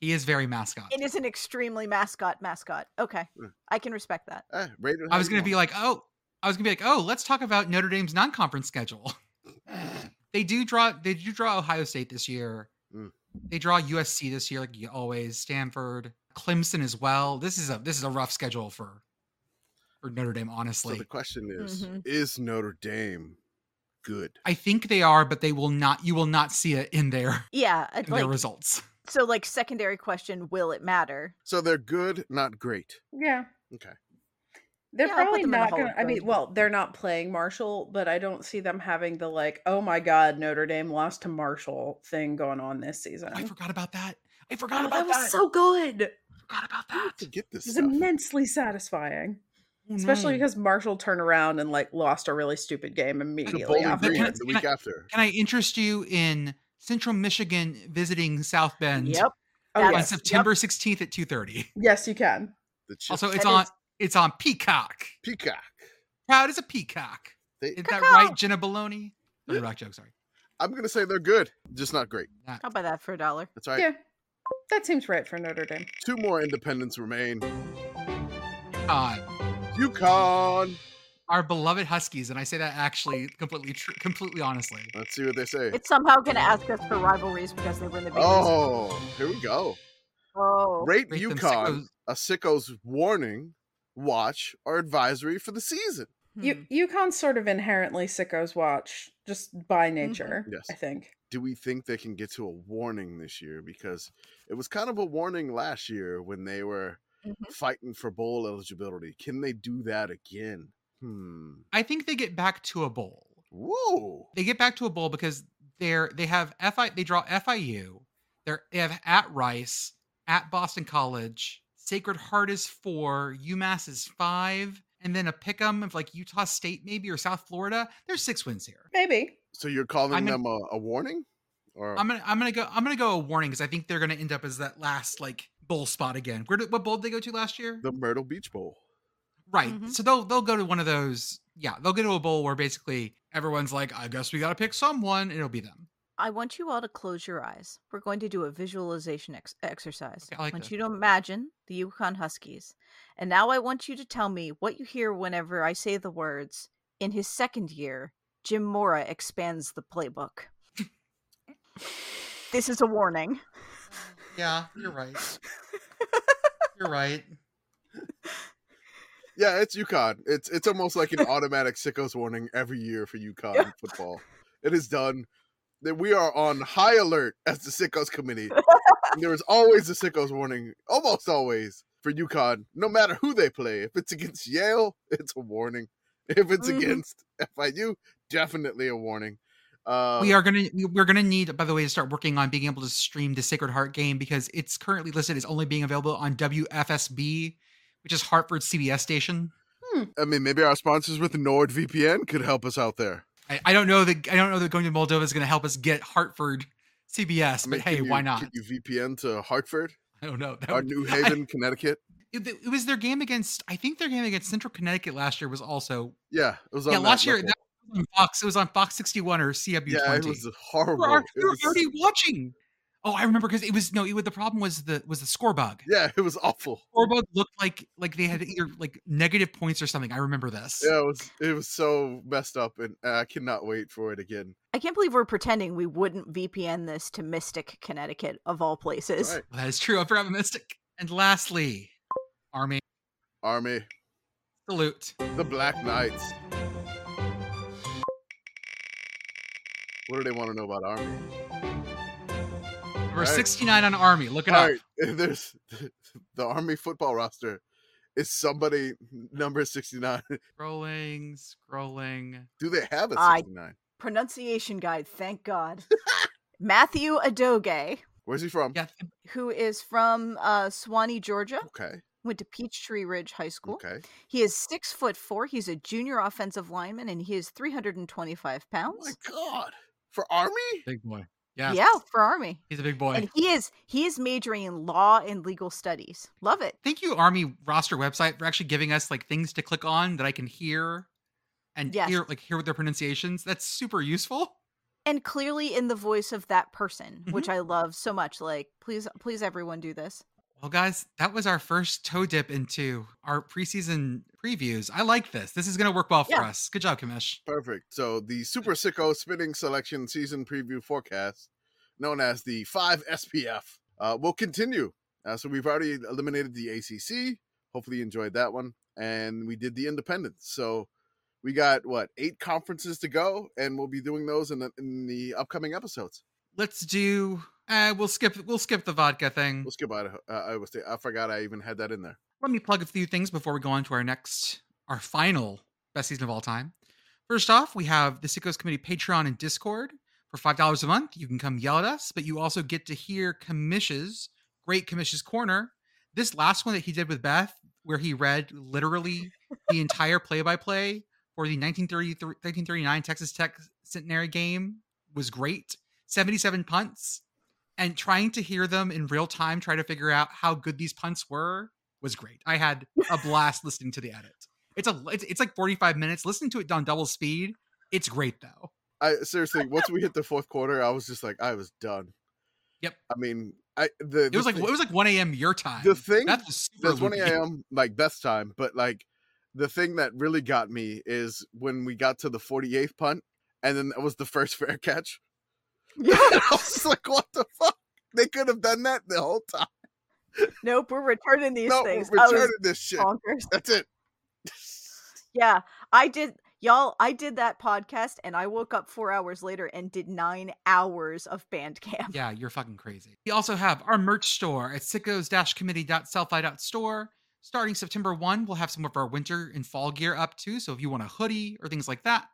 Speaker 1: He is very mascot.
Speaker 4: It is an extremely mascot mascot. Okay.
Speaker 3: Mm.
Speaker 4: I can respect that.
Speaker 3: Eh, rate it
Speaker 1: I
Speaker 3: how
Speaker 1: was
Speaker 3: you
Speaker 1: going to
Speaker 3: want.
Speaker 1: be like, oh, I was going to be like, oh, let's talk about Notre Dame's non-conference schedule. they do draw. They do draw Ohio State this year.
Speaker 3: Mm.
Speaker 1: They draw USC this year, like you always. Stanford, Clemson as well. This is a this is a rough schedule for for Notre Dame,
Speaker 3: So
Speaker 1: honestly.
Speaker 3: the question is,
Speaker 4: Mhm.
Speaker 3: is Notre Dame good?
Speaker 1: I think they are, but they will not. You will not see it in their
Speaker 4: Yeah, I'd
Speaker 1: in their
Speaker 4: like
Speaker 1: results.
Speaker 4: so like secondary question, will it matter?
Speaker 3: So they're good, not great.
Speaker 2: Yeah.
Speaker 3: Okay.
Speaker 2: They're
Speaker 4: Yeah, I'll put
Speaker 2: probably
Speaker 4: them in the
Speaker 2: not
Speaker 4: Hall
Speaker 2: going
Speaker 4: of
Speaker 2: to. I mean,
Speaker 4: Fame.
Speaker 2: well, they're not playing Marshall, but I don't see them having the like, oh my God, Notre Dame lost to Marshall thing going on this season.
Speaker 1: I forgot about that. I forgot
Speaker 2: Oh,
Speaker 1: about
Speaker 2: that
Speaker 1: that.
Speaker 2: was so good.
Speaker 1: forgot about
Speaker 3: I
Speaker 1: that.
Speaker 3: need to get this
Speaker 2: It was
Speaker 3: stuff.
Speaker 2: immensely satisfying,
Speaker 1: Oh,
Speaker 2: especially
Speaker 1: no.
Speaker 2: because Marshall turned around and like lost a really stupid game
Speaker 3: Like a
Speaker 2: immediately.
Speaker 3: Bowling
Speaker 2: after.
Speaker 3: Green
Speaker 1: Can I-
Speaker 3: the
Speaker 1: can
Speaker 3: week
Speaker 1: I-
Speaker 3: after.
Speaker 1: Can I interest you in Central Michigan visiting South Bend
Speaker 4: Yep.
Speaker 2: Oh,
Speaker 1: on
Speaker 4: That's-
Speaker 2: yes.
Speaker 1: September sixteenth at two thirty?
Speaker 2: yes, you can.
Speaker 3: The chip
Speaker 1: Also, it's
Speaker 4: That
Speaker 1: on
Speaker 4: is-
Speaker 1: it's on Peacock.
Speaker 3: peacock.
Speaker 1: Proud as a peacock.
Speaker 3: They-
Speaker 1: Is that
Speaker 4: Cuckoo.
Speaker 1: right, Jenna Baloney? Thirty Rock joke. Sorry.
Speaker 3: I'm gonna say they're good, just not great.
Speaker 1: Not-
Speaker 4: I'll buy that for a dollar.
Speaker 3: That's all right.
Speaker 2: Yeah. That seems right for Notre Dame.
Speaker 3: Two more independents remain.
Speaker 1: uh,
Speaker 3: UConn.
Speaker 1: our beloved Huskies, and I say that actually completely, tr- completely honestly.
Speaker 3: Let's see what they say.
Speaker 4: It's somehow gonna ask us for rivalries because they win the big East.
Speaker 3: Oh, here we go.
Speaker 4: oh.
Speaker 3: Rate
Speaker 1: Rate them
Speaker 3: UConn
Speaker 1: sickos.
Speaker 3: a sicko's warning, watch, or advisory for the season.
Speaker 4: Hmm.
Speaker 2: You UConn's sort of inherently sicko's watch, just
Speaker 4: Mm-hmm.
Speaker 2: by nature.
Speaker 3: Yes.
Speaker 2: I think.
Speaker 3: Do we think they can get to a warning this year? Because it was kind of a warning last year when they were
Speaker 1: Mm-hmm.
Speaker 4: Mhm.
Speaker 3: fighting for bowl eligibility. Can they do that again? Hmm.
Speaker 1: I think they get back to a bowl.
Speaker 3: Whoa.
Speaker 1: They get back to a bowl because they're they have fi they draw FIU. They're they have at Rice, at Boston College. Sacred Heart is four. UMass is five, and then a pick'em of like Utah State maybe or South Florida. There's six wins here.
Speaker 2: Maybe.
Speaker 3: So you're calling
Speaker 1: I'm gonna-
Speaker 3: them a, a warning? Or
Speaker 1: I'm gonna I'm gonna go I'm gonna go a warning because I think they're gonna end up as that last like bowl spot again. Where did, what bowl did they go to last year?
Speaker 3: the Myrtle Beach Bowl?
Speaker 1: Right.
Speaker 4: Mhm.
Speaker 1: So they'll they'll go to one of those. Yeah, they'll go to a bowl where basically everyone's like, I guess we gotta pick someone, and it'll be them.
Speaker 4: I want you all to close your eyes. We're going to do a visualization ex- exercise.
Speaker 1: Okay, I like
Speaker 4: want
Speaker 1: this.
Speaker 4: you to imagine the Yukon Huskies. And now I want you to tell me what you hear whenever I say the words in his second year, Jim Mora expands the playbook. this is a warning.
Speaker 1: Yeah, you're right. you're right.
Speaker 3: Yeah, it's UConn. It's it's almost like an automatic sickos warning every year for UConn
Speaker 4: Yeah.
Speaker 3: football. It is done. That we are on high alert as the sickos committee. there is always a sickos warning, almost always for UConn, no matter who they play. If it's against Yale, it's a warning. If it's
Speaker 1: Mm-hmm.
Speaker 4: Mhm.
Speaker 3: against FIU, definitely a warning. Uh,
Speaker 1: we are gonna we- we're gonna need, by the way, to start working on being able to stream the Sacred Heart game because it's currently listed as only being available on WFSB, which is Hartford's CBS station.
Speaker 3: I mean, maybe our sponsors with NordVPN could help us out there.
Speaker 1: I, I don't know that I don't know that going to Moldova is gonna help us get Hartford CBS, but
Speaker 3: I mean,
Speaker 1: hey,
Speaker 3: can you-
Speaker 1: why not? Oh,
Speaker 3: Can you Uh, VPN to Hartford
Speaker 1: I don't know. That
Speaker 3: or
Speaker 1: would-
Speaker 3: New
Speaker 1: I-
Speaker 3: Haven, Connecticut?
Speaker 1: it, it was their game against I think their game against Central Connecticut last year was also
Speaker 3: Yeah, it was on
Speaker 1: yeah
Speaker 3: that
Speaker 1: last year
Speaker 3: level.
Speaker 1: that was on Fox it was on Fox 61 or CW20.
Speaker 3: yeah, it was
Speaker 1: we
Speaker 3: horrible.
Speaker 1: were, al-
Speaker 3: It
Speaker 1: we were
Speaker 3: was-
Speaker 1: already watching. Oh, I remember because it was no. It, was- the problem was the was the score bug.
Speaker 3: yeah, it was awful.
Speaker 1: Score bug looked like like they had either like negative points or something. I remember this.
Speaker 3: Yeah, it was it was so messed up, and uh, I cannot wait for it again.
Speaker 4: I can't believe we're pretending we wouldn't VPN this to Mystic, Connecticut, of all places.
Speaker 3: All right,
Speaker 1: That is true. I forgot about Mystic. And lastly, Army
Speaker 3: Army,
Speaker 1: salute.
Speaker 3: the Black Knights. What do they want to know about Army?
Speaker 1: Number
Speaker 3: Right.
Speaker 1: 69 on Army. Look it
Speaker 3: All
Speaker 1: up.
Speaker 3: right, there's the Army football roster. Is somebody number sixty nine?
Speaker 1: Scrolling, scrolling.
Speaker 3: Do they have a
Speaker 4: I-
Speaker 3: sixty nine?
Speaker 4: Pronunciation guide, thank God. Matthew Adoge,
Speaker 3: Where's he from?
Speaker 1: Yeah,
Speaker 4: who is from uh, Swanee, Georgia.
Speaker 3: Okay,
Speaker 4: went to Peachtree Ridge High School.
Speaker 3: okay.
Speaker 4: He is six foot four. He's a junior offensive lineman, and he is three hundred and twenty-five
Speaker 3: Oh my
Speaker 4: pounds.
Speaker 3: god, for Army?
Speaker 1: big boy.
Speaker 4: Yeah,
Speaker 1: Yeah,
Speaker 4: for Army.
Speaker 1: he's a big boy.
Speaker 4: And he is he is majoring in law and legal studies. Love it.
Speaker 1: thank you army roster website for actually giving us like things to click on that i can hear and
Speaker 4: Yes.
Speaker 1: hear like hear what their pronunciations that's super useful
Speaker 4: And clearly in the voice of that person,
Speaker 3: Mm-hmm.
Speaker 4: which I love so much. Like, please, please, everyone, do this.
Speaker 1: well guys that was our first toe dip into our preseason previews i like this this is going to work well for
Speaker 4: Yeah.
Speaker 1: us good job kamish
Speaker 3: Perfect. So the Super Sicko Spinning Selection Season Preview Forecast, known as the 5SPF, uh, will continue Uh, so we've already eliminated the ACC. Hopefully, you enjoyed that one. And we did the independents. So we got what eight conferences to go, and we'll be doing those in the, in the upcoming episodes.
Speaker 1: Let's do. Uh, we'll skip. We'll skip the vodka thing.
Speaker 3: Let's go Idaho. Uh, Iowa State. I forgot I even had that in there.
Speaker 1: Let me plug a few things before we go on to our next, our final best season of all time. First off, we have the Sickos Committee Patreon and Discord. For $5 a month, you can come yell at us, but you also get to hear Commishes, Great Commishes Corner. This last one that he did with Beth, where he read literally the entire play by play for the 1933 1939 Texas Tech Centenary game, was great. 77 punts, and trying to hear them in real time, try to figure out how good these punts were, was great. I had a blast listening to the edit. It's a it's, it's like 45 minutes. Listening to it on double speed, it's great though.
Speaker 3: I seriously, once we hit the fourth quarter, I was just like, I was done.
Speaker 1: Yep.
Speaker 3: I mean, I the
Speaker 1: It was like
Speaker 3: thing,
Speaker 1: it was like 1 a.m. your time.
Speaker 3: the thing
Speaker 1: that was super
Speaker 3: that's 1
Speaker 1: loopy.
Speaker 3: a.m. like best time, but like the thing that really got me is when we got to the 48th punt, and then that was the first fair catch. I was like, what the fuck? They could have done that the whole time.
Speaker 4: nope, we're returning these
Speaker 3: no, we're
Speaker 4: things. I was
Speaker 3: returning this shit.
Speaker 4: bonkers.
Speaker 3: That's it.
Speaker 4: Yeah, I did. Y'all, I did that podcast and I woke up four hours later and did nine hours of band camp.
Speaker 1: Yeah, you're fucking crazy. We also have our merch store at sickos-committee.selfie.store. Starting September 1, we'll have some of our winter and fall gear up too. So if you want a hoodie or things like that,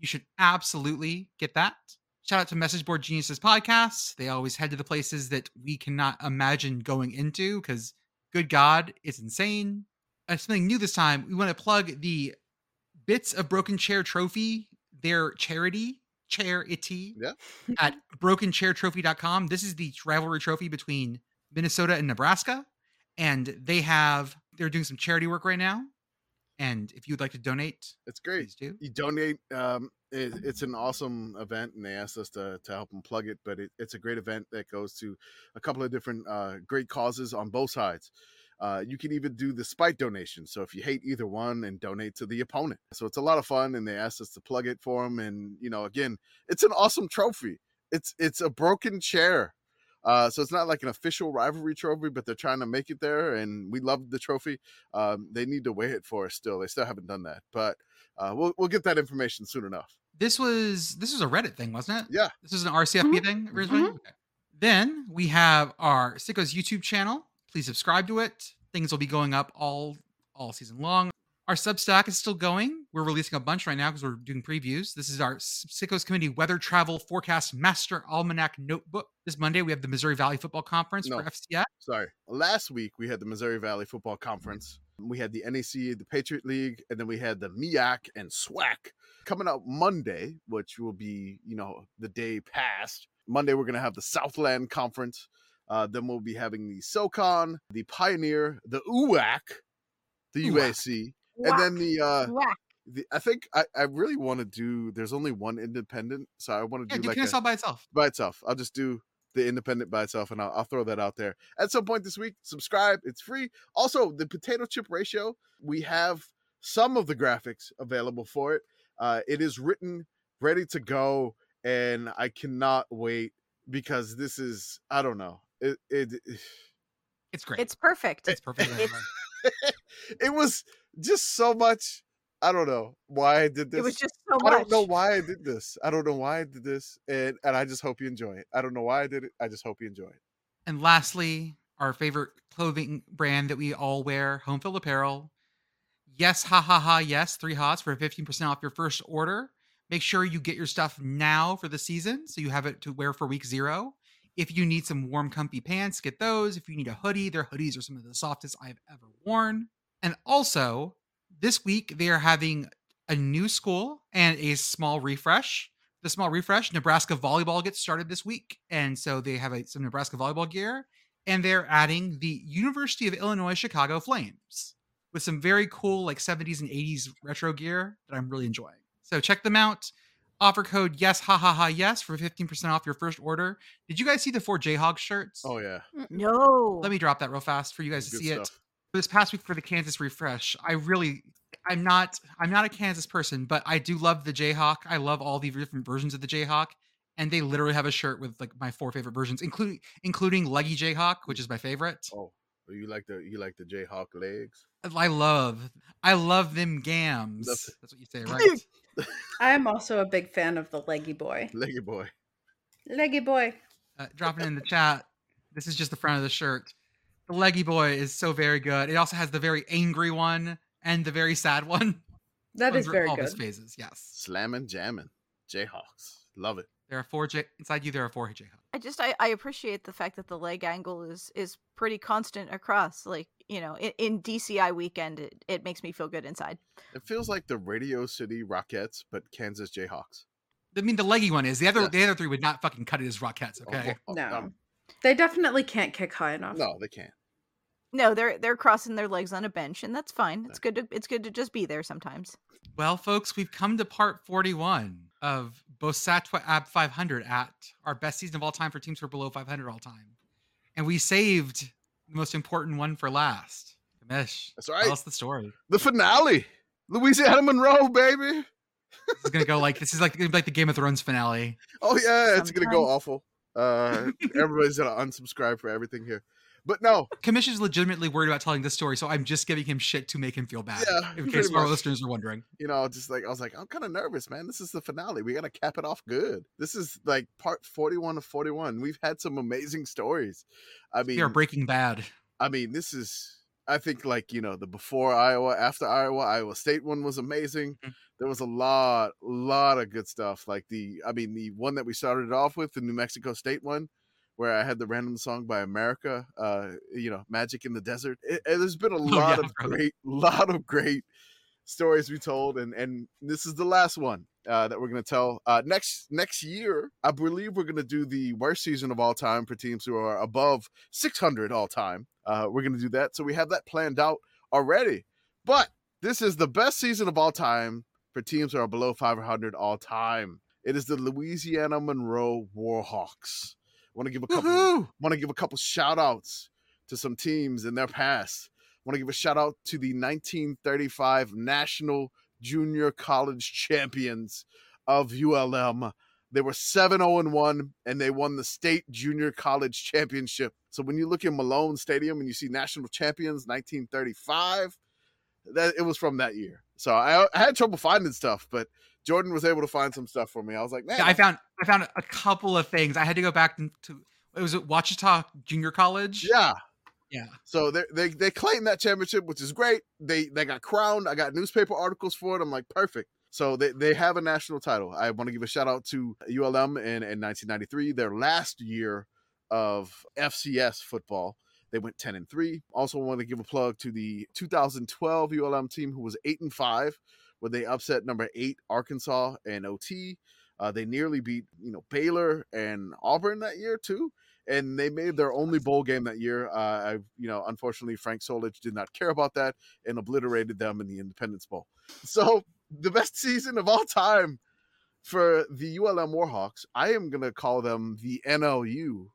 Speaker 1: you should absolutely get that. Shout out to Message Board Geniuses Podcast. They always head to the places that we cannot imagine going into because, good God, it's insane. And something new this time, we want to plug the Bits of Broken Chair Trophy, their charity, Charity at brokenchairtrophy.com. This is the rivalry trophy between Minnesota and Nebraska. And they have, they're doing some charity work right now. And if you'd like to donate,
Speaker 3: It's great.
Speaker 1: please do.
Speaker 3: You donate. Um, it, it's an awesome event, and they asked us to, to help them plug it. But it, it's a great event that goes to a couple of different uh, great causes on both sides. Uh, you can even do the spite donation. So if you hate either one, and donate to the opponent. So it's a lot of fun, and they asked us to plug it for them. And you know, again, it's an awesome trophy. It's it's a broken chair. Uh, so it's not like an official rivalry trophy, but they're trying to make it there, and we love the trophy. Um, they need to weigh it for us still. They still haven't done that, but uh, we'll we'll get that information soon enough.
Speaker 1: This was, this was a Reddit thing, wasn't it?
Speaker 3: Yeah.
Speaker 1: This is an RCFP
Speaker 4: Mhm.
Speaker 1: thing originally? Okay. Then we have our Sickos YouTube channel. Please subscribe to it. Things will be going up all all season long. Our Substack is still going. We're releasing a bunch right now because we're doing previews. This is our S- Sickos Committee Weather Travel Forecast Master Almanac Notebook. This Monday we have the Missouri Valley Football Conference
Speaker 3: No.
Speaker 1: for FCS.
Speaker 3: Sorry. Last week we had the Missouri Valley Football Conference. We had the NEC, the Patriot League, and then we had the MIAC and SWAC coming out Monday, which will be you know the day past. Monday we're gonna have the Southland Conference. Uh, then we'll be having the SOCON, the Pioneer, the UAC, the
Speaker 1: UAC.
Speaker 3: UAC, and then the uh,
Speaker 4: Whack.
Speaker 3: the I think I, I really want to do. There's only one independent, so I want to
Speaker 1: Yeah,
Speaker 3: do
Speaker 1: do
Speaker 3: like
Speaker 1: Guinness
Speaker 3: a-
Speaker 1: all by itself.
Speaker 3: by itself. I'll just do the independent by itself, and I'll, I'll throw that out there at some point this week. Subscribe; it's free. Also, the potato chip ratio. We have some of the graphics available for it. Uh, it is written, ready to go, and I cannot wait because this is I don't know. It it
Speaker 1: It's great. It's,
Speaker 4: It's perfect.
Speaker 1: it's perfect.
Speaker 4: it's-
Speaker 3: it was just so much. I don't know why I did this.
Speaker 4: it was just so
Speaker 3: I
Speaker 4: much.
Speaker 3: don't know why I did this. I don't know why I did this, and and I just hope you enjoy it. I don't know why I did it. I just hope you enjoy it.
Speaker 1: And lastly, our favorite clothing brand that we all wear, Home Field Apparel. Yes, ha ha ha, yes, three ha's for 15% off your first order. Make sure you get your stuff now for the season so you have it to wear for week zero. If you need some warm, comfy pants, get those. If you need a hoodie, their hoodies are some of the softest I've ever worn. And also, this week they are having a new school and a small refresh the small refresh. Nebraska volleyball gets started this week, and so they have a, some Nebraska volleyball gear, and they're adding the University of Illinois Chicago Flames with some very cool like 70s and 80s retro gear that I'm really enjoying. So check them out. Offer code yes ha ha ha yes for 15% off your first order. Did you guys see the four Jayhawk shirts?
Speaker 3: Oh yeah,
Speaker 4: No.
Speaker 1: Let me drop that real fast for you guys to see it this past week for the Kansas refresh, I really I'm not I'm not a Kansas person, but I do love the Jayhawk. I love all the different versions of the Jayhawk. and they literally have a shirt with like my four favorite versions, including including Leggy Jayhawk, which is my favorite.
Speaker 3: Oh, you like the you like the Jayhawk legs?
Speaker 1: I love I love them gams.
Speaker 3: Love-
Speaker 1: That's what you say, right?
Speaker 2: I am also a big fan of the leggy boy.
Speaker 3: Leggy boy.
Speaker 2: Leggy boy.
Speaker 1: uh, dropping in the chat. This is just the front of the shirt. The leggy boy is so very good. It also has the very angry one and the very sad one.
Speaker 2: That
Speaker 1: Going
Speaker 2: is
Speaker 1: through
Speaker 2: very
Speaker 1: all of
Speaker 2: good.
Speaker 1: his phases. Yes,
Speaker 3: Slamming, jamming. Jayhawks. Love it.
Speaker 1: there are four J inside you. There are four J
Speaker 4: I just I, I appreciate the fact that the leg angle is is pretty constant across. Like you know, in, in DCI weekend, it, it makes me feel good inside.
Speaker 3: It feels like the Radio City Rockets, but Kansas Jayhawks.
Speaker 1: I mean, the leggy one is the other.
Speaker 3: Yeah.
Speaker 1: The other three would not fucking cut it as Rockettes.
Speaker 3: Oh,
Speaker 1: Okay,
Speaker 3: oh,
Speaker 2: No.
Speaker 3: um,
Speaker 2: They definitely can't kick high enough.
Speaker 3: no, they can't.
Speaker 4: No, they're they're crossing their legs on a bench, and that's fine. It's
Speaker 3: Yeah.
Speaker 4: good to it's good to just be there sometimes.
Speaker 1: well, folks, we've come to part forty-one of Bosatwa Ab five hundred at our best season of all time for teams who are below five hundred all time, and we saved the most important one for last. Gamesh,
Speaker 3: That's right.
Speaker 1: tell us the story.
Speaker 3: The finale. Louisiana Monroe, baby.
Speaker 1: This is gonna go like this is like gonna be like the Game of Thrones finale.
Speaker 3: Oh yeah, it's gonna go
Speaker 4: Sometimes.
Speaker 3: awful. Uh, everybody's gonna unsubscribe for everything here. But no,
Speaker 1: Commission's legitimately worried about telling this story, so I'm just giving him shit to make him feel bad.
Speaker 3: Yeah,
Speaker 1: in
Speaker 3: pretty
Speaker 1: case our
Speaker 3: much.
Speaker 1: listeners are wondering.
Speaker 3: you know, just like I was like, I'm kind of nervous, man. This is the finale. We gotta cap it off good. This is like part 41 of 41. We've had some amazing stories. I mean,
Speaker 1: They are breaking bad.
Speaker 3: I mean, this is I think like, you know, the before Iowa, after Iowa, Iowa State one was amazing.
Speaker 1: Mhm.
Speaker 3: There was a lot, lot of good stuff. Like the I mean, the one that we started off with, the New Mexico State one, where I had the random song by America, uh, you know, Magic in the Desert. It, it- there's been a lot
Speaker 1: yeah,
Speaker 3: of
Speaker 1: bro.
Speaker 3: great, lot of great stories we told and and this is the last one uh, that we're going to tell uh, next next year i believe we're going to do the worst season of all time for teams who are above 600 all time uh, we're going to do that so we have that planned out already but this is the best season of all time for teams who are below 500 all time it is the louisiana monroe warhawks want to give a couple
Speaker 1: Woohoo!
Speaker 3: want to give a couple shout outs to some teams in their past. Want to give a shout out to the 1935 National Junior College Champions of ULM. They were 7 0 1 and they won the state junior college championship. So when you look in Malone Stadium and you see national champions 1935, that it was from that year. So I, I had trouble finding stuff, but Jordan was able to find some stuff for me. I was like, man,
Speaker 1: Yeah, I found I found a couple of things. I had to go back and to it was at Wachita Junior College.
Speaker 3: yeah,
Speaker 1: Yeah.
Speaker 3: So they they they claim that championship, which is great. They they got crowned. I got newspaper articles for it. I'm like, perfect. So they, they have a national title. I want to give a shout out to ULM in, in 1993, their last year of FCS football. They went 10 and 3. Also want to give a plug to the 2012 ULM team who was 8 and 5 when they upset number 8 Arkansas and OT. Uh, they nearly beat, you know, Baylor and Auburn that year too and they made their only bowl game that year. Uh, I, you know, unfortunately, Frank Solich did not care about that and obliterated them in the Independence Bowl. So the best season of all time for the ULM Warhawks. I am gonna call them the NLU,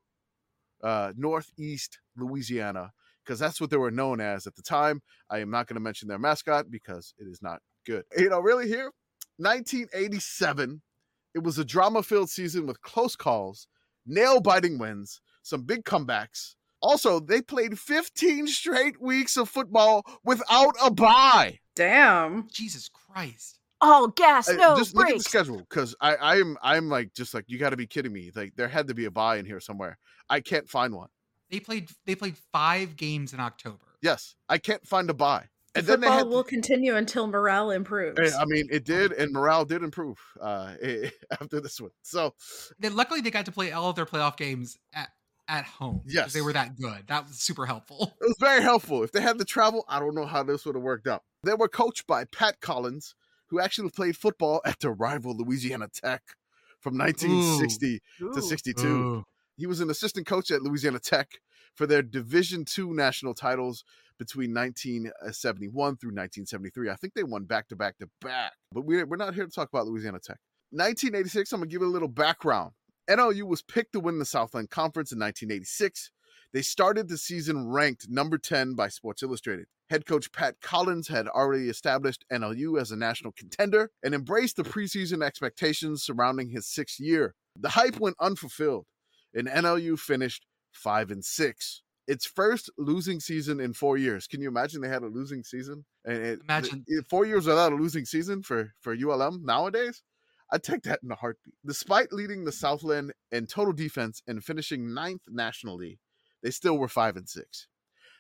Speaker 3: uh, Northeast Louisiana, because that's what they were known as at the time. I am not gonna mention their mascot because it is not good. You know, really here, 1987. It was a drama-filled season with close calls, nail-biting wins, some big comebacks. Also, they played 15 straight weeks of football without a bye.
Speaker 2: Damn.
Speaker 1: Jesus Christ.
Speaker 4: Oh, gas,
Speaker 3: I-
Speaker 4: no
Speaker 3: just look at the
Speaker 4: breaks.
Speaker 3: schedule because I I'm I'm like just like you got to be kidding me. Like there had to be a buy in here somewhere. I can't find one.
Speaker 1: They played they played five games in October.
Speaker 3: Yes, I can't find a buy. And then they
Speaker 2: Football
Speaker 3: had.
Speaker 2: will continue until morale improves.
Speaker 3: I I mean, it did, and morale did improve uh, after this one. So,
Speaker 1: Then luckily they got to play all of their playoff games at at home. 'cause They
Speaker 3: Yes.
Speaker 1: were that good. That was super helpful.
Speaker 3: It was very helpful. If they had the travel, I don't know how this would have worked out. They were coached by Pat Collins, who actually played football at their rival Louisiana Tech from 1960 to
Speaker 4: Ooh.
Speaker 3: 62.
Speaker 1: Ooh.
Speaker 3: He was an assistant coach at Louisiana Tech for their Division II national titles between 1971 through 1973. I think they won back to back to back, but we're, we're not here to talk about Louisiana Tech. 1986, I'm going to give it a little background. NLU was picked to win the Southland Conference in 1986. They started the season ranked number 10 by Sports Illustrated. Head coach Pat Collins had already established NLU as a national contender and embraced the preseason expectations surrounding his sixth year. The hype went unfulfilled, and NLU finished five and six. Its first losing season in four years. Can you imagine they had a losing season? And it,
Speaker 1: Imagine.
Speaker 3: it- four years without a losing season for for ULM nowadays. I take that in a heartbeat. Despite leading the Southland in total defense and finishing ninth nationally, they still were five and six.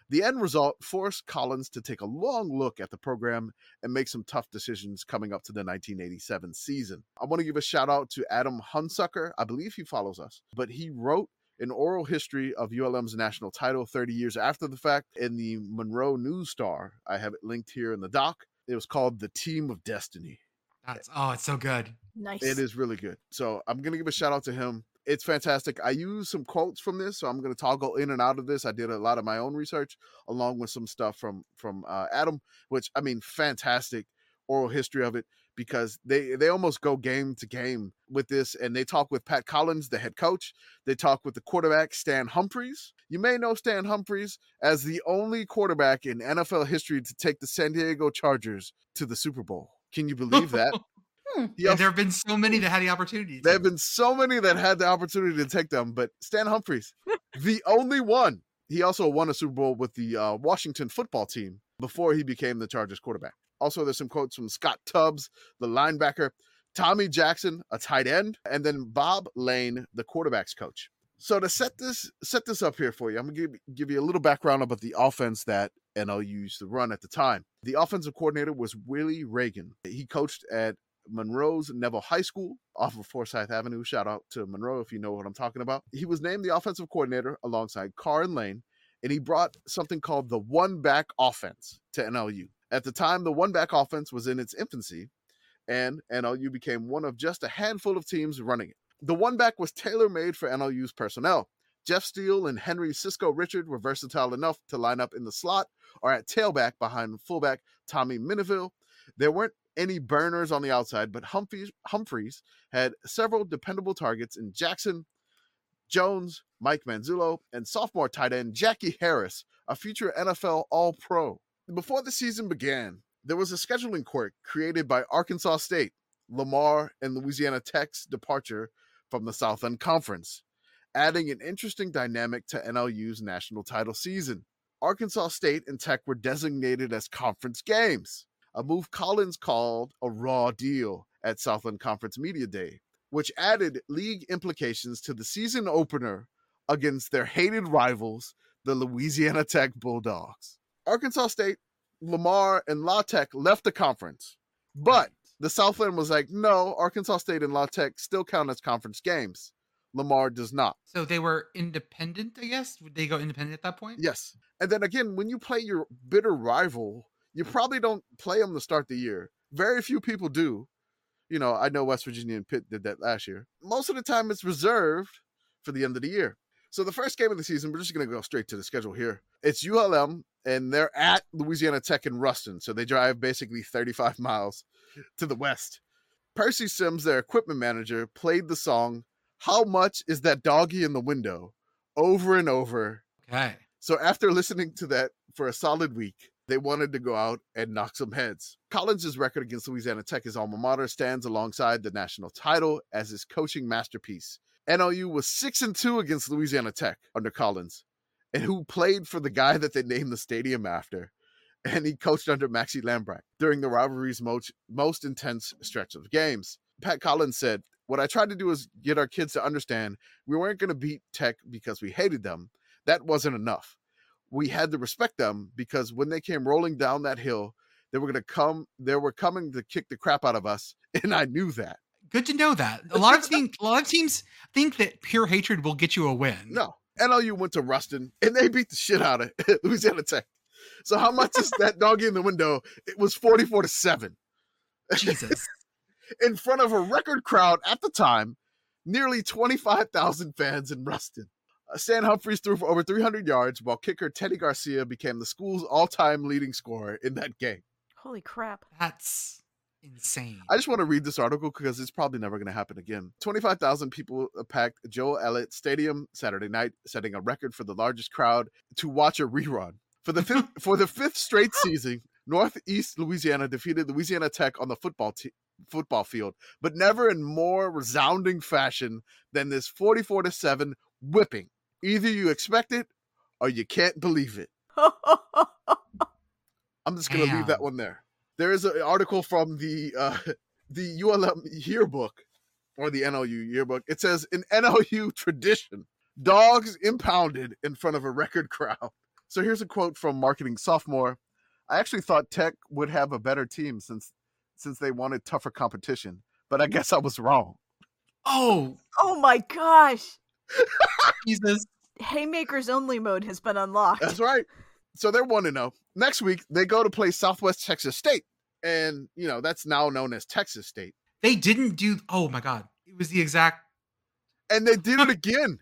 Speaker 3: The end result forced Collins to take a long look at the program and make some tough decisions coming up to the 1987 season. I want to give a shout out to Adam Hunsucker. I believe he follows us, but he wrote an oral history of ULM's national title 30 years after the fact in the Monroe News Star. I have it linked here in the doc. It was called The Team of Destiny.
Speaker 1: That's oh, it's so good.
Speaker 4: Nice.
Speaker 3: It is really good. So I'm going to give a shout out to him. It's fantastic. I use some quotes from this, so I'm going to toggle in and out of this. I did a lot of my own research along with some stuff from from uh, Adam, which I mean, fantastic oral history of it because they they almost go game to game with this, and they talk with Pat Collins, the head coach. They talk with the quarterback Stan Humphries. You may know Stan Humphries as the only quarterback in NFL history to take the San Diego Chargers to the Super Bowl. Can you believe that? He
Speaker 1: Yeah,
Speaker 3: also-
Speaker 1: there have been so many that had the opportunity. To.
Speaker 3: there have been so many that had the opportunity to take them, but Stan Humphries, the only one. He also won a Super Bowl with the uh, Washington football team before he became the Chargers quarterback. Also, there's some quotes from Scott Tubbs, the linebacker, Tommy Jackson, a tight end, and then Bob Lane, the quarterback's coach. So to set this set this up here for you, I'm gonna give, give you a little background about the offense that NLU used to run at the time. The offensive coordinator was Willie Reagan. He coached at Monroe's Neville High School off of Forsyth Avenue. Shout out to Monroe if you know what I'm talking about. He was named the offensive coordinator alongside Carr and Lane, and he brought something called the one back offense to NLU. At the time, the one back offense was in its infancy, and NLU became one of just a handful of teams running it. The one back was tailor made for NLU's personnel. Jeff Steele and Henry Cisco Richard were versatile enough to line up in the slot or at tailback behind fullback Tommy Minneville. There weren't any burners on the outside, but Humphries Humphreys had several dependable targets in Jackson, Jones, Mike Manzullo, and sophomore tight end Jackie Harris, a future NFL All Pro. Before the season began, there was a scheduling quirk created by Arkansas State, Lamar, and Louisiana Tech's departure from the Southland Conference, adding an interesting dynamic to NLU's national title season. Arkansas State and Tech were designated as conference games a move Collins called a raw deal at Southland Conference Media Day, which added league implications to the season opener against their hated rivals, the Louisiana Tech Bulldogs. Arkansas State, Lamar, and La Tech left the conference, but the Southland was like, no, Arkansas State and La Tech still count as conference games. Lamar does not.
Speaker 1: So they were independent, I guess. Would they go independent at that point?
Speaker 3: Yes. And then again, when you play your bitter rival, you probably don't play them to start the year. Very few people do. You know, I know West Virginia and Pitt did that last year. Most of the time, it's reserved for the end of the year. So the first game of the season, we're just going to go straight to the schedule here. It's ULM, and they're at Louisiana Tech in Ruston. So they drive basically 35 miles to the west. Percy Sims, their equipment manager, played the song, How Much Is That Doggy in the Window? over and over
Speaker 1: Okay.
Speaker 3: so after listening to that for a solid week, they wanted to go out and knock some heads. Collins's record against Louisiana Tech, his alma mater, stands alongside the national title as his coaching masterpiece. NLU was six and two against Louisiana Tech under Collins, and who played for the guy that they named the stadium after, and he coached under Maxie Lambrecht during the rivalry's most most intense stretch of games. Pat Collins said, "What I tried to do is get our kids to understand we weren't going to beat Tech because we hated them. That wasn't enough. We had to respect them because when they came rolling down that hill, they were going to come. They were coming to kick the crap out of us, and I knew that.
Speaker 1: Good to know that. A lot of teams, a lot of teams think that pure hatred will get you a win.
Speaker 3: No, NLU went to Ruston and they beat the shit out of Louisiana Tech. So how much is that doggy in the window? It was forty-four to seven
Speaker 1: Jesus.
Speaker 3: in front of a record crowd at the time, nearly twenty-five thousand fans in Ruston. Uh, Stan Humphries threw for over 300 yards, while kicker Teddy Garcia became the school's all-time leading scorer in that game.
Speaker 4: Holy crap.
Speaker 1: That's insane.
Speaker 3: I just want to read this article because it's probably never going to happen again. 25,000 people packed Joe Ellett Stadium Saturday night, setting a record for the largest crowd to watch a rerun. For the fifth, for the fifth straight season, Northeast Louisiana defeated Louisiana Tech on the football te- football field, but never in more resounding fashion than this 44 to 7 whipping. Either you expect it or you can't believe it.
Speaker 4: Oh
Speaker 3: I'm just going to leave
Speaker 1: Damn.
Speaker 3: that one there. There is an article from the uh, the ULM yearbook or the NLU yearbook. It says in NLU tradition, dogs impounded in front of a record crowd. So here's a quote from marketing sophomore. I actually thought Tech would have a better team since since they wanted tougher competition, but I guess I was wrong.
Speaker 1: Oh,
Speaker 4: oh my gosh.
Speaker 1: Jesus.
Speaker 4: Haymakers only mode has been unlocked.
Speaker 3: That's right. So they're one to know. Next week they go to play Southwest Texas State, and you know that's now known as Texas State.
Speaker 1: They didn't do. Oh my God. It was the exact.
Speaker 3: And they did it again.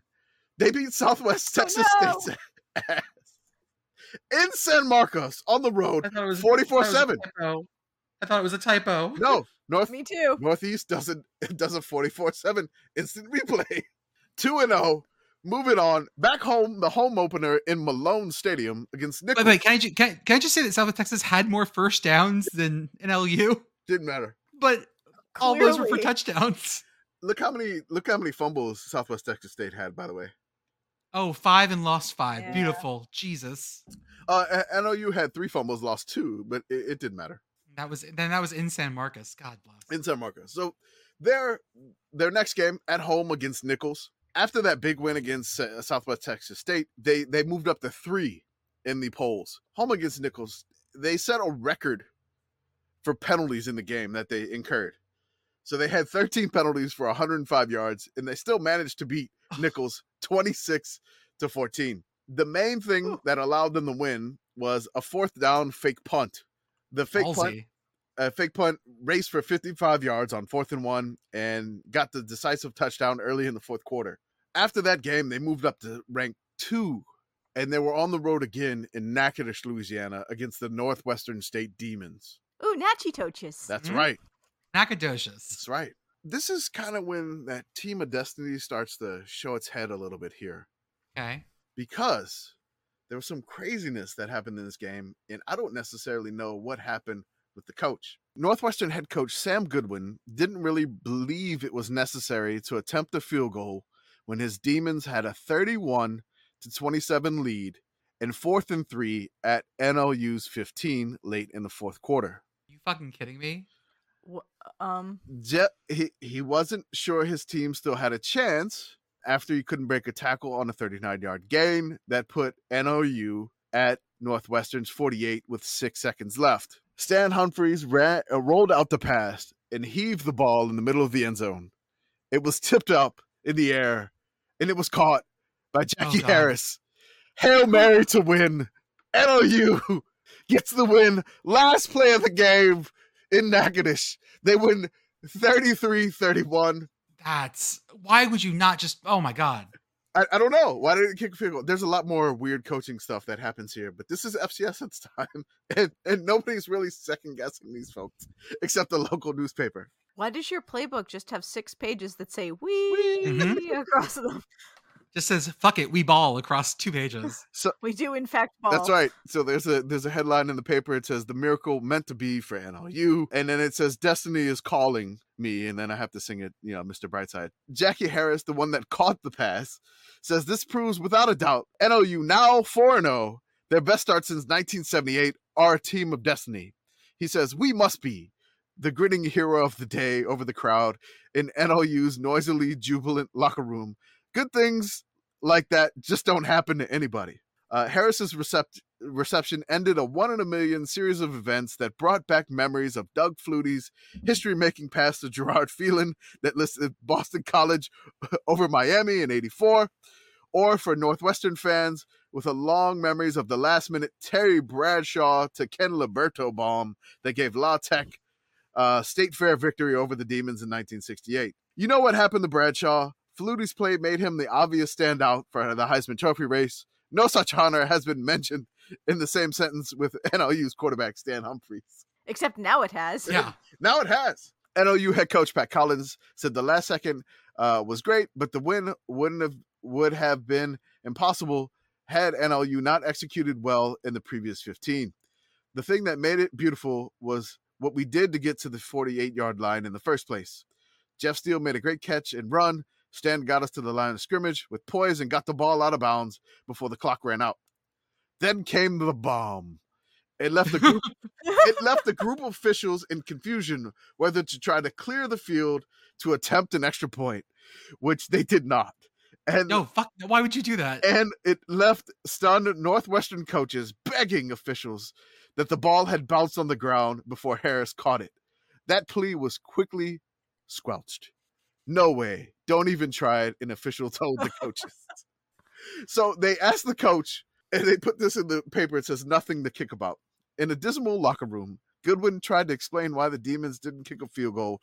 Speaker 3: They beat Southwest
Speaker 4: Oh,
Speaker 3: Texas
Speaker 4: no.
Speaker 3: State in San Marcos on the road,
Speaker 1: I thought it was
Speaker 3: 44-7.
Speaker 1: I thought it was a typo.
Speaker 3: No, North
Speaker 4: Me too.
Speaker 3: Northeast doesn't it does a 44-7 instant replay. 2 and 0. Moving on, back home the home opener in Malone Stadium against
Speaker 1: Wait,
Speaker 3: Nichols.
Speaker 1: wait. Can I, ju- can, can I just say that South Texas had more first downs than NLU,
Speaker 3: Didn't matter.
Speaker 1: but all those were for
Speaker 4: Clearly.
Speaker 1: touchdowns.
Speaker 3: Look how many look how many fumbles Southwest Texas State had by the way.
Speaker 1: Oh, five and lost five.
Speaker 4: Yeah.
Speaker 1: Beautiful. Jesus.
Speaker 3: Uh A- NOU had 3 fumbles, lost 2, but it, it didn't matter.
Speaker 1: That was then that was in San Marcos. God bless.
Speaker 3: in San Marcos. So their their next game at home against Nichols. After that big win against uh, Southwest Texas State, they they moved up to three in the polls. Home against Nichols, they set a record for penalties in the game that they incurred. So they had 13 penalties for 105 yards, and they still managed to beat Nichols 26 to 14. The main thing that allowed them to win was a fourth down fake punt. The fake punt
Speaker 1: Ballsy.
Speaker 3: a fake punt, raced for 55 yards on fourth and one, and got the decisive touchdown early in the fourth quarter. After that game, they moved up to rank two, and they were on the road again in Natchitoches, Louisiana, against the Northwestern State Demons.
Speaker 4: Ooh, Nachitoches.
Speaker 3: That's
Speaker 1: Mhm.
Speaker 3: right.
Speaker 1: Nacogdoches.
Speaker 3: That's right. This is kind of when that team of destiny starts to show its head a little bit here
Speaker 1: Okay.
Speaker 3: because there was some craziness that happened in this game, and I don't necessarily know what happened with the coach. Northwestern head coach Sam Goodwin didn't really believe it was necessary to attempt a field goal when his Demons had a 31 to 27 lead and fourth and three at NLU's 15 late in the fourth quarter.
Speaker 1: You fucking kidding me?
Speaker 4: Um,
Speaker 3: Je- he, he wasn't sure his team still had a chance after he couldn't break a tackle on a 39 yard gain that put NOU at Northwestern's 48 with six seconds left. Stan Humphreys ran, uh, rolled out the pass and heaved the ball in the middle of the end zone. It was tipped up in the air and it was caught by Jackie
Speaker 1: God.
Speaker 3: Harris. Hail Mary to win. NOU gets the win. Last play of the game in Natchitoches. They win 33 31.
Speaker 1: That's why would you not just oh my god.
Speaker 3: I, I don't know. Why did it kick a field goal? There's a lot more weird coaching stuff that happens here, but this is FCS at the time, and, and nobody's really second guessing these folks except the local newspaper.
Speaker 4: why does your playbook just have six pages that say we
Speaker 3: Mm-hmm.
Speaker 1: Mhm.
Speaker 4: across them?
Speaker 1: Just says fuck it, we ball across two pages.
Speaker 4: We do in fact ball.
Speaker 3: That's right. So there's a there's a headline in the paper. It says the miracle meant to be for NLU, and then it says destiny is calling me, and then I have to sing it. You know, Mr. Brightside. Jackie Harris, the one that caught the pass, says this proves without a doubt NLU now four and zero, their best start since 1978, our team of destiny. He says we must be the grinning hero of the day over the crowd in NLU's noisily jubilant locker room. Good things like that just don't happen to anybody. Uh, Harris's recept- reception ended a one in a million series of events that brought back memories of Doug Flutie's history making pass to Gerard Phelan that listed Boston College over Miami in 84, or for Northwestern fans, with a long memories of the last minute Terry Bradshaw to Ken Liberto bomb that gave La Tech uh, State Fair victory over the Demons in 1968. You know what happened to Bradshaw? Flutie's play made him the obvious standout for the Heisman Trophy race. No such honor has been mentioned in the same sentence with NLU's quarterback Stan Humphries.
Speaker 4: Except now it has.
Speaker 1: Yeah.
Speaker 3: Now it has. NLU head coach Pat Collins said the last second uh, was great, but the win wouldn't have would have been impossible had NLU not executed well in the previous 15. The thing that made it beautiful was what we did to get to the 48 yard line in the first place. Jeff Steele made a great catch and run. Stan got us to the line of scrimmage with poise and got the ball out of bounds before the clock ran out. Then came the bomb. It left the group, it left the group of officials in confusion whether to try to clear the field to attempt an extra point, which they did not. And
Speaker 1: No, fuck. Why would you do that?
Speaker 3: and it left stunned Northwestern coaches begging officials that the ball had bounced on the ground before Harris caught it. That plea was quickly squelched. No way. Don't even try it, an official told the coaches. so they asked the coach, and they put this in the paper. It says nothing to kick about. In a dismal locker room, Goodwin tried to explain why the Demons didn't kick a field goal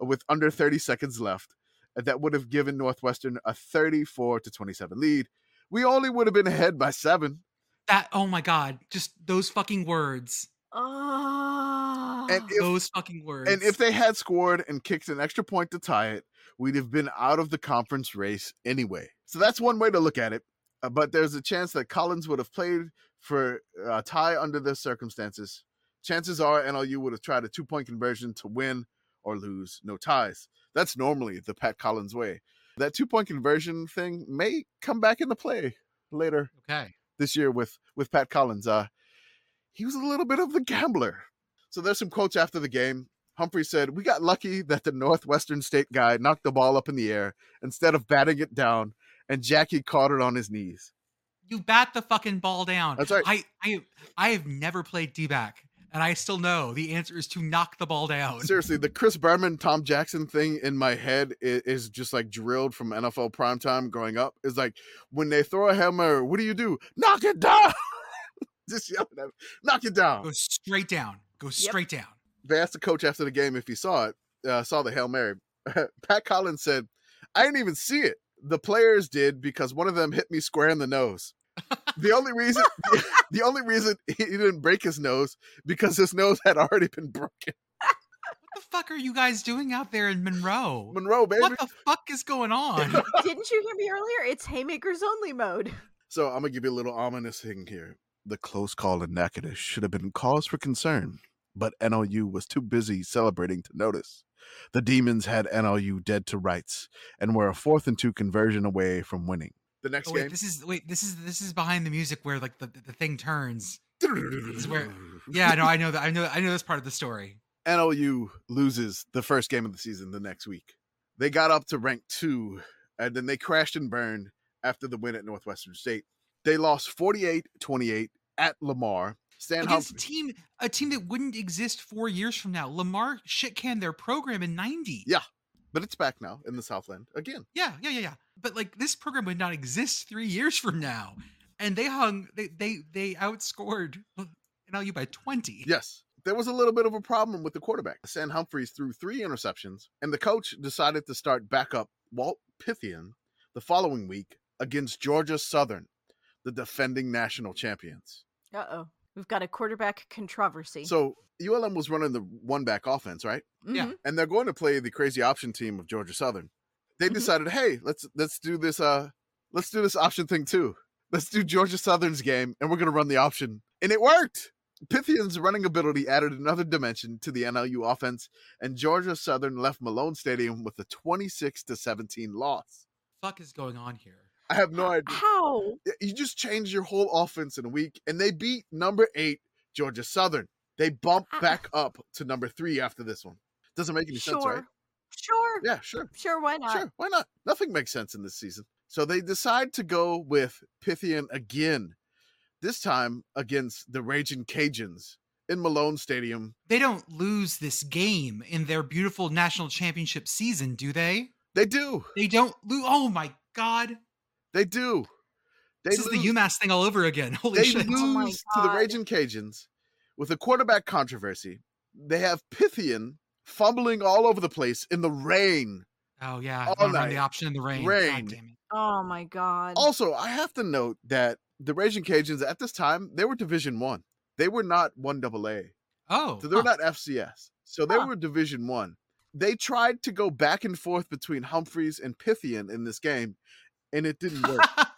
Speaker 3: with under 30 seconds left. and That would have given Northwestern a 34 to 27 lead we only would have been ahead by seven.
Speaker 1: That. Oh my god. Just those fucking words.
Speaker 4: Oh.
Speaker 3: And if,
Speaker 1: those fucking words.
Speaker 3: and if they had scored and kicked an extra point to tie it, we'd have been out of the conference race anyway. So that's one way to look at it. Uh, but there's a chance that Collins would have played for a tie under the circumstances. Chances are NLU would have tried a two point conversion to win or lose, no ties. That's normally the Pat Collins way. That two point conversion thing may come back into play later.
Speaker 1: okay.
Speaker 3: this year with with Pat Collins. Uh, he was a little bit of the gambler. So there's some quotes after the game. Humphrey said, "We got lucky that the Northwestern State guy knocked the ball up in the air instead of batting it down, and Jackie caught it on his knees."
Speaker 1: You bat the fucking ball down.
Speaker 3: That's right.
Speaker 1: I I I have never played D back, and I still know the answer is to knock the ball down.
Speaker 3: Seriously, the Chris Berman Tom Jackson thing in my head is, is just like drilled from NFL primetime growing up. It's like when they throw a hammer, what do you do? Knock it down. just yelling at me, knock it down.
Speaker 1: Go straight down. Go straight down.
Speaker 3: they asked the coach after the game if he saw it, uh, saw the Hail Mary. Pat Collins said, I didn't even see it. The players did because one of them hit me square in the nose. The only reason the only reason he didn't break his nose because his nose had already been broken.
Speaker 1: What the fuck are you guys doing out there in Monroe?
Speaker 3: Monroe, baby.
Speaker 1: What the fuck is going on?
Speaker 4: Didn't you hear me earlier? It's haymakers only mode.
Speaker 3: So I'm gonna give you a little ominous thing here. The close call in Natchitoches should have been cause for concern, but NLU was too busy celebrating to notice. The Demons had NLU dead to rights and were a fourth and two conversion away from winning. The next
Speaker 1: Oh, wait, this is wait, this is this is behind the music where like the, the the thing turns. is where- Yeah, no, I know that. I know I know this part of the story.
Speaker 3: NLU loses the first game of the season the next week. They got up to rank two, and then they crashed and burned after the win at Northwestern State. They lost 48 28 at Lamar. Stan
Speaker 1: Against a
Speaker 3: Humphrey.
Speaker 1: team a team that wouldn't exist four years from now. Lamar shit canned their program in ninety.
Speaker 3: Yeah. But it's back now in the Southland again.
Speaker 1: Yeah, yeah, yeah, yeah. But like this program would not exist three years from now, and they hung. They they they outscored NLU by twenty.
Speaker 3: Yes. There was a little bit of a problem with the quarterback. Sam Humphries threw three interceptions, and the coach decided to start backup Walt Pythian the following week against Georgia Southern, the defending national champions.
Speaker 4: Uh oh. We've got a quarterback controversy.
Speaker 3: So ULM was running the one back offense, right?
Speaker 1: yeah.
Speaker 4: Mhm.
Speaker 3: And they're going to play the crazy option team of Georgia Southern. They
Speaker 4: Mhm.
Speaker 3: decided, hey, let's let's do this uh let's do this option thing too. Let's do Georgia Southern's game and we're gonna run the option. And it worked. Pythian's running ability added another dimension to the NLU offense, and Georgia Southern left Malone Stadium with a 26 to 17 loss.
Speaker 1: fuck is going on here?
Speaker 3: I have no idea.
Speaker 4: How?
Speaker 3: Yeah, you just change your whole offense in a week and they beat number eight georgia southern they bump
Speaker 4: Ah.
Speaker 3: back up to number three after this one doesn't make any sense right
Speaker 4: Sure. Sure.
Speaker 3: yeah sure
Speaker 4: Sure. Why not?
Speaker 3: sure why not nothing makes sense in this season so they decide to go with pythian again this time against the raging cajuns in malone stadium
Speaker 1: They don't lose this game in their beautiful national championship season, do they?
Speaker 3: they do
Speaker 1: They don't lose. Oh my god!
Speaker 3: they do they
Speaker 1: this is the UMass thing all over again. Holy
Speaker 3: they
Speaker 1: shit!
Speaker 3: lose
Speaker 4: Oh my
Speaker 3: to the
Speaker 4: God.
Speaker 3: Raging Cajuns with a quarterback controversy. They have Pythian fumbling all over the place in the rain.
Speaker 1: Oh yeah,
Speaker 3: All
Speaker 1: wanna run
Speaker 3: night.
Speaker 1: the option in the rain. God
Speaker 3: Rain.
Speaker 1: damn it.
Speaker 4: Oh my god.
Speaker 3: Also, I have to note that the Raging Cajuns at this time they were Division One. They were not one AA,
Speaker 1: Oh,
Speaker 3: so they're
Speaker 1: huh.
Speaker 3: not FCS. So they
Speaker 4: Huh.
Speaker 3: were Division One. They tried to go back and forth between Humphreys and Pythian in this game, and it didn't work.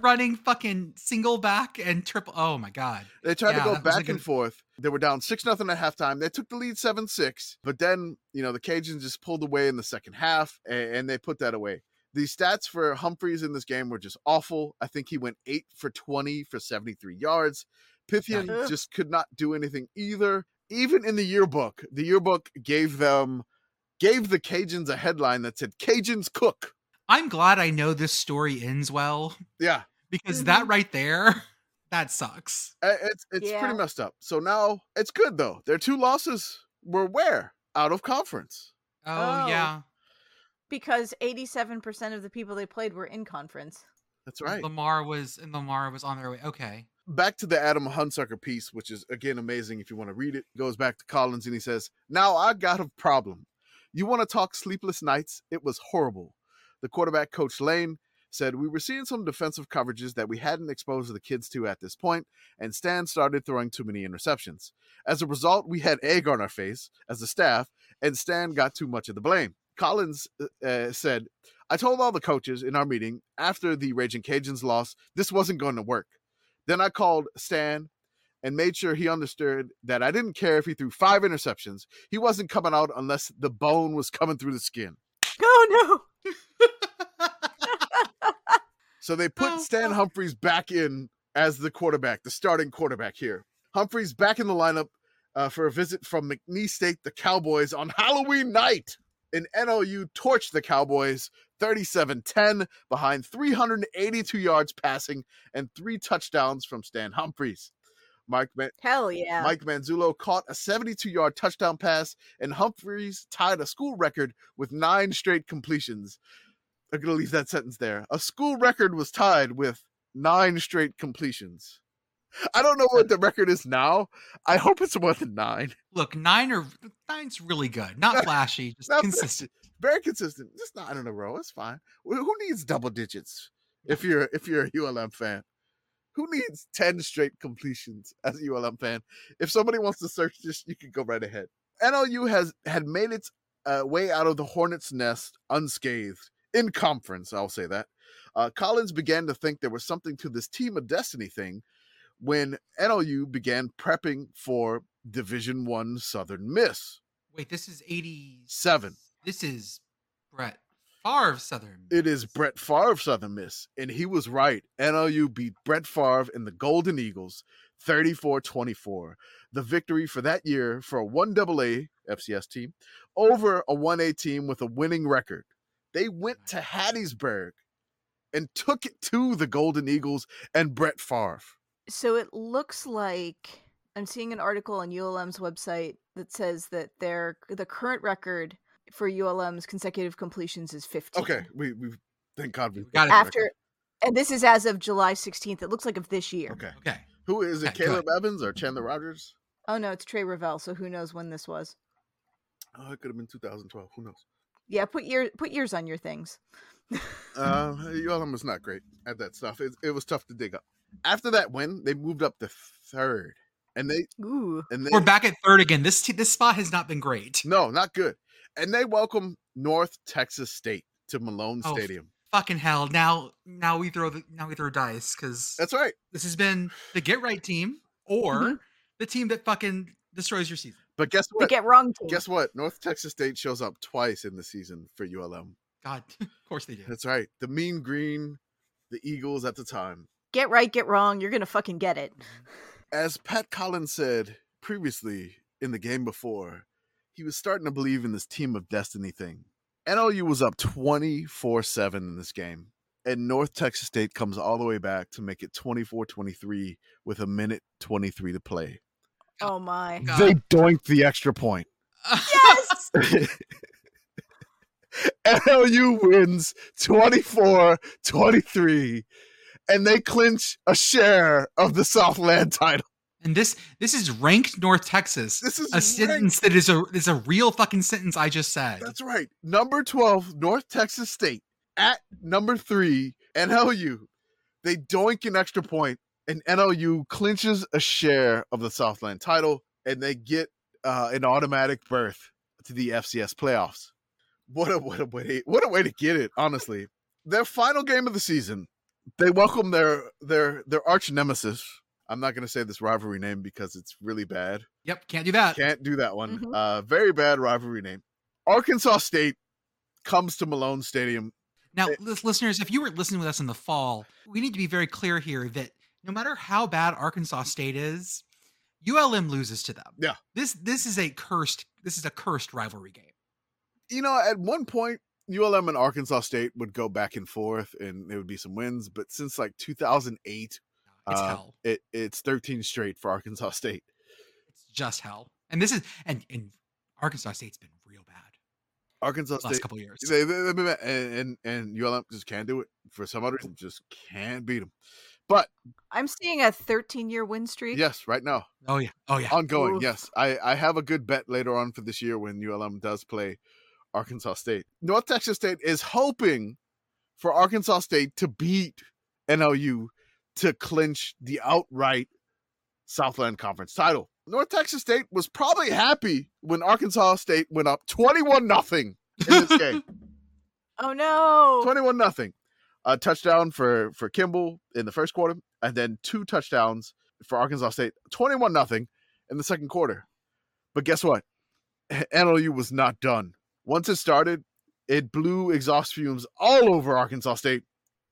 Speaker 1: running fucking single back and oh triple. Oh my god!
Speaker 3: They tried
Speaker 1: Yeah,
Speaker 3: to go
Speaker 1: that was a
Speaker 3: back
Speaker 1: good-
Speaker 3: and forth, They were down six nothing at halftime. They took the lead seven six, but then you know the Cajuns just pulled away in the second half and, and they put that away. The stats for Humphreys in this game were just awful. I think he went eight for twenty for seventy three yards. Pythian
Speaker 4: Yeah.
Speaker 3: just could not do anything either. Even in the yearbook, the yearbook gave them gave the Cajuns a headline that said Cajuns cook.
Speaker 1: I'm glad I know this story ends well
Speaker 3: Yeah,
Speaker 1: because
Speaker 3: Mm-hmm.
Speaker 1: that right there, that sucks.
Speaker 3: I- it's it's
Speaker 4: Yeah.
Speaker 3: pretty messed up. So now it's good though. Their two losses were where out of conference.
Speaker 1: Oh,
Speaker 4: Oh.
Speaker 1: yeah,
Speaker 4: because 87% of the people they played were in conference.
Speaker 3: That's
Speaker 1: And
Speaker 3: right.
Speaker 1: Lamar was and Lamar was on their way. Okay,
Speaker 3: Back to the Adam Hunsucker piece, which is again amazing if you want to read it. Goes back to Collins and he says, "Now I got a problem. You want to talk sleepless nights? It was horrible." The quarterback coach Lane said, "We were seeing some defensive coverages that we hadn't exposed the kids to at this point, and Stan started throwing too many interceptions. As a result, we had egg on our face as a staff, and Stan got too much of the blame. Collins uh, uh, said, I told all the coaches in our meeting after the Raging Cajuns loss, this wasn't going to work. Then I called Stan and made sure he understood that I didn't care if he threw five interceptions. He wasn't coming out unless the bone was coming through the skin.
Speaker 4: Oh no.
Speaker 3: So they put
Speaker 1: Oh,
Speaker 3: Stan
Speaker 1: fuck.
Speaker 3: Humphreys back in as the quarterback, the starting quarterback here. Humphreys back in the lineup uh, for a visit from McNeese State, the Cowboys, on Halloween night. And NOU torched the Cowboys 37 10 behind 382 yards passing and three touchdowns from Stan Humphreys. Mike, Ma-
Speaker 4: Hell yeah.
Speaker 3: Mike Manzullo caught a 72 yard touchdown pass, and Humphreys tied a school record with nine straight completions. I'm going to leave that sentence there. A school record was tied with nine straight completions. I don't know what the record is now. I hope it's more than nine.
Speaker 1: look, nine or nine's really good, not flashy, just
Speaker 3: Not
Speaker 1: consistent.
Speaker 3: Very consistent. Just nine in a row. It's fine. Wh- Who needs double digits if you're if you're a ULM fan? Who needs 10 straight completions as a ULM fan? If somebody wants to search this, you can go right ahead. NLU has had made its uh, way out of the hornet's nest unscathed in conference. I'll say that. Uh, Collins began to think there was something to this team of destiny thing when NLU began prepping for Division One Southern Miss.
Speaker 1: Wait, this is eighty
Speaker 3: Seven.
Speaker 1: This is Brett Favre Southern.
Speaker 3: It is Brett Favre Southern Miss, and he was right. NLU beat Brett Favre and the Golden Eagles 34-24. The victory for that year for a 1AA FCS team over a 1A team with a winning record. They went to Hattiesburg and took it to the Golden Eagles and Brett Favre.
Speaker 4: so it looks like I'm seeing an article on ULM's website that says that their the current record for ULM's consecutive completions is 15.
Speaker 3: Okay, we we thank God we
Speaker 1: We got it.
Speaker 4: After and this is as of July 16th. It looks like of this year.
Speaker 3: Okay.
Speaker 1: okay.
Speaker 3: Who is it?
Speaker 1: Okay, go
Speaker 3: Caleb Evans or Chandler Rogers?
Speaker 4: Oh no, it's Trey Ravel, so who knows when this was.
Speaker 3: Oh, it could have been 2012. Who knows?
Speaker 4: Yeah, put year put years on your things.
Speaker 3: Uh, ULM was not great at that stuff. It, it was tough to dig up. After that win, they moved up to third, and they
Speaker 4: Ooh.
Speaker 3: and they
Speaker 1: We're back at third again. This te- this spot has not been great.
Speaker 3: no, not good. And they welcome North Texas State to Malone
Speaker 1: Oh, f-
Speaker 3: Stadium.
Speaker 1: Fucking hell! Now now we throw the now we throw dice because
Speaker 3: That's right.
Speaker 1: this has been the get right team or the team that fucking destroys your season.
Speaker 3: But guess
Speaker 4: The
Speaker 3: what?
Speaker 4: get wrong team.
Speaker 3: guess what? North Texas State shows up twice in the season for ULM.
Speaker 1: God, of course they do.
Speaker 3: That's right. The Mean Green, the Eagles at the time.
Speaker 4: get right, get wrong, you're gonna fucking get it.
Speaker 3: As Pat Collins said previously in the game before, he was starting to believe in this team of destiny thing. NLU was up 24 7 in this game, and North Texas State comes all the way back to make it 24 23 with a minute 23 to play.
Speaker 4: Oh my.
Speaker 1: God.
Speaker 3: They doinked the extra point.
Speaker 4: Yes!
Speaker 3: NLU wins 24 23, and they clinch a share of the Southland title.
Speaker 1: and this this is ranked North Texas.
Speaker 3: This is
Speaker 1: a sentence that is a is a real fucking sentence I just said.
Speaker 3: That's right. Number 12, North Texas State at number three, NLU. They doink an extra point, and NLU clinches a share of the Southland title, and they get uh, an automatic berth to the FCS playoffs. What a what a way what a way to get it, honestly. Their final game of the season, they welcome their their their arch nemesis, I'm not gonna say this rivalry name because it's really bad.
Speaker 1: Yep, can't do that.
Speaker 3: Can't do that one.
Speaker 4: Mhm.
Speaker 3: Uh, very bad rivalry name. Arkansas State comes to Malone Stadium.
Speaker 1: Now,
Speaker 3: It-
Speaker 1: lis- listeners, if you were listening with us in the fall, we need to be very clear here that no matter how bad Arkansas State is, ULM loses to them.
Speaker 3: Yeah.
Speaker 1: This this is a cursed this is a cursed rivalry game.
Speaker 3: You know, at one point, ULM and Arkansas State would go back and forth, and there would be some wins. But since like 2008,
Speaker 1: It's
Speaker 3: Uh,
Speaker 1: hell.
Speaker 3: it, it's 13 straight for Arkansas State.
Speaker 1: It's just hell. And this is and and Arkansas State's been real bad
Speaker 3: Arkansas
Speaker 1: the last
Speaker 3: State,
Speaker 1: couple years.
Speaker 3: they, they, they- they- and, and and ULM just can't do it for some other reason. Just can't beat them. But
Speaker 4: I'm seeing a 13 year win streak.
Speaker 3: yes, right now
Speaker 1: Oh yeah. Oh yeah.
Speaker 3: ongoing.
Speaker 4: Oof.
Speaker 3: Yes, I I have a good bet later on for this year when ULM does play Arkansas State. North Texas State is hoping for Arkansas State to beat NLU to clinch the outright Southland Conference title. North Texas State was probably happy when Arkansas State went up twenty-one nothing in this game.
Speaker 4: Oh no.
Speaker 3: Twenty-one nothing. A touchdown for for Kimball in the first quarter, and then two touchdowns for Arkansas State. Twenty-one nothing in the second quarter. But guess what? NLU was not done. Once it started, it blew exhaust fumes all over Arkansas State.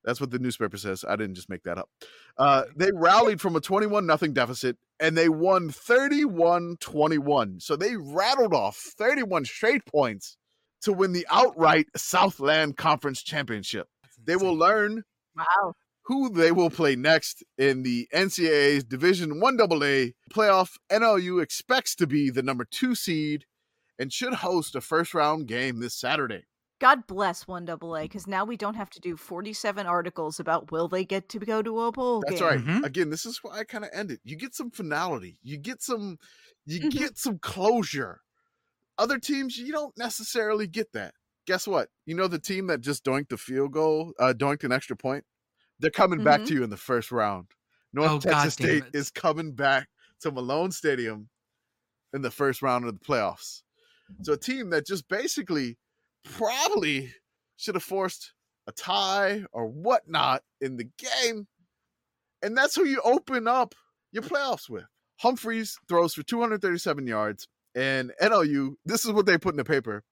Speaker 3: That's what the newspaper says. I didn't just make that up. Uh, they rallied from a 21 nothing deficit and they won 31 21. So they rattled off 31 straight points to win the outright Southland Conference Championship.
Speaker 1: That's
Speaker 3: They will
Speaker 1: insane.
Speaker 3: learn
Speaker 4: Wow.
Speaker 3: who they will play next in the NCAA's Division 1AA playoff. NLU expects to be the number two seed and should host a first round game this Saturday.
Speaker 4: God bless one double
Speaker 1: Mm.
Speaker 4: A because now we don't have to do 47 articles about will they get to go to a bowl
Speaker 3: That's
Speaker 4: game.
Speaker 3: right.
Speaker 1: Mhm.
Speaker 3: Again, this is why I kind of ended. You get some finality. You get some. You
Speaker 4: Mhm.
Speaker 3: get some closure. Other teams, you don't necessarily get that. Guess what? You know the team that just doinked the field goal, uh, doinked an extra point. They're coming back
Speaker 4: Mhm.
Speaker 3: to you in the first round. North
Speaker 1: Oh,
Speaker 3: Texas
Speaker 1: God damn
Speaker 3: State
Speaker 1: it.
Speaker 3: is coming back to Malone Stadium in the first round of the playoffs. So a team that just basically probably should have forced a tie or whatnot in the game. And that's who you open up your playoffs with. Humphreys throws for 237 yards, and NLU, this is what they put in the paper.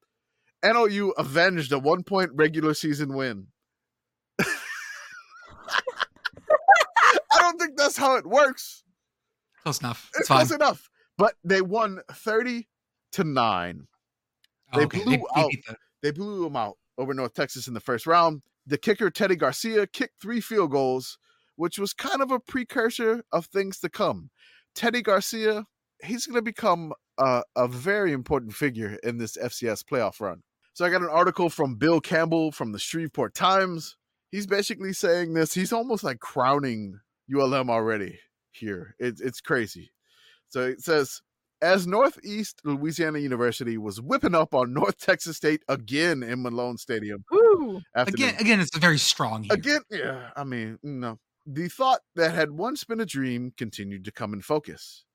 Speaker 3: NLU avenged a one point regular season win. I don't think that's how it works
Speaker 1: Close enough. It's
Speaker 3: it's
Speaker 1: fine.
Speaker 3: close enough. But they won thirty to nine.
Speaker 1: Oh,
Speaker 3: they
Speaker 1: okay.
Speaker 3: blew out
Speaker 1: beat the-
Speaker 3: They blew them out over North Texas in the first round. The kicker Teddy Garcia kicked three field goals, which was kind of a precursor of things to come. Teddy Garcia, he's going to become a, a very important figure in this FCS playoff run. So I got an article from Bill Campbell from the Shreveport Times. He's basically saying this. He's almost like crowning ULM already here. It, it's crazy. So it says, as Northeast Louisiana University was whipping up on North Texas State again in Malone Stadium
Speaker 4: Woo.
Speaker 3: after the-
Speaker 1: again again it's very strong here.
Speaker 3: Again, yeah, I mean, no. The thought that had once been a dream continued to come in focus.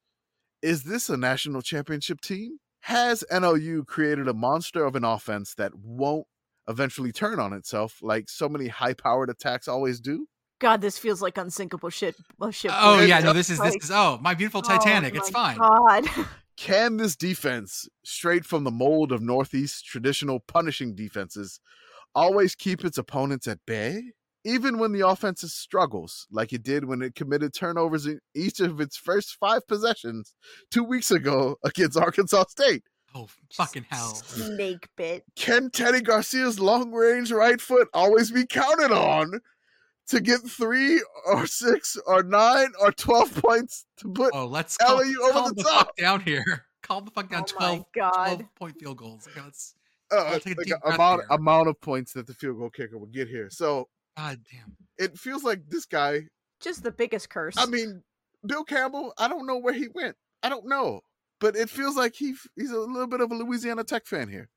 Speaker 3: Is this a national championship team? Has NLU created a monster of an offense that won't eventually turn on itself like so many high powered attacks always do?
Speaker 4: God, this feels like unsinkable shit. well, ship
Speaker 1: Oh
Speaker 4: wreck.
Speaker 1: yeah, no, this is this
Speaker 4: Like,
Speaker 1: is oh my beautiful
Speaker 4: oh
Speaker 1: Titanic. it's
Speaker 4: my
Speaker 1: fine.
Speaker 4: God.
Speaker 3: Can this defense, straight from the mold of Northeast traditional punishing defenses, always keep its opponents at bay? Even when the offense is struggles, like it did when it committed turnovers in each of its first five possessions two weeks ago against Arkansas State.
Speaker 1: Oh fucking hell.
Speaker 4: Snake bit.
Speaker 3: Can Teddy Garcia's long range right foot always be counted on to get three or six or nine or 12 points to put
Speaker 1: Oh, let's
Speaker 3: LAU
Speaker 1: calm,
Speaker 3: over
Speaker 1: calm
Speaker 3: the
Speaker 1: the,
Speaker 3: top?
Speaker 1: fuck down here. Calm the fuck down.
Speaker 4: Oh my
Speaker 1: 12,
Speaker 4: God.
Speaker 1: 12 point field goals. Okay, let's,
Speaker 3: uh,
Speaker 1: take Oh, a
Speaker 3: like
Speaker 1: deep
Speaker 3: a
Speaker 1: breath
Speaker 3: amount,
Speaker 1: here.
Speaker 3: amount of points that the field goal kicker will get here? So
Speaker 1: God damn.
Speaker 3: it feels like this guy
Speaker 4: Just the biggest curse.
Speaker 3: I mean, Bill Campbell, I don't know where he went. I don't know. But it feels like he f- he's a little bit of a Louisiana Tech fan here.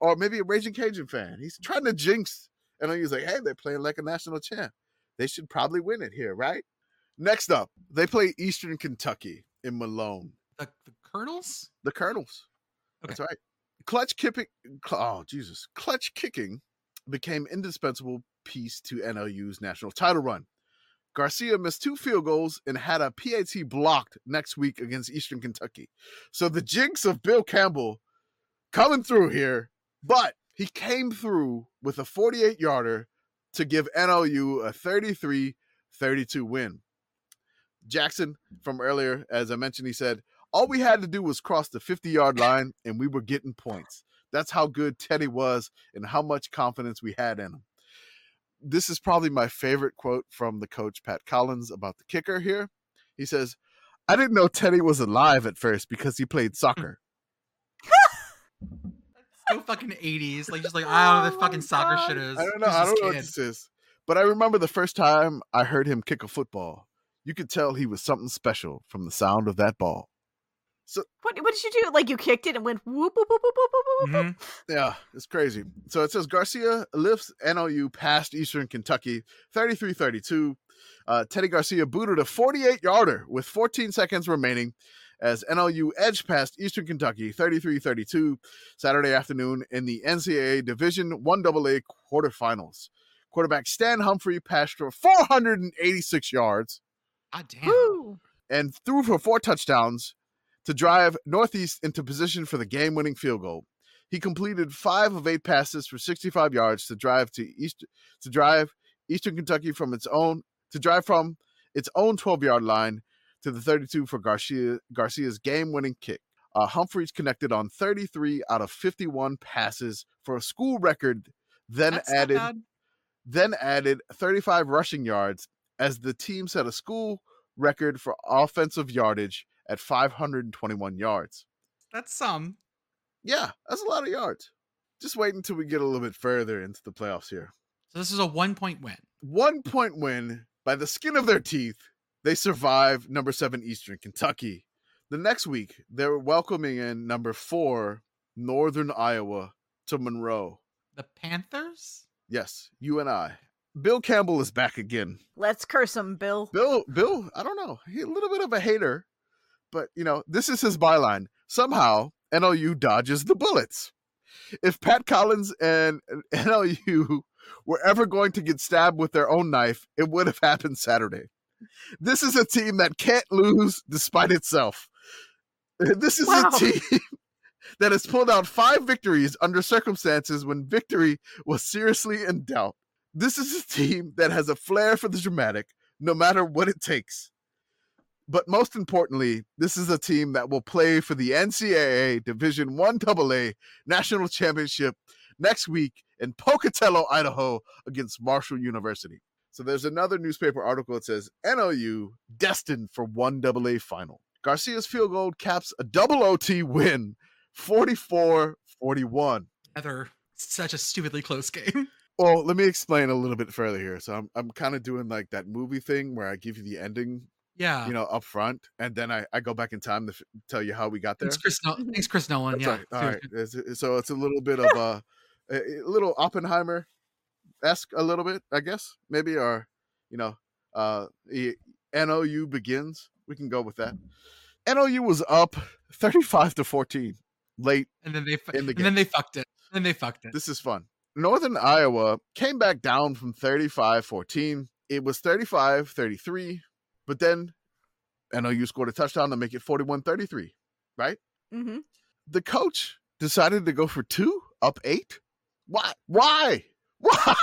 Speaker 3: Or maybe a Raging Cajun fan. He's trying to jinx. And he's like, hey, they're playing like a national champ. They should probably win it here, right? Next up, they play Eastern Kentucky in Malone.
Speaker 1: The, the Colonels?
Speaker 3: The Colonels. That's right. Clutch kicking. Oh Jesus! Clutch kicking became indispensable piece to NLU's national title run. Garcia missed two field goals and had a PAT blocked next week against Eastern Kentucky. So the jinx of Bill Campbell coming through here, but he came through with a 48 yarder to give NLU a 33 32 win. Jackson from earlier, as I mentioned, he said, All we had to do was cross the 50 yard line and we were getting points. That's how good Teddy was and how much confidence we had in him. This is probably my favorite quote from the coach, Pat Collins, about the kicker here. He says, I didn't know Teddy was alive at first because he played soccer.
Speaker 1: So fucking 80s. Like, just like, I don't know
Speaker 4: Oh
Speaker 1: the
Speaker 4: my
Speaker 1: fucking soccer
Speaker 4: God.
Speaker 1: shit is.
Speaker 3: I don't know.
Speaker 1: Who's
Speaker 3: I
Speaker 1: this
Speaker 3: don't know what
Speaker 1: kid?
Speaker 3: this is. But I remember the first time I heard him kick a football. You could tell he was something special from the sound of that ball.
Speaker 4: What, what did you do? Like you kicked it and went whoop whoop whoop whoop whoop whoop. whoop.
Speaker 1: Mhm.
Speaker 3: Yeah, it's crazy. So it says Garcia lifts NLU past Eastern Kentucky 33 32. Uh, Teddy Garcia booted a 48 yarder with 14 seconds remaining as NLU edged past Eastern Kentucky 33 32 Saturday afternoon in the NCAA Division 1AA quarterfinals. Quarterback Stan Humphrey passed for 486 yards
Speaker 1: God damn.
Speaker 4: Woo.
Speaker 3: and threw for four touchdowns to drive Northeast into position for the game winning field goal. He completed five of eight passes for 65 yards to drive to East to drive Eastern Kentucky from its own to drive from its own 12 yard line to the 32 for Garcia Garcia's game winning kick. Uh, Humphreys connected on 33 out of 51 passes for a school record, then
Speaker 1: That's not
Speaker 3: added
Speaker 1: bad.
Speaker 3: then added 35 rushing yards as the team set a school record for offensive yardage at 521 yards.
Speaker 1: That's some.
Speaker 3: Yeah, that's a lot of yards. Just wait until we get a little bit further into the playoffs here.
Speaker 1: So this is a one point win.
Speaker 3: One point win by the skin of their teeth. They survive number seven Eastern Kentucky. The next week, they're welcoming in number four Northern Iowa to Monroe.
Speaker 1: The Panthers?
Speaker 3: Yes, you and I. Bill Campbell is back again.
Speaker 4: Let's curse him, Bill.
Speaker 3: Bill, Bill, I don't know. He a little bit of a hater, but you know, this is his byline. Somehow, NLU dodges the bullets. If Pat Collins and NLU were ever going to get stabbed with their own knife, it would have happened Saturday. This is a team that can't lose despite itself. This is
Speaker 4: Wow.
Speaker 3: a team that has pulled out five victories under circumstances when victory was seriously in doubt. This is a team that has a flair for the dramatic, no matter what it takes. But most importantly, this is a team that will play for the NCAA Division One AA National Championship next week in Pocatello, Idaho, against Marshall University. So there's another newspaper article that says NOU destined for one AA final. Garcia's field goal caps a double OT win, 44 41.
Speaker 1: Heather, such a stupidly close game.
Speaker 3: Well, let me explain a little bit further here. So I'm I'm kind of doing like that movie thing where I give you the ending,
Speaker 1: Yeah.
Speaker 3: you know, up front, and then I, I go back in time to f- tell you how we got there.
Speaker 1: Thanks, Chris. No- Thanks, Chris Nolan.
Speaker 3: That's
Speaker 1: yeah.
Speaker 3: right. All right. It's- it's- So it's a little bit of uh, a, a little Oppenheimer esque, a little bit, I guess, maybe, or, you know, uh, e- NOU begins. We can go with that. NOU was up 35 to 14 late
Speaker 1: And then they fu-
Speaker 3: In the
Speaker 1: and then they fucked it. And then they fucked it.
Speaker 3: this is fun. Northern Iowa came back down from 35 14. It was 35 33, but then NOU scored a touchdown to make it 41 33.
Speaker 4: Mm-hmm.
Speaker 3: The coach decided to go for two, up eight. Why? Why? Why?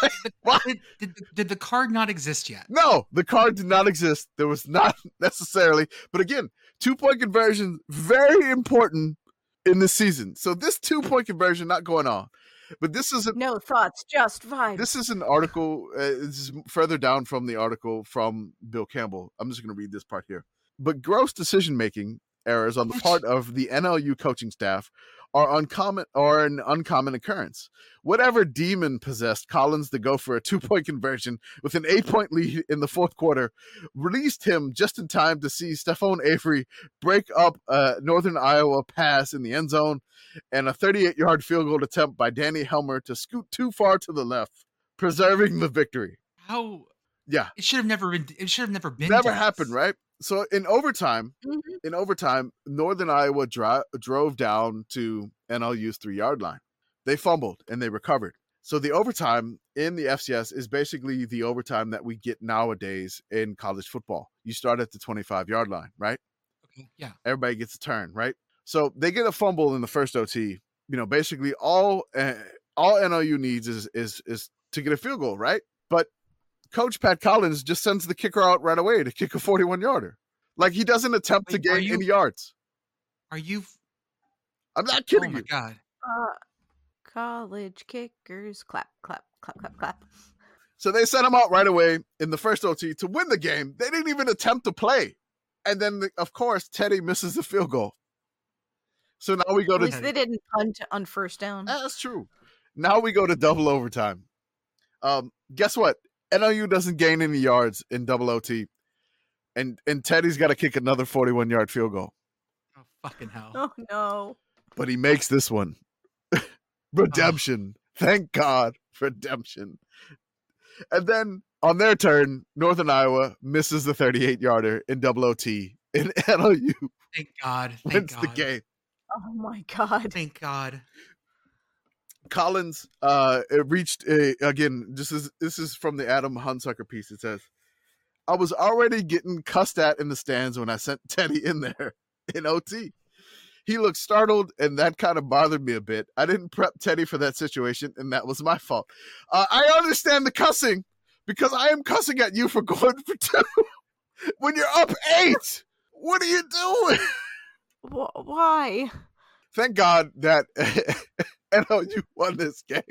Speaker 3: Why?
Speaker 1: did, did, did the card not exist yet?
Speaker 3: No, the card did not exist. There was not necessarily, but again, two point conversion very important in this season. So this two point conversion not going on, but this is a
Speaker 4: No thoughts, just vibes.
Speaker 3: This is an article. Uh, this is further down from the article from Bill Campbell. I'm just going to read this part here. But gross decision making errors on the part of the NLU coaching staff are uncommon are an uncommon occurrence. Whatever demon possessed Collins to go for a two point conversion with an eight point lead in the fourth quarter released him just in time to see Stephon Avery break up a Northern Iowa pass in the end zone and a 38 yard field goal attempt by Danny Helmer to scoot too far to the left, preserving the victory.
Speaker 1: How
Speaker 3: Yeah,
Speaker 1: it should have never been it should have never been
Speaker 3: never
Speaker 1: done.
Speaker 3: happened, right? So in overtime,
Speaker 4: Mhm.
Speaker 3: in overtime, Northern Iowa dri- drove down to NLU's three yard line. They fumbled and they recovered. So the overtime in the FCS is basically the overtime that we get nowadays in college football. You start at the 25 yard line, right?
Speaker 1: Okay. Yeah.
Speaker 3: Everybody gets a turn, right? So they get a fumble in the first OT. You know, basically all uh, all NLU needs is is is to get a field goal, right? But coach Pat Collins just sends the kicker out right away to kick a 41 yarder. Like he doesn't attempt
Speaker 1: Wait,
Speaker 3: to
Speaker 1: are
Speaker 3: gain
Speaker 1: you-
Speaker 3: any yards.
Speaker 1: Are you? f-
Speaker 3: I'm not
Speaker 1: oh
Speaker 3: kidding
Speaker 1: my
Speaker 3: you.
Speaker 1: god.
Speaker 4: Uh, college kickers, clap, clap, clap, clap, clap.
Speaker 3: So they sent him out right away in the first OT to win the game. They didn't even attempt to play. And then, the- of course, Teddy misses the field goal. So now we go
Speaker 4: At
Speaker 3: to
Speaker 4: least they didn't punt on first down.
Speaker 3: Ah, That's true. Now we go to double overtime. Um, guess what? NLU doesn't gain any yards in double OT, and and Teddy's got to kick another forty-one yard field goal,
Speaker 1: Oh fucking hell.
Speaker 4: oh no!
Speaker 3: but he makes this one.
Speaker 1: Ah.
Speaker 3: redemption. Thank God, redemption. And then on their turn, Northern Iowa misses the thirty-eight yarder in double OT, and NLU
Speaker 1: Thank God. Thank
Speaker 3: wins the
Speaker 1: God.
Speaker 3: game.
Speaker 4: Oh my god!
Speaker 1: Thank God.
Speaker 3: Collins uh it reached uh, again this is this is from the Adam Hunsucker piece it says I was already getting cussed at in the stands when I sent Teddy in there in OT. He looked startled and that kind of bothered me a bit. I didn't prep Teddy for that situation and that was my fault. Uh, I understand the cussing because I am cussing at you for going for two when you're up 8. What are you doing?
Speaker 4: Wh- why?
Speaker 3: thank God that NLU won this game.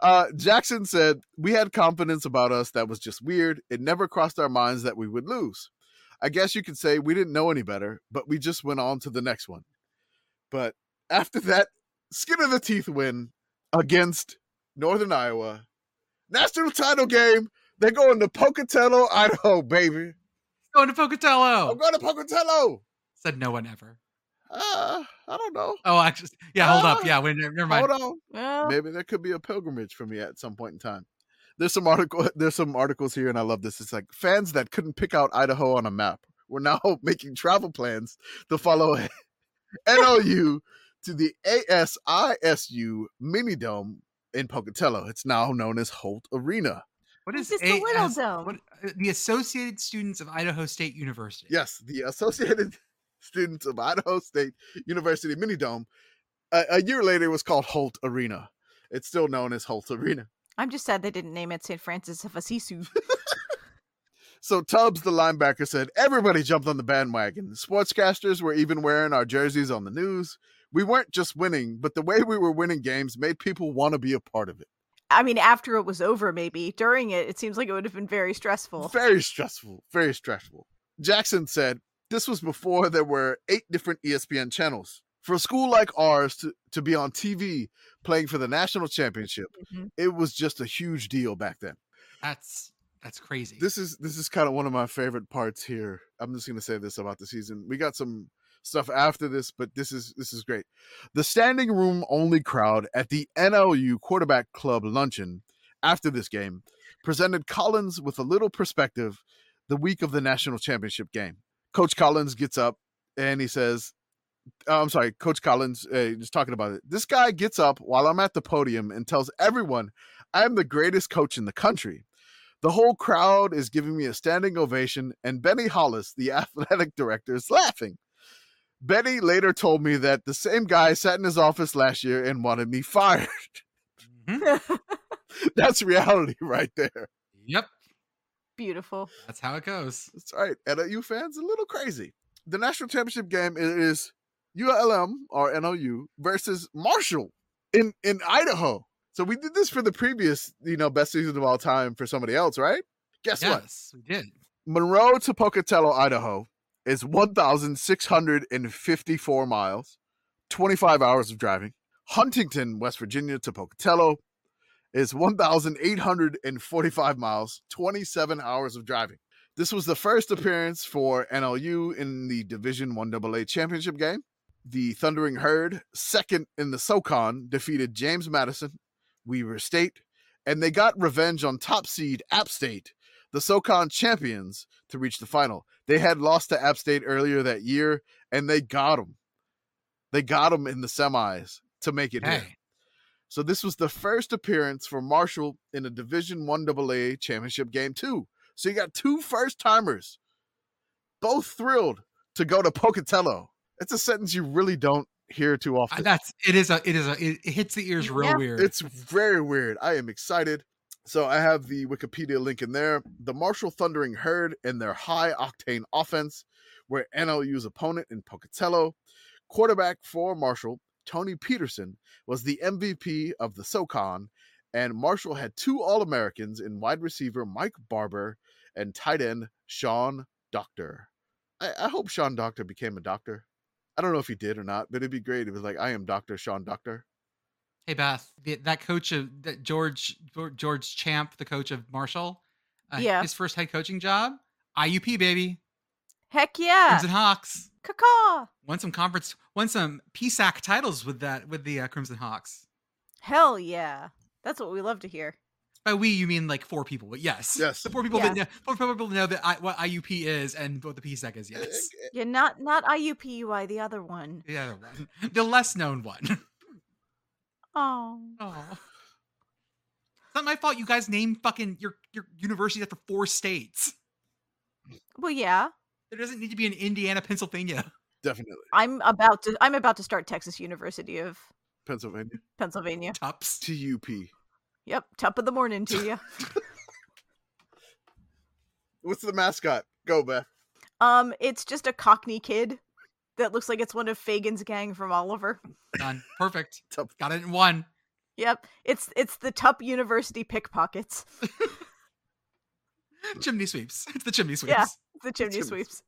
Speaker 3: Uh, Jackson said, We had confidence about us that was just weird. It never crossed our minds that we would lose. I guess you could say we didn't know any better, but we just went on to the next one. But after that, skin of the teeth win against Northern Iowa, national title game. They're going to Pocatello, Idaho, baby.
Speaker 1: Going to Pocatello.
Speaker 3: I'm going to Pocatello.
Speaker 1: Said no one ever.
Speaker 3: Uh, I don't know.
Speaker 1: Oh, actually, yeah. Hold
Speaker 3: Ah,
Speaker 1: up. Yeah. Wait, never mind.
Speaker 3: Hold on.
Speaker 4: Well,
Speaker 3: maybe there could be a pilgrimage for me at some point in time. There's some article there's some articles here and I love this. It's like fans that couldn't pick out Idaho on a map were now making travel plans to follow NLU to the ASISU mini dome in Pocatello. It's now known as Holt Arena.
Speaker 1: What
Speaker 4: It's
Speaker 1: is
Speaker 4: just a little
Speaker 1: AS
Speaker 4: dome.
Speaker 1: What, uh, the Associated Students of Idaho State University.
Speaker 3: Yes, the Associated Students of Idaho State University mini dome. A, a year later it was called Holt Arena. It's still known as Holt Arena.
Speaker 4: I'm just sad they didn't name it St. Francis of Assisi.
Speaker 3: So Tubbs, the linebacker, said everybody jumped on the bandwagon. Sportscasters were even wearing our jerseys on the news. We weren't just winning, but the way we were winning games made people want to be a part of it.
Speaker 4: I mean, after it was over, maybe during it, it seems like it would have been very stressful.
Speaker 3: Very stressful. Very stressful. Jackson said this was before there were eight different E ESPN channels. For a school like ours to, to be on TV playing for the national championship,
Speaker 4: Mhm.
Speaker 3: it was just a huge deal back then.
Speaker 1: That's that's crazy.
Speaker 3: this is this is kind of one of my favorite parts here i'm just going to say this about the season we got some stuff after this but this is this is great the standing room only crowd at the nlu quarterback club luncheon after this game presented collins with a little perspective the week of the national championship game coach collins gets up and he says oh, i'm sorry coach collins uh, just talking about it this guy gets up while i'm at the podium and tells everyone i'm the greatest coach in the country the whole crowd is giving me a standing ovation, and Benny Hollis, the athletic director, is laughing. Benny later told me that the same guy sat in his office last year and wanted me fired.
Speaker 1: Mhm.
Speaker 3: That's reality right there.
Speaker 1: Yep.
Speaker 4: Beautiful.
Speaker 1: That's how it goes.
Speaker 3: That's right. NLU fans a little crazy. The national championship game i- is ULM or NLU versus Marshall in in Idaho. So we did this for the previous, you know, best season of all time for somebody else, right? Guess what?
Speaker 1: yes, we did.
Speaker 3: Monroe to Pocatello, Idaho is 1,654 miles, 25 hours of driving. Huntington, West Virginia to Pocatello is 1,845 miles, 27 hours of driving. This was the first appearance for NLU in the Division 1AA championship game. The Thundering Herd, second in the SOCON, defeated James Madison, Weaver State, and they got revenge on top seed App State the SoCon champions to reach the final. They had lost to App State earlier that year, and they got them. They got them in the semis to make it. here.
Speaker 1: Hey,
Speaker 3: So this was the first appearance for Marshall in a Division One AA championship game too. So you got two first timers, both thrilled to go to Pocatello. It's a sentence you really don't hear too
Speaker 1: Uh,
Speaker 3: often.
Speaker 1: That's it is a it is a it, it hits the ears real
Speaker 4: Yeah.
Speaker 1: weird.
Speaker 3: It's very weird. I am excited. So I have the Wikipedia link in there. The Marshall Thundering Herd and their high octane offense were NLU's opponent in Pocatello. Quarterback for Marshall, Tony Peterson, was the MVP of the SoCon, and Marshall had two All Americans in wide receiver Mike Barber and tight end Sean Doctor. I, I hope Sean Doctor became a doctor. I don't know if he did or not, but it'd be great. It was like, I am Dr. Sean Doctor.
Speaker 1: hey Beth, the, that coach of that George Geor- George Champ, the coach of Marshall, uh,
Speaker 4: Yeah.
Speaker 1: his first head coaching job, IUP baby,
Speaker 4: Heck yeah.
Speaker 1: Crimson Hawks
Speaker 4: Caw.
Speaker 1: won some conference, won some PSAC titles with that with the uh, Crimson Hawks.
Speaker 4: Hell yeah. That's what we love to hear.
Speaker 1: By we, you mean like four people, but yes,
Speaker 3: Yes.
Speaker 1: the four people that know, four people know that I, what IUP is and what the PSAC is. Yes,
Speaker 4: Yeah, not not IUPUI, the other one.
Speaker 1: the other one, the less known one.
Speaker 4: Oh.
Speaker 1: Oh. It's not my fault you guys named fucking your your universities after four states.
Speaker 4: Well, yeah.
Speaker 1: There doesn't need to be an Indiana, Pennsylvania.
Speaker 3: Definitely.
Speaker 4: I'm about to I'm about to start Texas University of
Speaker 3: Pennsylvania.
Speaker 4: Pennsylvania.
Speaker 1: Tups.
Speaker 3: TUP.
Speaker 4: Yep, top of the morning to you.
Speaker 3: What's the mascot? Go, Beth.
Speaker 4: um, it's just a Cockney kid that looks like it's one of Fagin's gang from Oliver.
Speaker 1: Done. Perfect.
Speaker 3: Tup.
Speaker 1: Got it in one.
Speaker 4: Yep, it's it's the Tup University pickpockets,
Speaker 1: Chimney sweeps. It's the chimney sweeps.
Speaker 4: Yeah. the chimney
Speaker 3: Chimney
Speaker 4: sweeps.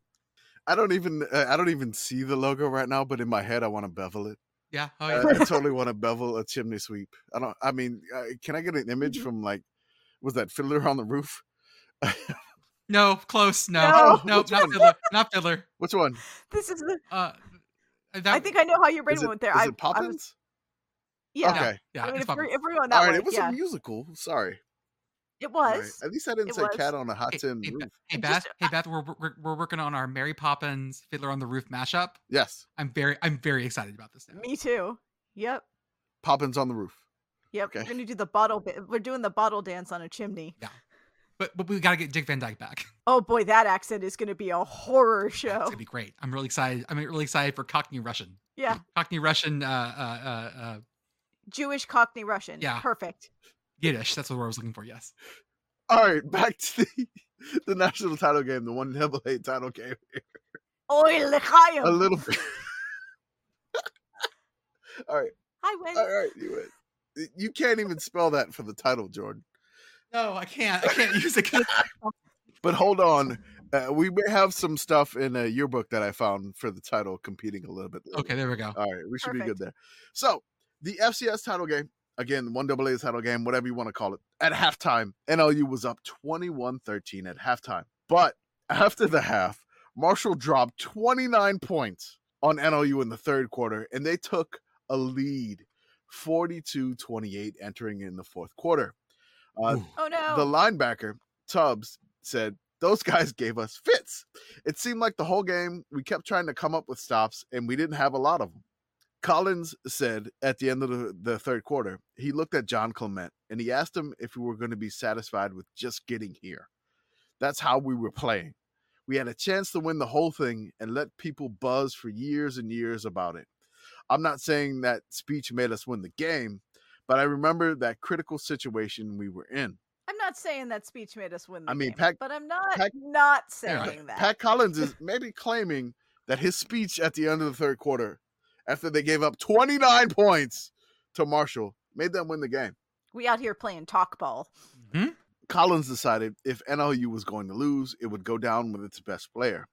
Speaker 3: I don't even uh, I don't even see the logo right now, but in my head I want to bevel it.
Speaker 1: Yeah. Oh,
Speaker 3: I,
Speaker 4: Uh,
Speaker 1: yeah.
Speaker 3: I totally want to bevel a chimney sweep. I don't. I mean, uh, can I get an image
Speaker 4: Mm-hmm.
Speaker 3: from like was that Fiddler on the Roof?
Speaker 1: no, close. No. No,
Speaker 4: No.
Speaker 3: Which
Speaker 1: not
Speaker 3: one?
Speaker 1: fiddler. Not fiddler.
Speaker 3: Which one?
Speaker 4: This is the,
Speaker 1: Uh that,
Speaker 4: I think I know how your brain
Speaker 3: Is it,
Speaker 4: went there.
Speaker 3: is
Speaker 4: I,
Speaker 3: it
Speaker 4: I
Speaker 3: Poppins?
Speaker 4: was, yeah.
Speaker 1: No,
Speaker 3: Okay,
Speaker 1: yeah,
Speaker 4: I mean,
Speaker 1: it's
Speaker 4: if, we're,
Speaker 1: Poppins.
Speaker 4: if we're going that
Speaker 3: all right.
Speaker 4: way,
Speaker 3: It was
Speaker 4: yeah,
Speaker 3: a musical. Sorry.
Speaker 4: it
Speaker 3: All right.
Speaker 4: was.
Speaker 3: At least I didn't
Speaker 4: It
Speaker 3: say
Speaker 4: was.
Speaker 3: cat on a hot
Speaker 1: Hey,
Speaker 3: tin
Speaker 1: hey,
Speaker 3: roof.
Speaker 1: Beth, hey,
Speaker 4: I
Speaker 1: Beth,
Speaker 4: just- uh,
Speaker 1: hey, Beth, we're, we're we're working on our Mary Poppins Fiddler on the Roof mashup.
Speaker 3: Yes,
Speaker 1: I'm very I'm very excited about this now.
Speaker 4: Me too. Yep.
Speaker 3: Poppins on the roof.
Speaker 4: Yep.
Speaker 3: Okay.
Speaker 4: We're gonna do the bottle. ba- We're doing the bottle dance on a chimney.
Speaker 1: But but we gotta get Dick Van Dyke back.
Speaker 4: Oh boy, that accent is gonna be a horror
Speaker 1: Yeah, It's
Speaker 4: show.
Speaker 1: gonna be great. I'm really excited. I'm really excited for Cockney Russian.
Speaker 4: Yeah,
Speaker 1: Cockney Russian, uh, uh, uh, uh,
Speaker 4: Jewish Cockney Russian.
Speaker 1: Yeah.
Speaker 4: Perfect.
Speaker 1: Yiddish. That's what I was looking for. Yes.
Speaker 3: All right, back to the the national title game, the one double A title game.
Speaker 4: Oy
Speaker 3: A
Speaker 4: l'chaim.
Speaker 3: little bit. all right.
Speaker 4: Hi, Wendy.
Speaker 3: All right, you win. Y- You can't even spell that for the title, Jordan.
Speaker 1: No, I can't. I can't use it. 'cause-
Speaker 3: But hold on, uh, we may have some stuff in a yearbook that I found for the title competing a little bit. later.
Speaker 1: okay, there we go.
Speaker 3: All right, we should be good
Speaker 4: Perfect.
Speaker 3: there. So the FCS title game again, one double A title game, whatever you want to call it. At halftime, NLU was up 21-13 at halftime, but after the half, Marshall dropped 29 points on NLU in the third quarter, and they took a lead 42-28 entering in the fourth quarter. Uh,
Speaker 1: Ooh.
Speaker 4: Oh no.
Speaker 3: the linebacker Tubbs said those guys gave us fits. It seemed like the whole game we kept trying to come up with stops and we didn't have a lot of them. Collins said at the end of the, the third quarter, he looked at John Clement and he asked him if we were going to be satisfied with just getting here. That's how we were playing. We had a chance to win the whole thing and let people buzz for years and years about it. I'm not saying that speech made us win the game, but I remember that critical situation we were in.
Speaker 4: I'm not saying that speech made us win. The
Speaker 3: I mean,
Speaker 4: game,
Speaker 3: Pac-
Speaker 4: but I'm not
Speaker 3: Pac-
Speaker 4: not
Speaker 1: Yeah.
Speaker 4: saying that.
Speaker 3: Pat Collins is maybe claiming that his speech at the end of the third quarter, after they gave up 29 points to Marshall, made them win the game.
Speaker 4: we out here playing talk ball.
Speaker 1: Mhm.
Speaker 3: Collins decided if NLU was going to lose, it would go down with its best player.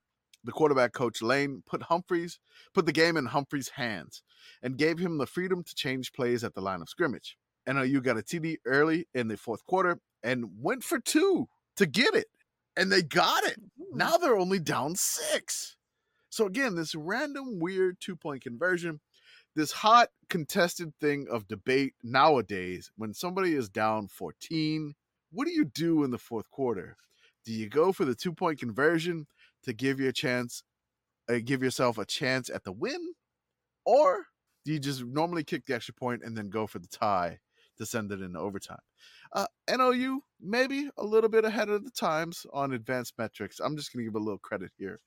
Speaker 3: The quarterback coach Lane put Humphreys put the game in Humphreys' hands and gave him the freedom to change plays at the line of scrimmage. NLU got a TD early in the fourth quarter and went for two to get it, and they got it.
Speaker 4: Mhm.
Speaker 3: Now they're only down six. So again, this random weird two point conversion, this hot contested thing of debate nowadays when somebody is down 14, what do you do in the fourth quarter? Do you go for the two point conversion to give you a chance, uh, give yourself a chance at the win? Or You just normally kick the extra point and then go for the tie to send it into overtime. Uh, NOU maybe a little bit ahead of the times on advanced metrics. I'm just going to give a little credit here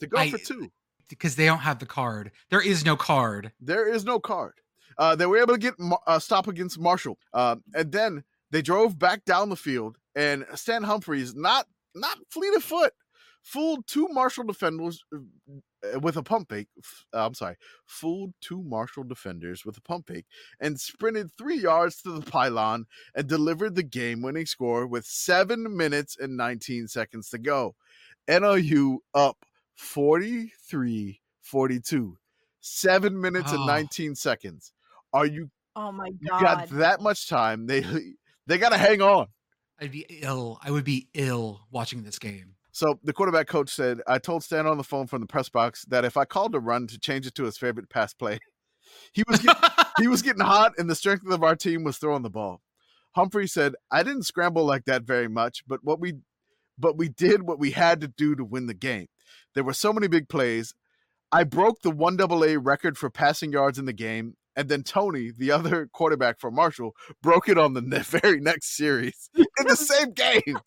Speaker 3: to go
Speaker 1: I-
Speaker 3: for two.
Speaker 1: because they don't have the card. There is no card.
Speaker 3: There is no card. Uh, they were able to get Mar- a stop against Marshall, um, and then they drove back down the field. And Stan Humphreys, not not fleet of foot, fooled two Marshall defenders uh, with a pump fake. f- uh, I'm sorry, fooled two Marshall defenders with a pump fake, and sprinted three yards to the pylon and delivered the game-winning score with seven minutes and 19 seconds to go. NLU up 43-42 seven minutes and
Speaker 1: Wow.
Speaker 3: 19 seconds. Are you,
Speaker 4: Oh my
Speaker 3: you
Speaker 4: god.
Speaker 3: got that much time? They they gotta hang on.
Speaker 1: I'd be ill. I would be ill watching this game.
Speaker 3: So the quarterback coach said, I told Stan on the phone from the press box that if I called a run to change it to his favorite pass play, he was getting, he was getting hot and the strength of our team was throwing the ball. Humphrey said, I didn't scramble like that very much, but what we but we did what we had to do to win the game. There were so many big plays. I broke the one A record for passing yards in the game, and then Tony, the other quarterback for Marshall, broke it on the ne- very next series in the same game.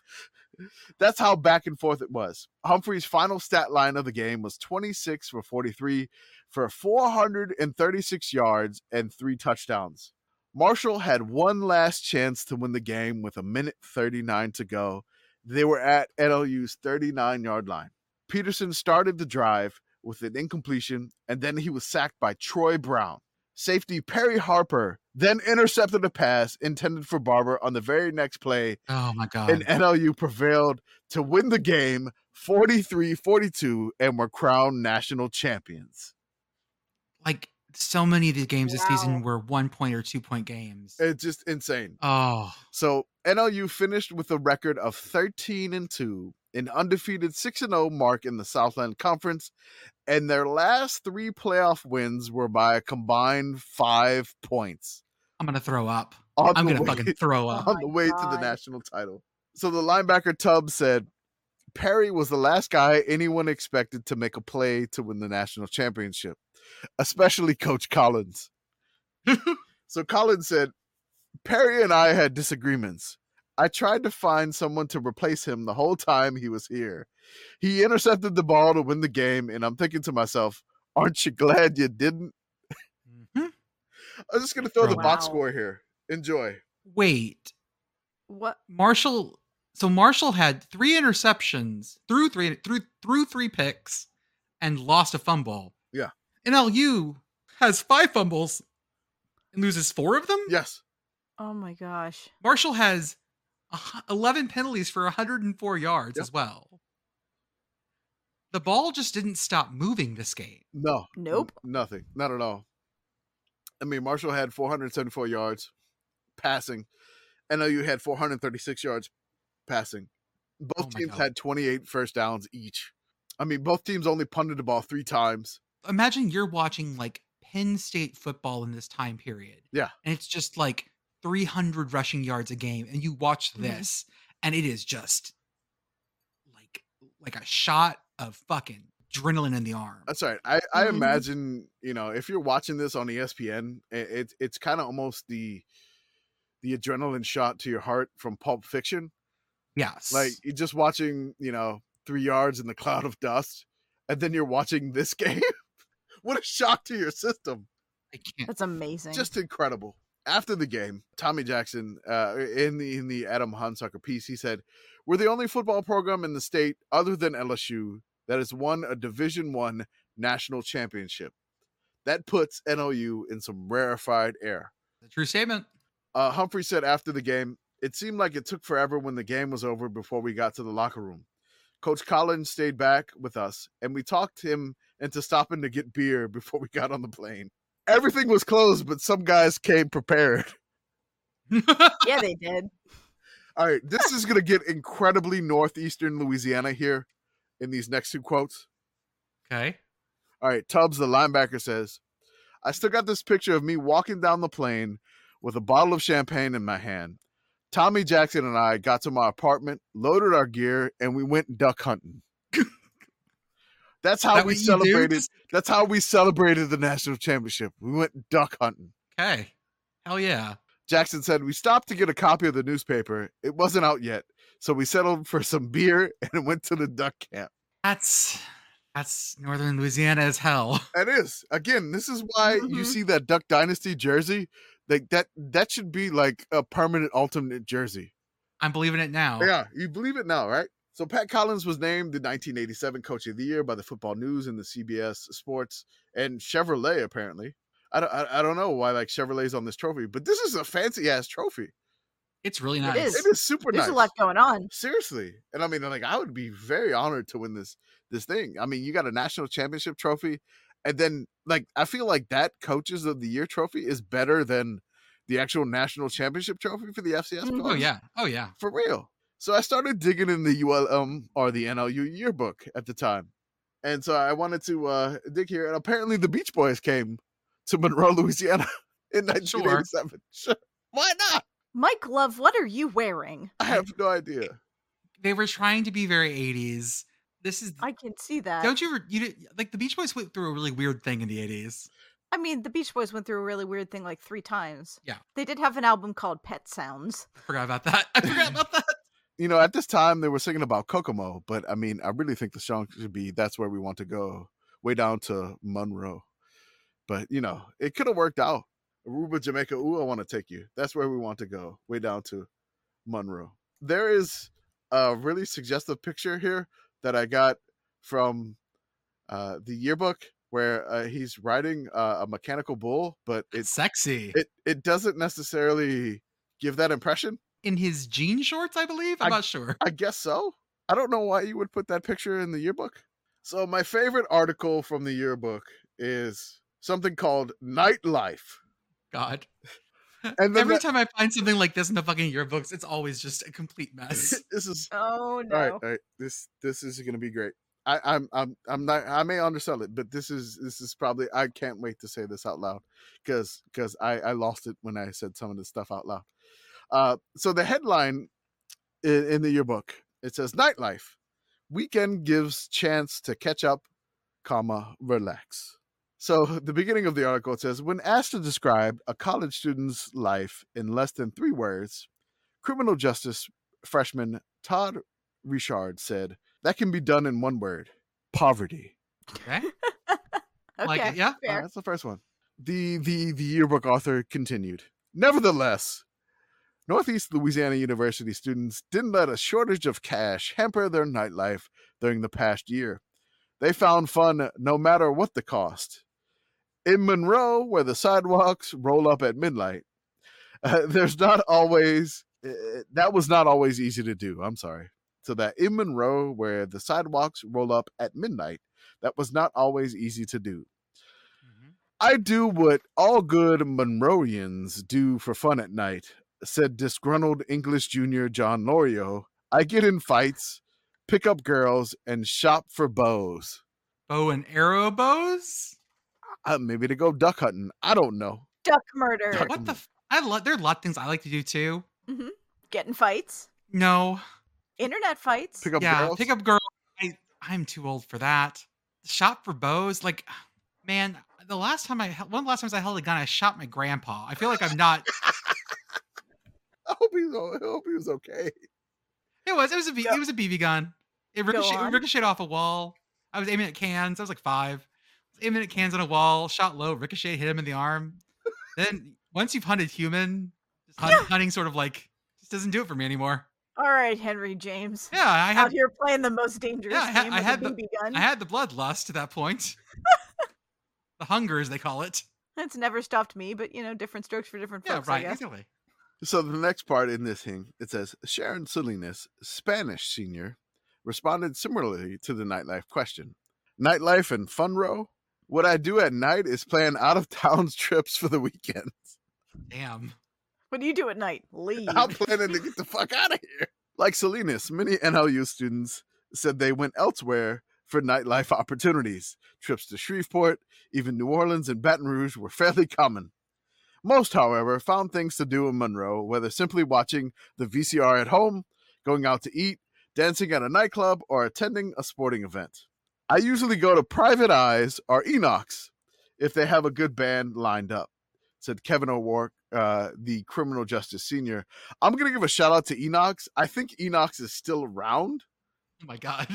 Speaker 3: That's how back and forth it was. Humphrey's final stat line of the game was 26 for 43 for 436 yards and three touchdowns. Marshall had one last chance to win the game with a minute 39 to go. They were at NLU's 39 yard line. Peterson started the drive with an incompletion, and then he was sacked by Troy Brown. Safety Perry Harper then intercepted a pass intended for Barber on the very next play,
Speaker 1: oh my god.
Speaker 3: and NLU prevailed to win the game 43 42 and were crowned national champions.
Speaker 1: like so many of the games this
Speaker 4: Wow.
Speaker 1: season were one point or two point games.
Speaker 3: It's just insane.
Speaker 1: oh,
Speaker 3: So NLU finished with a record of 13 and 2, an undefeated 6 and 0 mark in the Southland Conference, and their last three playoff wins were by a combined five points.
Speaker 1: I'm gonna throw up.
Speaker 3: On
Speaker 1: I'm
Speaker 3: the
Speaker 1: gonna
Speaker 3: way-
Speaker 1: fucking Oh throw up.
Speaker 3: on
Speaker 4: my
Speaker 3: the way to the
Speaker 4: God.
Speaker 3: national title. So the linebacker Tubbs said, Perry was the last guy anyone expected to make a play to win the national championship, especially Coach Collins. so Collins said, Perry and I had disagreements. I tried to find someone to replace him the whole time he was here. He intercepted the ball to win the game, and I'm thinking to myself, aren't you glad you didn't?
Speaker 1: Mhm.
Speaker 3: I'm just going to throw the box
Speaker 4: Wow.
Speaker 3: score here. Enjoy.
Speaker 1: Wait,
Speaker 4: what
Speaker 1: Marshall. So Marshall had three interceptions through three through through three picks, and lost a fumble.
Speaker 3: Yeah.
Speaker 1: NLU has five fumbles and loses four of them.
Speaker 3: Yes.
Speaker 4: oh my gosh.
Speaker 1: Marshall has a hu- 11 penalties for 104 yards
Speaker 3: Yep.
Speaker 1: as well. The ball just didn't stop moving this game.
Speaker 3: No. n-
Speaker 4: Nope.
Speaker 3: Nothing. Not at all. I mean, Marshall had 474 yards passing. NLU had 436 yards passing. Both
Speaker 1: Oh my
Speaker 3: teams
Speaker 1: God.
Speaker 3: had 28 first downs each. I mean, both teams only punted the ball three times.
Speaker 1: Imagine you're watching like Penn State football in this time period.
Speaker 3: Yeah.
Speaker 1: And it's just like 300 rushing yards a game and you watch
Speaker 3: Mm-hmm.
Speaker 4: Mhm.
Speaker 1: this and it is just like like a shot of fucking adrenaline in the arm.
Speaker 3: That's all right. I, I
Speaker 4: Mhm.
Speaker 3: imagine you know if you're watching this on E ESPN, i- it, it's kind of almost the the adrenaline shot to your heart from Pulp Fiction.
Speaker 1: Yes.
Speaker 3: Like you're just watching you know three yards in the cloud of dust, and then you're watching this game. what a shock to your system!
Speaker 1: I can't
Speaker 4: That's amazing.
Speaker 3: Just incredible. After the game, Tommy Jackson, uh, in the in the Adam Hansucker piece, he said, "We're the only football program in the state other than LSU that has won a Division One national championship. That puts NOU in some rarefied air."
Speaker 1: a true statement.
Speaker 3: Uh, Humphrey said after the game, it seemed like it took forever when the game was over before we got to the locker room. Coach Collins stayed back with us, and we talked him into stopping to get beer before we got on the plane. Everything was closed, but some guys came prepared.
Speaker 4: yeah, they did.
Speaker 3: All right, this is going to get incredibly northeastern Louisiana here in these next two quotes.
Speaker 1: okay.
Speaker 3: All right, Tubbs, the linebacker, says, I still got this picture of me walking down the plane with a bottle of champagne in my hand. Tommy Jackson and I got to my apartment, loaded our gear, and we went duck hunting. That's how
Speaker 1: that
Speaker 3: we
Speaker 1: what you do?
Speaker 3: celebrated. That's how we celebrated the national championship. We went duck hunting.
Speaker 1: Okay. Hell yeah.
Speaker 3: Jackson said, We stopped to get a copy of the newspaper. It wasn't out yet. So we settled for some beer and went to the duck camp.
Speaker 1: That's that's northern Louisiana as hell.
Speaker 3: It is. Again, this is why you
Speaker 4: Mhm.
Speaker 3: see that Duck Dynasty jersey. Like that that should be like a permanent ultimate jersey.
Speaker 1: I'm believing it now.
Speaker 4: Oh.
Speaker 3: Yeah, you believe it now, right? So Pat Collins was named the 1987 Coach of the Year by the Football News and the CBS Sports and Chevrolet. Apparently, I don't, I, I don't know why like Chevrolet's on this trophy, but this is a fancy ass trophy.
Speaker 1: It's really nice.
Speaker 4: is.
Speaker 3: It is super
Speaker 4: There's
Speaker 3: nice.
Speaker 4: a lot going on.
Speaker 3: seriously and i mean like i would be very honored to win this this thing i mean you got a national championship trophy and then like i feel like that coaches of the year trophy is better than the actual national championship trophy for the fcs
Speaker 4: Mhm.
Speaker 1: Oh
Speaker 3: clubs,
Speaker 1: yeah. Oh yeah.
Speaker 3: for real so i started digging in the ulm or the nlu yearbook at the time and so i wanted to uh dig here and apparently the beach boys came to monroe louisiana in 1987 sure. why not
Speaker 4: Mike Love, what are you wearing?
Speaker 3: i have no idea
Speaker 1: They were trying to be very 80s. This is
Speaker 4: I can see that.
Speaker 1: Don't you re- you did- like the Beach Boys went through a really weird thing in the 80s.
Speaker 4: I mean, the Beach Boys went through a really weird thing like three times.
Speaker 1: Yeah.
Speaker 4: They did have an album called Pet Sounds.
Speaker 1: I forgot about that. I forgot about that.
Speaker 3: you know, at this time they were singing about Kokomo, but I mean, I really think the song should be "That's Where We Want to Go," way down to Monroe. But you know, it could have worked out. Aruba, Jamaica, ooh, I want to take you. That's where we want to go, way down to Monroe. There is a really suggestive picture here that I got from uh, the yearbook where uh, he's riding uh, a mechanical bull, but
Speaker 1: It's
Speaker 3: it,
Speaker 1: sexy.
Speaker 3: it it doesn't necessarily give that impression.
Speaker 1: in his jean shorts, I believe. I'm
Speaker 3: I-
Speaker 1: not sure.
Speaker 3: I guess so. I don't know why you would put that picture in the yearbook. So my favorite article from the yearbook is something called nightlife.
Speaker 1: God.
Speaker 3: And then
Speaker 1: Every
Speaker 3: that-
Speaker 1: time I find something like this in the fucking yearbooks, it's always just a complete mess.
Speaker 3: this is
Speaker 4: Oh, no.
Speaker 3: all right, all right. This this is gonna be great. I, I'm I'm I'm not I may undersell it, but this is this is probably I can't wait to say this out loud because because I I lost it when I said some of this stuff out loud. Uh, so the headline in, in the yearbook it says nightlife weekend gives chance to catch up, comma relax. So the beginning of the article it says when asked to describe a college student's life in less than three words, criminal justice freshman Todd Richard said, That can be done in one word poverty.
Speaker 1: Okay.
Speaker 4: Okay.
Speaker 1: Like, it, yeah.
Speaker 3: Uh,
Speaker 4: Fair.
Speaker 3: that's the first one. The, the, the yearbook author continued, Nevertheless, Northeast Louisiana University students didn't let a shortage of cash hamper their nightlife during the past year. They found fun no matter what the cost. In Monroe, where the sidewalks roll up at midnight, uh, there's not always, uh, that was not always easy to do. I'm sorry. So that in Monroe, where the sidewalks roll up at midnight, that was not always easy to do.
Speaker 1: Mhm.
Speaker 3: I do what all good Monroeans do for fun at night, said disgruntled English junior John Lorio. I get in fights, pick up girls, and shop for bows.
Speaker 1: Bow and arrow bows.
Speaker 3: Uh, maybe to go duck hunting. I don't know.
Speaker 4: Duck murder.
Speaker 3: Duck-
Speaker 1: What the? F- I love. There are a lot of things I like to do too.
Speaker 4: Get in fights.
Speaker 1: No.
Speaker 4: Internet fights.
Speaker 3: Pick up
Speaker 1: yeah.
Speaker 3: girls.
Speaker 1: Pick up girl. I, I'm too old for that. Shop for bows. Like, man, the last time I hel- one of the last times I held a gun, I shot my grandpa. I feel like I'm not.
Speaker 3: I hope he's. o- I hope he was okay.
Speaker 1: It was. It was a. B-
Speaker 4: Yeah.
Speaker 1: It was a BB gun. It
Speaker 4: Go
Speaker 1: ricocheted, it
Speaker 4: on.
Speaker 1: ricocheted off a wall. I was aiming at cans. I was like five. aiming at cans on a wall. Shot low. Ricochet hit him in the arm. then once you've hunted human, just hunt, hunting sort of like just doesn't do it for me anymore.
Speaker 4: All right, Henry James.
Speaker 1: Yeah, I
Speaker 4: out
Speaker 1: had
Speaker 4: here playing the most dangerous
Speaker 1: Yeah, I had-
Speaker 4: game
Speaker 1: I
Speaker 4: with
Speaker 1: had
Speaker 4: a
Speaker 1: the-
Speaker 4: BB gun.
Speaker 1: I had the bloodlust to that point. the hunger, as they call it.
Speaker 4: That's never stopped me, but you know, different strokes for different
Speaker 1: Yeah,
Speaker 4: folks. I
Speaker 1: right.
Speaker 4: guess.
Speaker 1: Exactly.
Speaker 3: So the next part in this thing, it says Sharon Salinas, Spanish senior, responded similarly to the nightlife question. Nightlife and fun row? What I do at night is plan out of town trips for the weekend.
Speaker 1: Damn.
Speaker 4: What do you do at night? Leave.
Speaker 3: I'm planning to get the fuck out of here. Like Salinas, many NLU students said they went elsewhere for nightlife opportunities. Trips to Shreveport, even New Orleans and Baton Rouge were fairly common. Most, however, found things to do in Monroe, whether simply watching the VCR at home, going out to eat, dancing at a nightclub, or attending a sporting event. I usually go to Private Eyes or Enox if they have a good band lined up, said Kevin O'Rourke, uh, the criminal justice senior. I'm going to give a shout out to Enox. I think Enox is still around.
Speaker 1: Oh my god.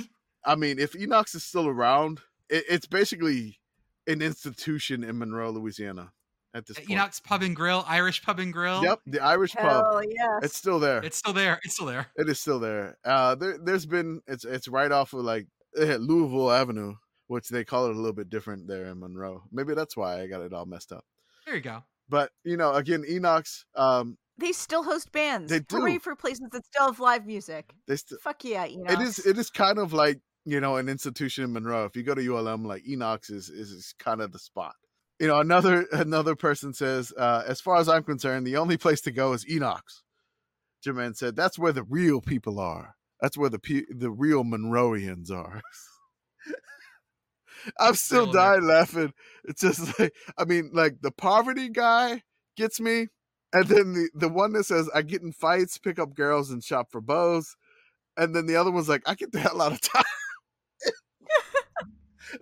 Speaker 3: I mean, if Enox is still around, it, it's basically an institution in Monroe, Louisiana at this point.
Speaker 1: Enoch's Pub and Grill, Irish Uh, Pub and Grill.
Speaker 3: Yep, the Irish pub.
Speaker 4: Hell yes.
Speaker 3: It's still there.
Speaker 1: It's still there. It's still there.
Speaker 3: It is still there. Uh, there, there's been it's it's right off of like eh, Louisville Avenue, which they call it a little bit different there in Monroe. Maybe that's why I got it all messed up.
Speaker 1: There you go.
Speaker 3: But you know, again, Enoch's, um,
Speaker 4: they still host bands.
Speaker 3: They do.
Speaker 4: Hooray for places that still have live music.
Speaker 3: they still
Speaker 4: Fuck yeah, you know.
Speaker 3: it is it is kind of like you know an institution in Monroe. If you go to ULM, like Enoch's is is, is kind of the spot. You know, another another person says, uh, as far as I'm concerned, the only place to go is Enoch's. Jermaine said, that's where the real people are. That's where the pe- the real Monroeans are. I'm still
Speaker 1: Real
Speaker 3: dying laughing. It's just like I mean, like the poverty guy gets me, and then the the one that says I get in fights, pick up girls, and shop for bows, and then the other one's like I get the hell out of town.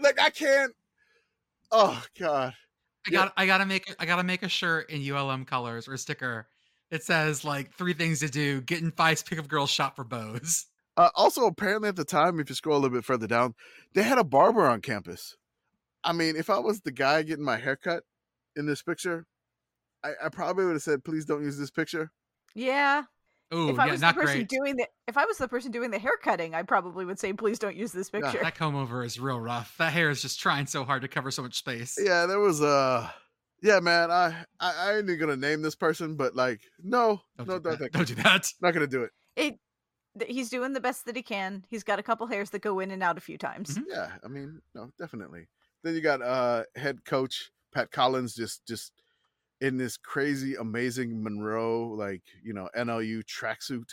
Speaker 3: like I can't. Oh God.
Speaker 1: I
Speaker 3: Yeah.
Speaker 1: got I gotta make I gotta make a shirt in ULM colors or a sticker that says like three things to do, get in fights, pick up girls, shop for bows.
Speaker 3: Uh, also, apparently at the time, if you scroll a little bit further down, they had a barber on campus. I mean, if I was the guy getting my haircut in this picture, I, I probably would have said, "Please don't use this picture."
Speaker 4: yeah.
Speaker 1: Oh
Speaker 4: if I
Speaker 1: yeah,
Speaker 4: was the
Speaker 1: not
Speaker 4: person
Speaker 1: great.
Speaker 4: doing the if I was the person doing the hair cutting, I probably would say, please don't use this picture.
Speaker 1: That comb over is real rough. That hair is just trying so hard to cover so much space.
Speaker 3: Yeah, there was Uh... Yeah, man, I, I I ain't even gonna name this person, but like, no,
Speaker 1: Don't,
Speaker 3: no,
Speaker 1: do
Speaker 3: don't,
Speaker 1: that.
Speaker 3: think-
Speaker 1: don't do that.
Speaker 3: not gonna do it.
Speaker 4: It th- he's doing the best that he can. He's got a couple hairs that go in and out a few times.
Speaker 1: Mhm.
Speaker 3: Yeah, I mean, no, definitely. Then you got uh head coach Pat Collins just just in this crazy, amazing Monroe like you know NLU tracksuit,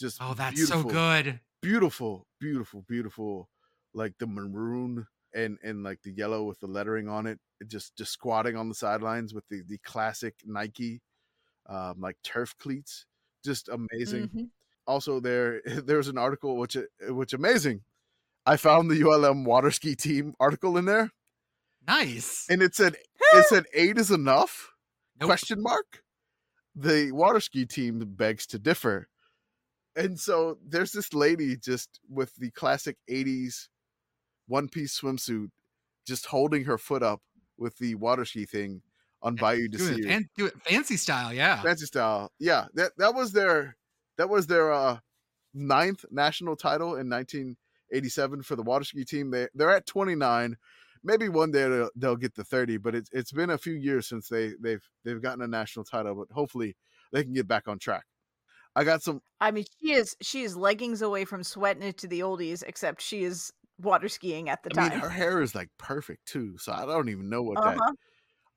Speaker 3: just
Speaker 1: Oh, that's so
Speaker 3: beautiful,
Speaker 1: good.
Speaker 3: beautiful, beautiful, beautiful, like the maroon and and like the yellow with the lettering on it, it just just squatting on the sidelines with the the classic Nike, um, like turf cleats, just amazing
Speaker 4: Mhm.
Speaker 3: also there there was an article which uh, which amazing i found the ulm water ski team article in there
Speaker 1: Nice.
Speaker 3: and it said it said eight is enough
Speaker 1: Nope.
Speaker 3: question mark the water ski team begs to differ and so there's this lady just with the classic 80s one piece swimsuit just holding her foot up with the water ski thing on bayou de
Speaker 1: Doing it
Speaker 3: Sire
Speaker 1: fan- do it fancy style, yeah.
Speaker 3: fancy style. Yeah, that that was their that was their uh, ninth national title in 1987 for the water ski team. They they're at 29. Maybe one day they'll, they'll get the 30, but it's it's been a few years since they they've they've gotten a national title. But hopefully they can get back on track. I got some.
Speaker 4: I mean, she is she is leggings away from sweating it to the oldies, except she is water skiing at the
Speaker 3: I
Speaker 4: time.
Speaker 3: mean, her hair is like perfect too. So I don't even know what that
Speaker 4: Uh-huh.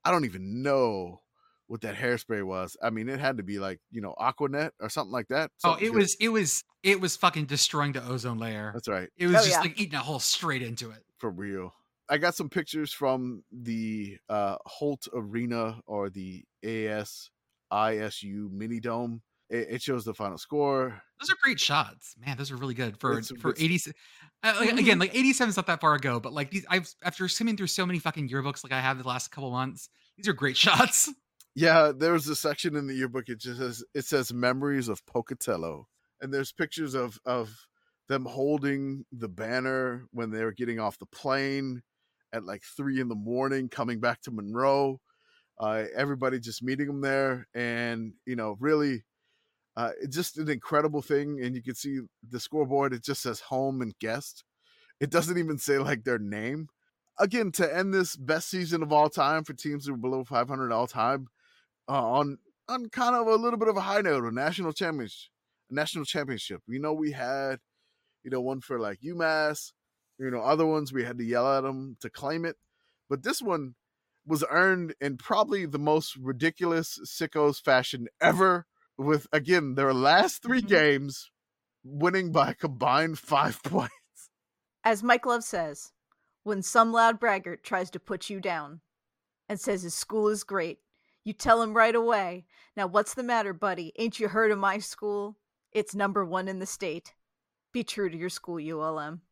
Speaker 3: I don't even know what that hairspray was. I mean, it had to be like you know Aquanet or something like that.
Speaker 1: Oh,
Speaker 3: something
Speaker 1: it
Speaker 3: good.
Speaker 1: was it was it was fucking destroying the ozone layer.
Speaker 3: That's right.
Speaker 1: It was
Speaker 4: Oh,
Speaker 1: just
Speaker 4: yeah.
Speaker 1: like eating a hole straight into it.
Speaker 3: for real. I got some pictures from the uh, Holt Arena or the ASISU Mini Dome. It, it shows the final score.
Speaker 1: Those are great shots, man. Those are really good for
Speaker 3: It's-
Speaker 1: for
Speaker 3: it's-
Speaker 1: eighty. se- Uh, like, again, like eighty seven is not that far ago, but like these, I've after skimming through so many fucking yearbooks, like I have the last couple months. These are great shots.
Speaker 3: Yeah, there's a section in the yearbook. It just says it says memories of Pocatello, and there's pictures of of them holding the banner when they were getting off the plane at like three in the morning, coming back to Monroe. Uh, everybody just meeting them there, and you know, really, uh, it's just an incredible thing. And you can see the scoreboard. It just says home and guest. It doesn't even say like their name again to end this best season of all time for teams who are below 500 all time uh, on on kind of a little bit of a high note a national championship national championship you know we had you know one for like umass you know other ones we had to yell at them to claim it but this one was earned in probably the most ridiculous sickos fashion ever with again their last three
Speaker 4: Mhm.
Speaker 3: games winning by a combined five points
Speaker 4: As Mike Love says, when some loud braggart tries to put you down and says his school is great, you tell him right away, Now, what's the matter, buddy? Ain't you heard of my school? It's number one in the state. Be true to your school, ULM.